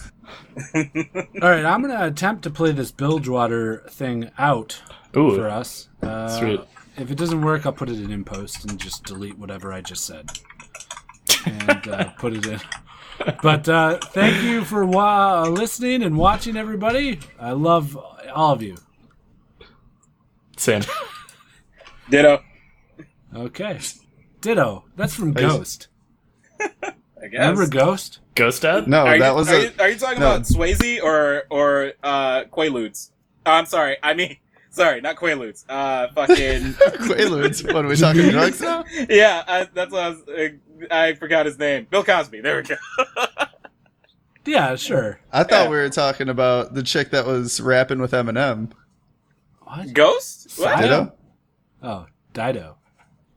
A: All right, I'm gonna attempt to play this Bilgewater thing out
C: Ooh.
A: for us. Uh,
C: Sweet.
A: If it doesn't work, I'll put it in in post and just delete whatever I just said and uh, put it in. But uh, thank you for wa- listening and watching, everybody. I love all of you.
C: Same.
D: Ditto.
A: Okay. Ditto. That's from
D: Are you-
A: Ghost.
D: I guess.
A: Remember Ghost?
C: Ghost Dad?
B: No,
D: are
B: that
D: you,
B: was
D: are
B: a-
D: you, are you talking
B: no.
D: about Swayze or or uh, Quaaludes? Oh, I'm sorry. I mean, sorry, not Quaaludes. Uh, fucking
B: Quaaludes. What are we talking drugs now?
D: yeah, I, that's what I was. Uh, I forgot his name. Bill Cosby. There we go.
A: Yeah, sure.
B: I thought we were talking about the chick that was rapping with Eminem.
A: What?
D: Ghost? What?
B: Ditto?
A: Oh, Dido.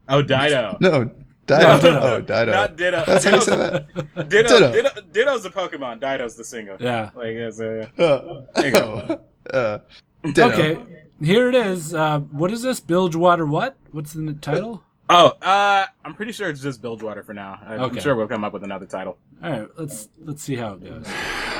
D: Oh, Dido.
B: No, Dido.
D: Ditto.
B: Oh, Dido.
D: Not Ditto.
B: That's how you
D: Ditto's-
B: say that.
D: Ditto,
B: Ditto.
D: Ditto. Ditto's a Pokemon. Dido's the singer.
A: Yeah.
D: Like, it's a, there you go.
B: Oh, uh, ditto.
A: Okay, here it is. Uh, what is this? Bilgewater what? What's the n- title?
D: Oh, uh, I'm pretty sure it's just Bilgewater for now. I'm
A: Okay.
D: sure we'll come up with another title.
A: All right, let's let's see how it
E: Uh,
A: goes.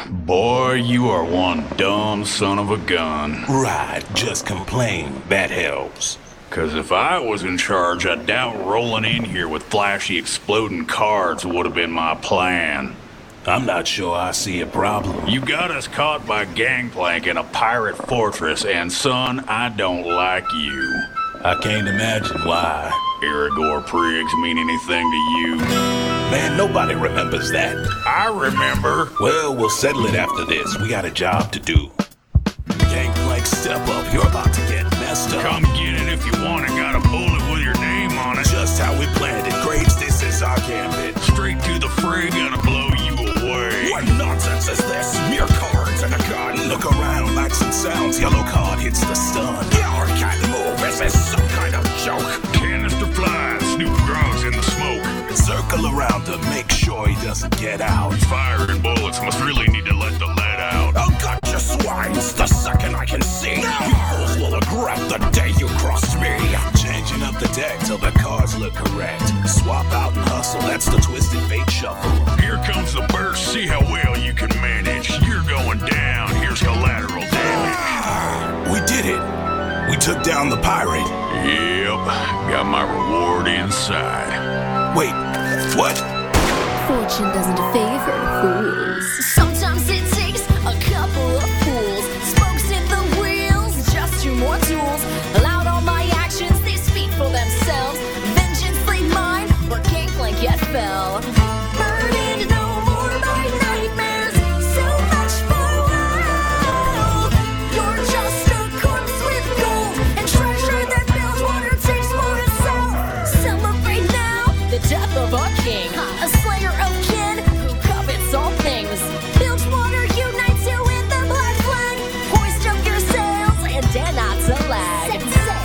P: Boy, you are one dumb son of a gun. Right, just complain. That helps. Cause if I was in charge, I doubt rolling in here with flashy exploding cards would have been my plan. I'm not sure I see a problem. You got us caught by gangplank in a pirate fortress, and son, I don't like you. I can't imagine why. Aragor Prigs mean anything to you? Man, nobody remembers that. I remember.
I: Well, Uh, we'll settle it after this. We got a job to do. Gangplank, step up. You're about to get messed up.
P: Come get it if you want it. Got a bullet with your name on it.
I: Just how we planned it. Graves, this is our gambit.
P: Straight to the frig, gonna blow you away.
I: What nonsense is this? Mere cards in a garden. Look around, lights and sounds. Yellow card hits the stun. Your kind of move. Is this some kind of joke?
P: Canister flies, Snoop Grogs in the smoke.
I: Circle around to make sure he doesn't get out.
P: Fire and bullets must really need to let the lead out.
I: Oh, God, you swines! The second I can see, you fools will regret the day you crossed me. Changing up the deck till the cards look correct. Swap out and hustle, that's the twisted fate shuffle.
P: Here comes the burst, see how well you can manage. You're going down, here's collateral damage.
I: We did it. We took down the pirate.
P: Yep, got my reward inside.
I: Wait, what?
J: Fortune doesn't favor fools. Sometimes it takes a couple of fools. Spokes in the wheels, just two more tools. Allowed all my actions, they speak for themselves. Vengeance lay mine, but Gangplank yet fell. Burdened no more by nightmares. So much for love. You're just a corpse with gold and treasure that builds water takes more to sell. Celebrate now the death of our king, a slayer of kin who covets all things. Builds water unites you in the black flag. Hoist up your sails and dare not to lag. Set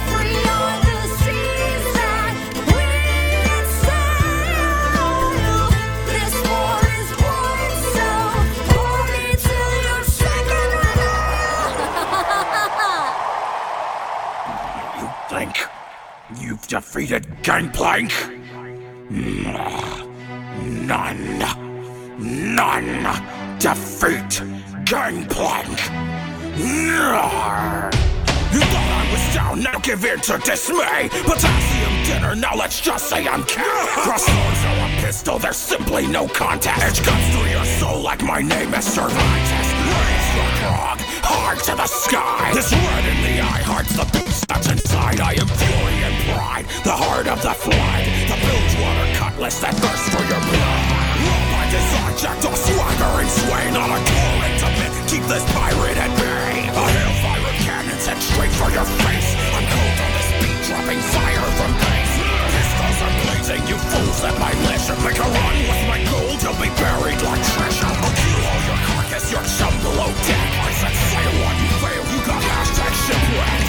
J: free on the seas that win sail. This war is won, so pour into your second round.
I: Plank, you've defeated Gangplank. None, none defeat Gangplank. You thought I was down, now give in to dismay. Potassium dinner, now let's just say I'm cat. Crossbows are a pistol, there's simply no contest. It cuts through your soul like my name is Cervantes. Raise your grog, hard to the sky. This red in the eye hearts the beast that's inside. I am fury and pride, the heart of the flood. The Bilgewater cutlass that thirsts for your blood. Roll my desire, jacked off swaggering sway. Not a calling to me, keep this pirate at bay. A hellfire of cannon set straight for your face. I'm cold on this beat, dropping fire from base. Pistols are blazing, you fools at my leisure. Make a run with my gold, you'll be buried like treasure. I'll kill all your carcass, your chum below deck. I said, say what you fail, you got hashtag shipwrecked.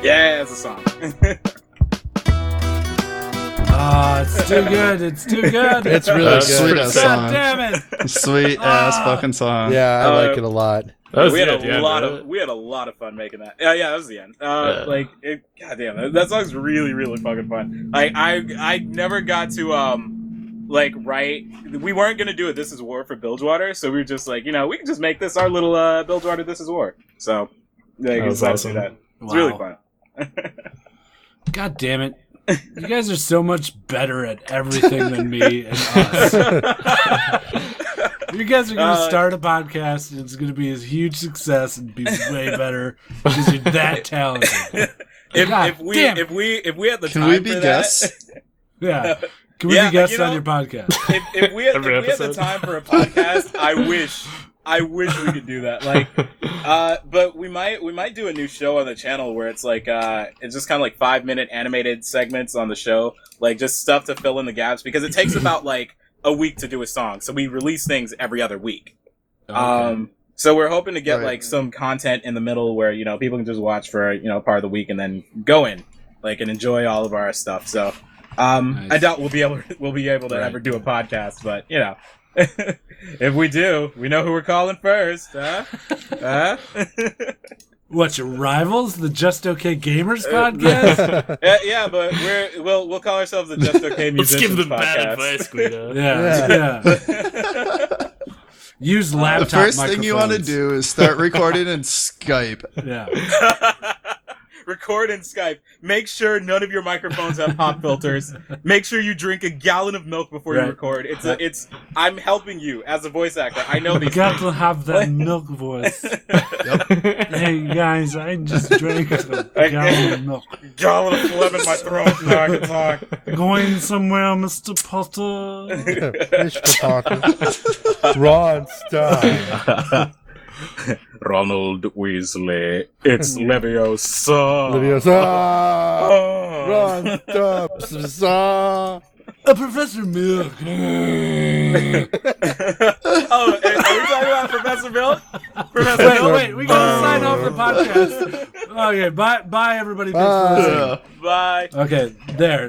D: Yeah, it's a song.
A: Ah, it's too good. It's too good.
E: It's really
B: That's
E: good.
B: Sweet ass
A: God
B: song.
A: damn it. Ah.
B: Sweet ass fucking song.
E: Yeah, I like it a lot.
D: we had a lot of we had a lot of fun making that. Yeah, yeah, that was the end. Uh,
E: Yeah.
D: Like, it, goddamn, that, that song's really, really fucking fun. Like, I I never got to um like write. We weren't gonna do it. This is war for Bilgewater, so we were just like, you know, we can just make this our little uh, Bilgewater. This is war. So like,
A: That was
D: decided
A: awesome.
D: to do that. It's
A: Wow.
D: really fun.
A: God damn it. You guys are so much better at everything than me and us. you guys are going to
D: Uh,
A: start a podcast and it's going to be a huge success and be way better because you're that talented.
D: If,
A: God
D: if we
A: damn it.
D: if we if we had the
A: Can
D: time
A: we be
D: for
A: guests?
D: that,
A: Yeah. Can we
D: Yeah,
A: be guests
D: you know,
A: on your podcast?
D: if, if we had, if
A: Every
D: we had the
A: episode.
D: time for a podcast, I wish, I wish we could do that. Like, uh, but we might, we might do a new show on the channel where it's like, uh, it's just kind of like five minute animated segments on the show, like just stuff to fill in the gaps because it takes about like a week to do a song, so we release things every other week. Um, So we're hoping to get
B: Right.
D: like some content in the middle where you know people can just watch for you know part of the week and then go in like and enjoy all of our stuff. So um, I doubt we'll be able we'll be able to ever do a podcast, but you know if we do, we know who we're calling first, huh? huh?
A: What your rivals, the Just Okay Gamers
D: Uh,
A: podcast?
D: yeah, but we're we'll we'll call ourselves the Just Okay
A: Let's
D: Musicians
A: give them
D: podcast.
A: bad advice,
C: Guido.
A: yeah, yeah. Use
B: the
A: laptop.
B: first thing you want to
A: microphones.
B: do is start recording in Skype.
A: Yeah.
D: Record in Skype. Make sure none of your microphones have pop filters. Make sure you drink a gallon of milk before
A: Right.
D: you record. It's a, it's. I'm helping you as a voice actor. I know
A: You
D: these.
A: got
D: things.
A: to have that milk voice. Hey guys, I just drank a gallon of milk.
D: Gallon of phlegm in my throat. Now I can talk.
A: Going somewhere, Mr. Potter.
E: Mr. Potter. Ron Stein.
D: Ronald Weasley. It's Leviosa.
E: Leviosa. Ron Stein.
A: A Professor Milk.
D: oh, are we talking about Professor Bill? Professor
A: wait,
D: Bill?
A: wait, we gotta sign off the podcast. Okay, bye, bye, everybody. Thanks for
D: Bye.
A: listening.
D: Bye.
A: Okay, there.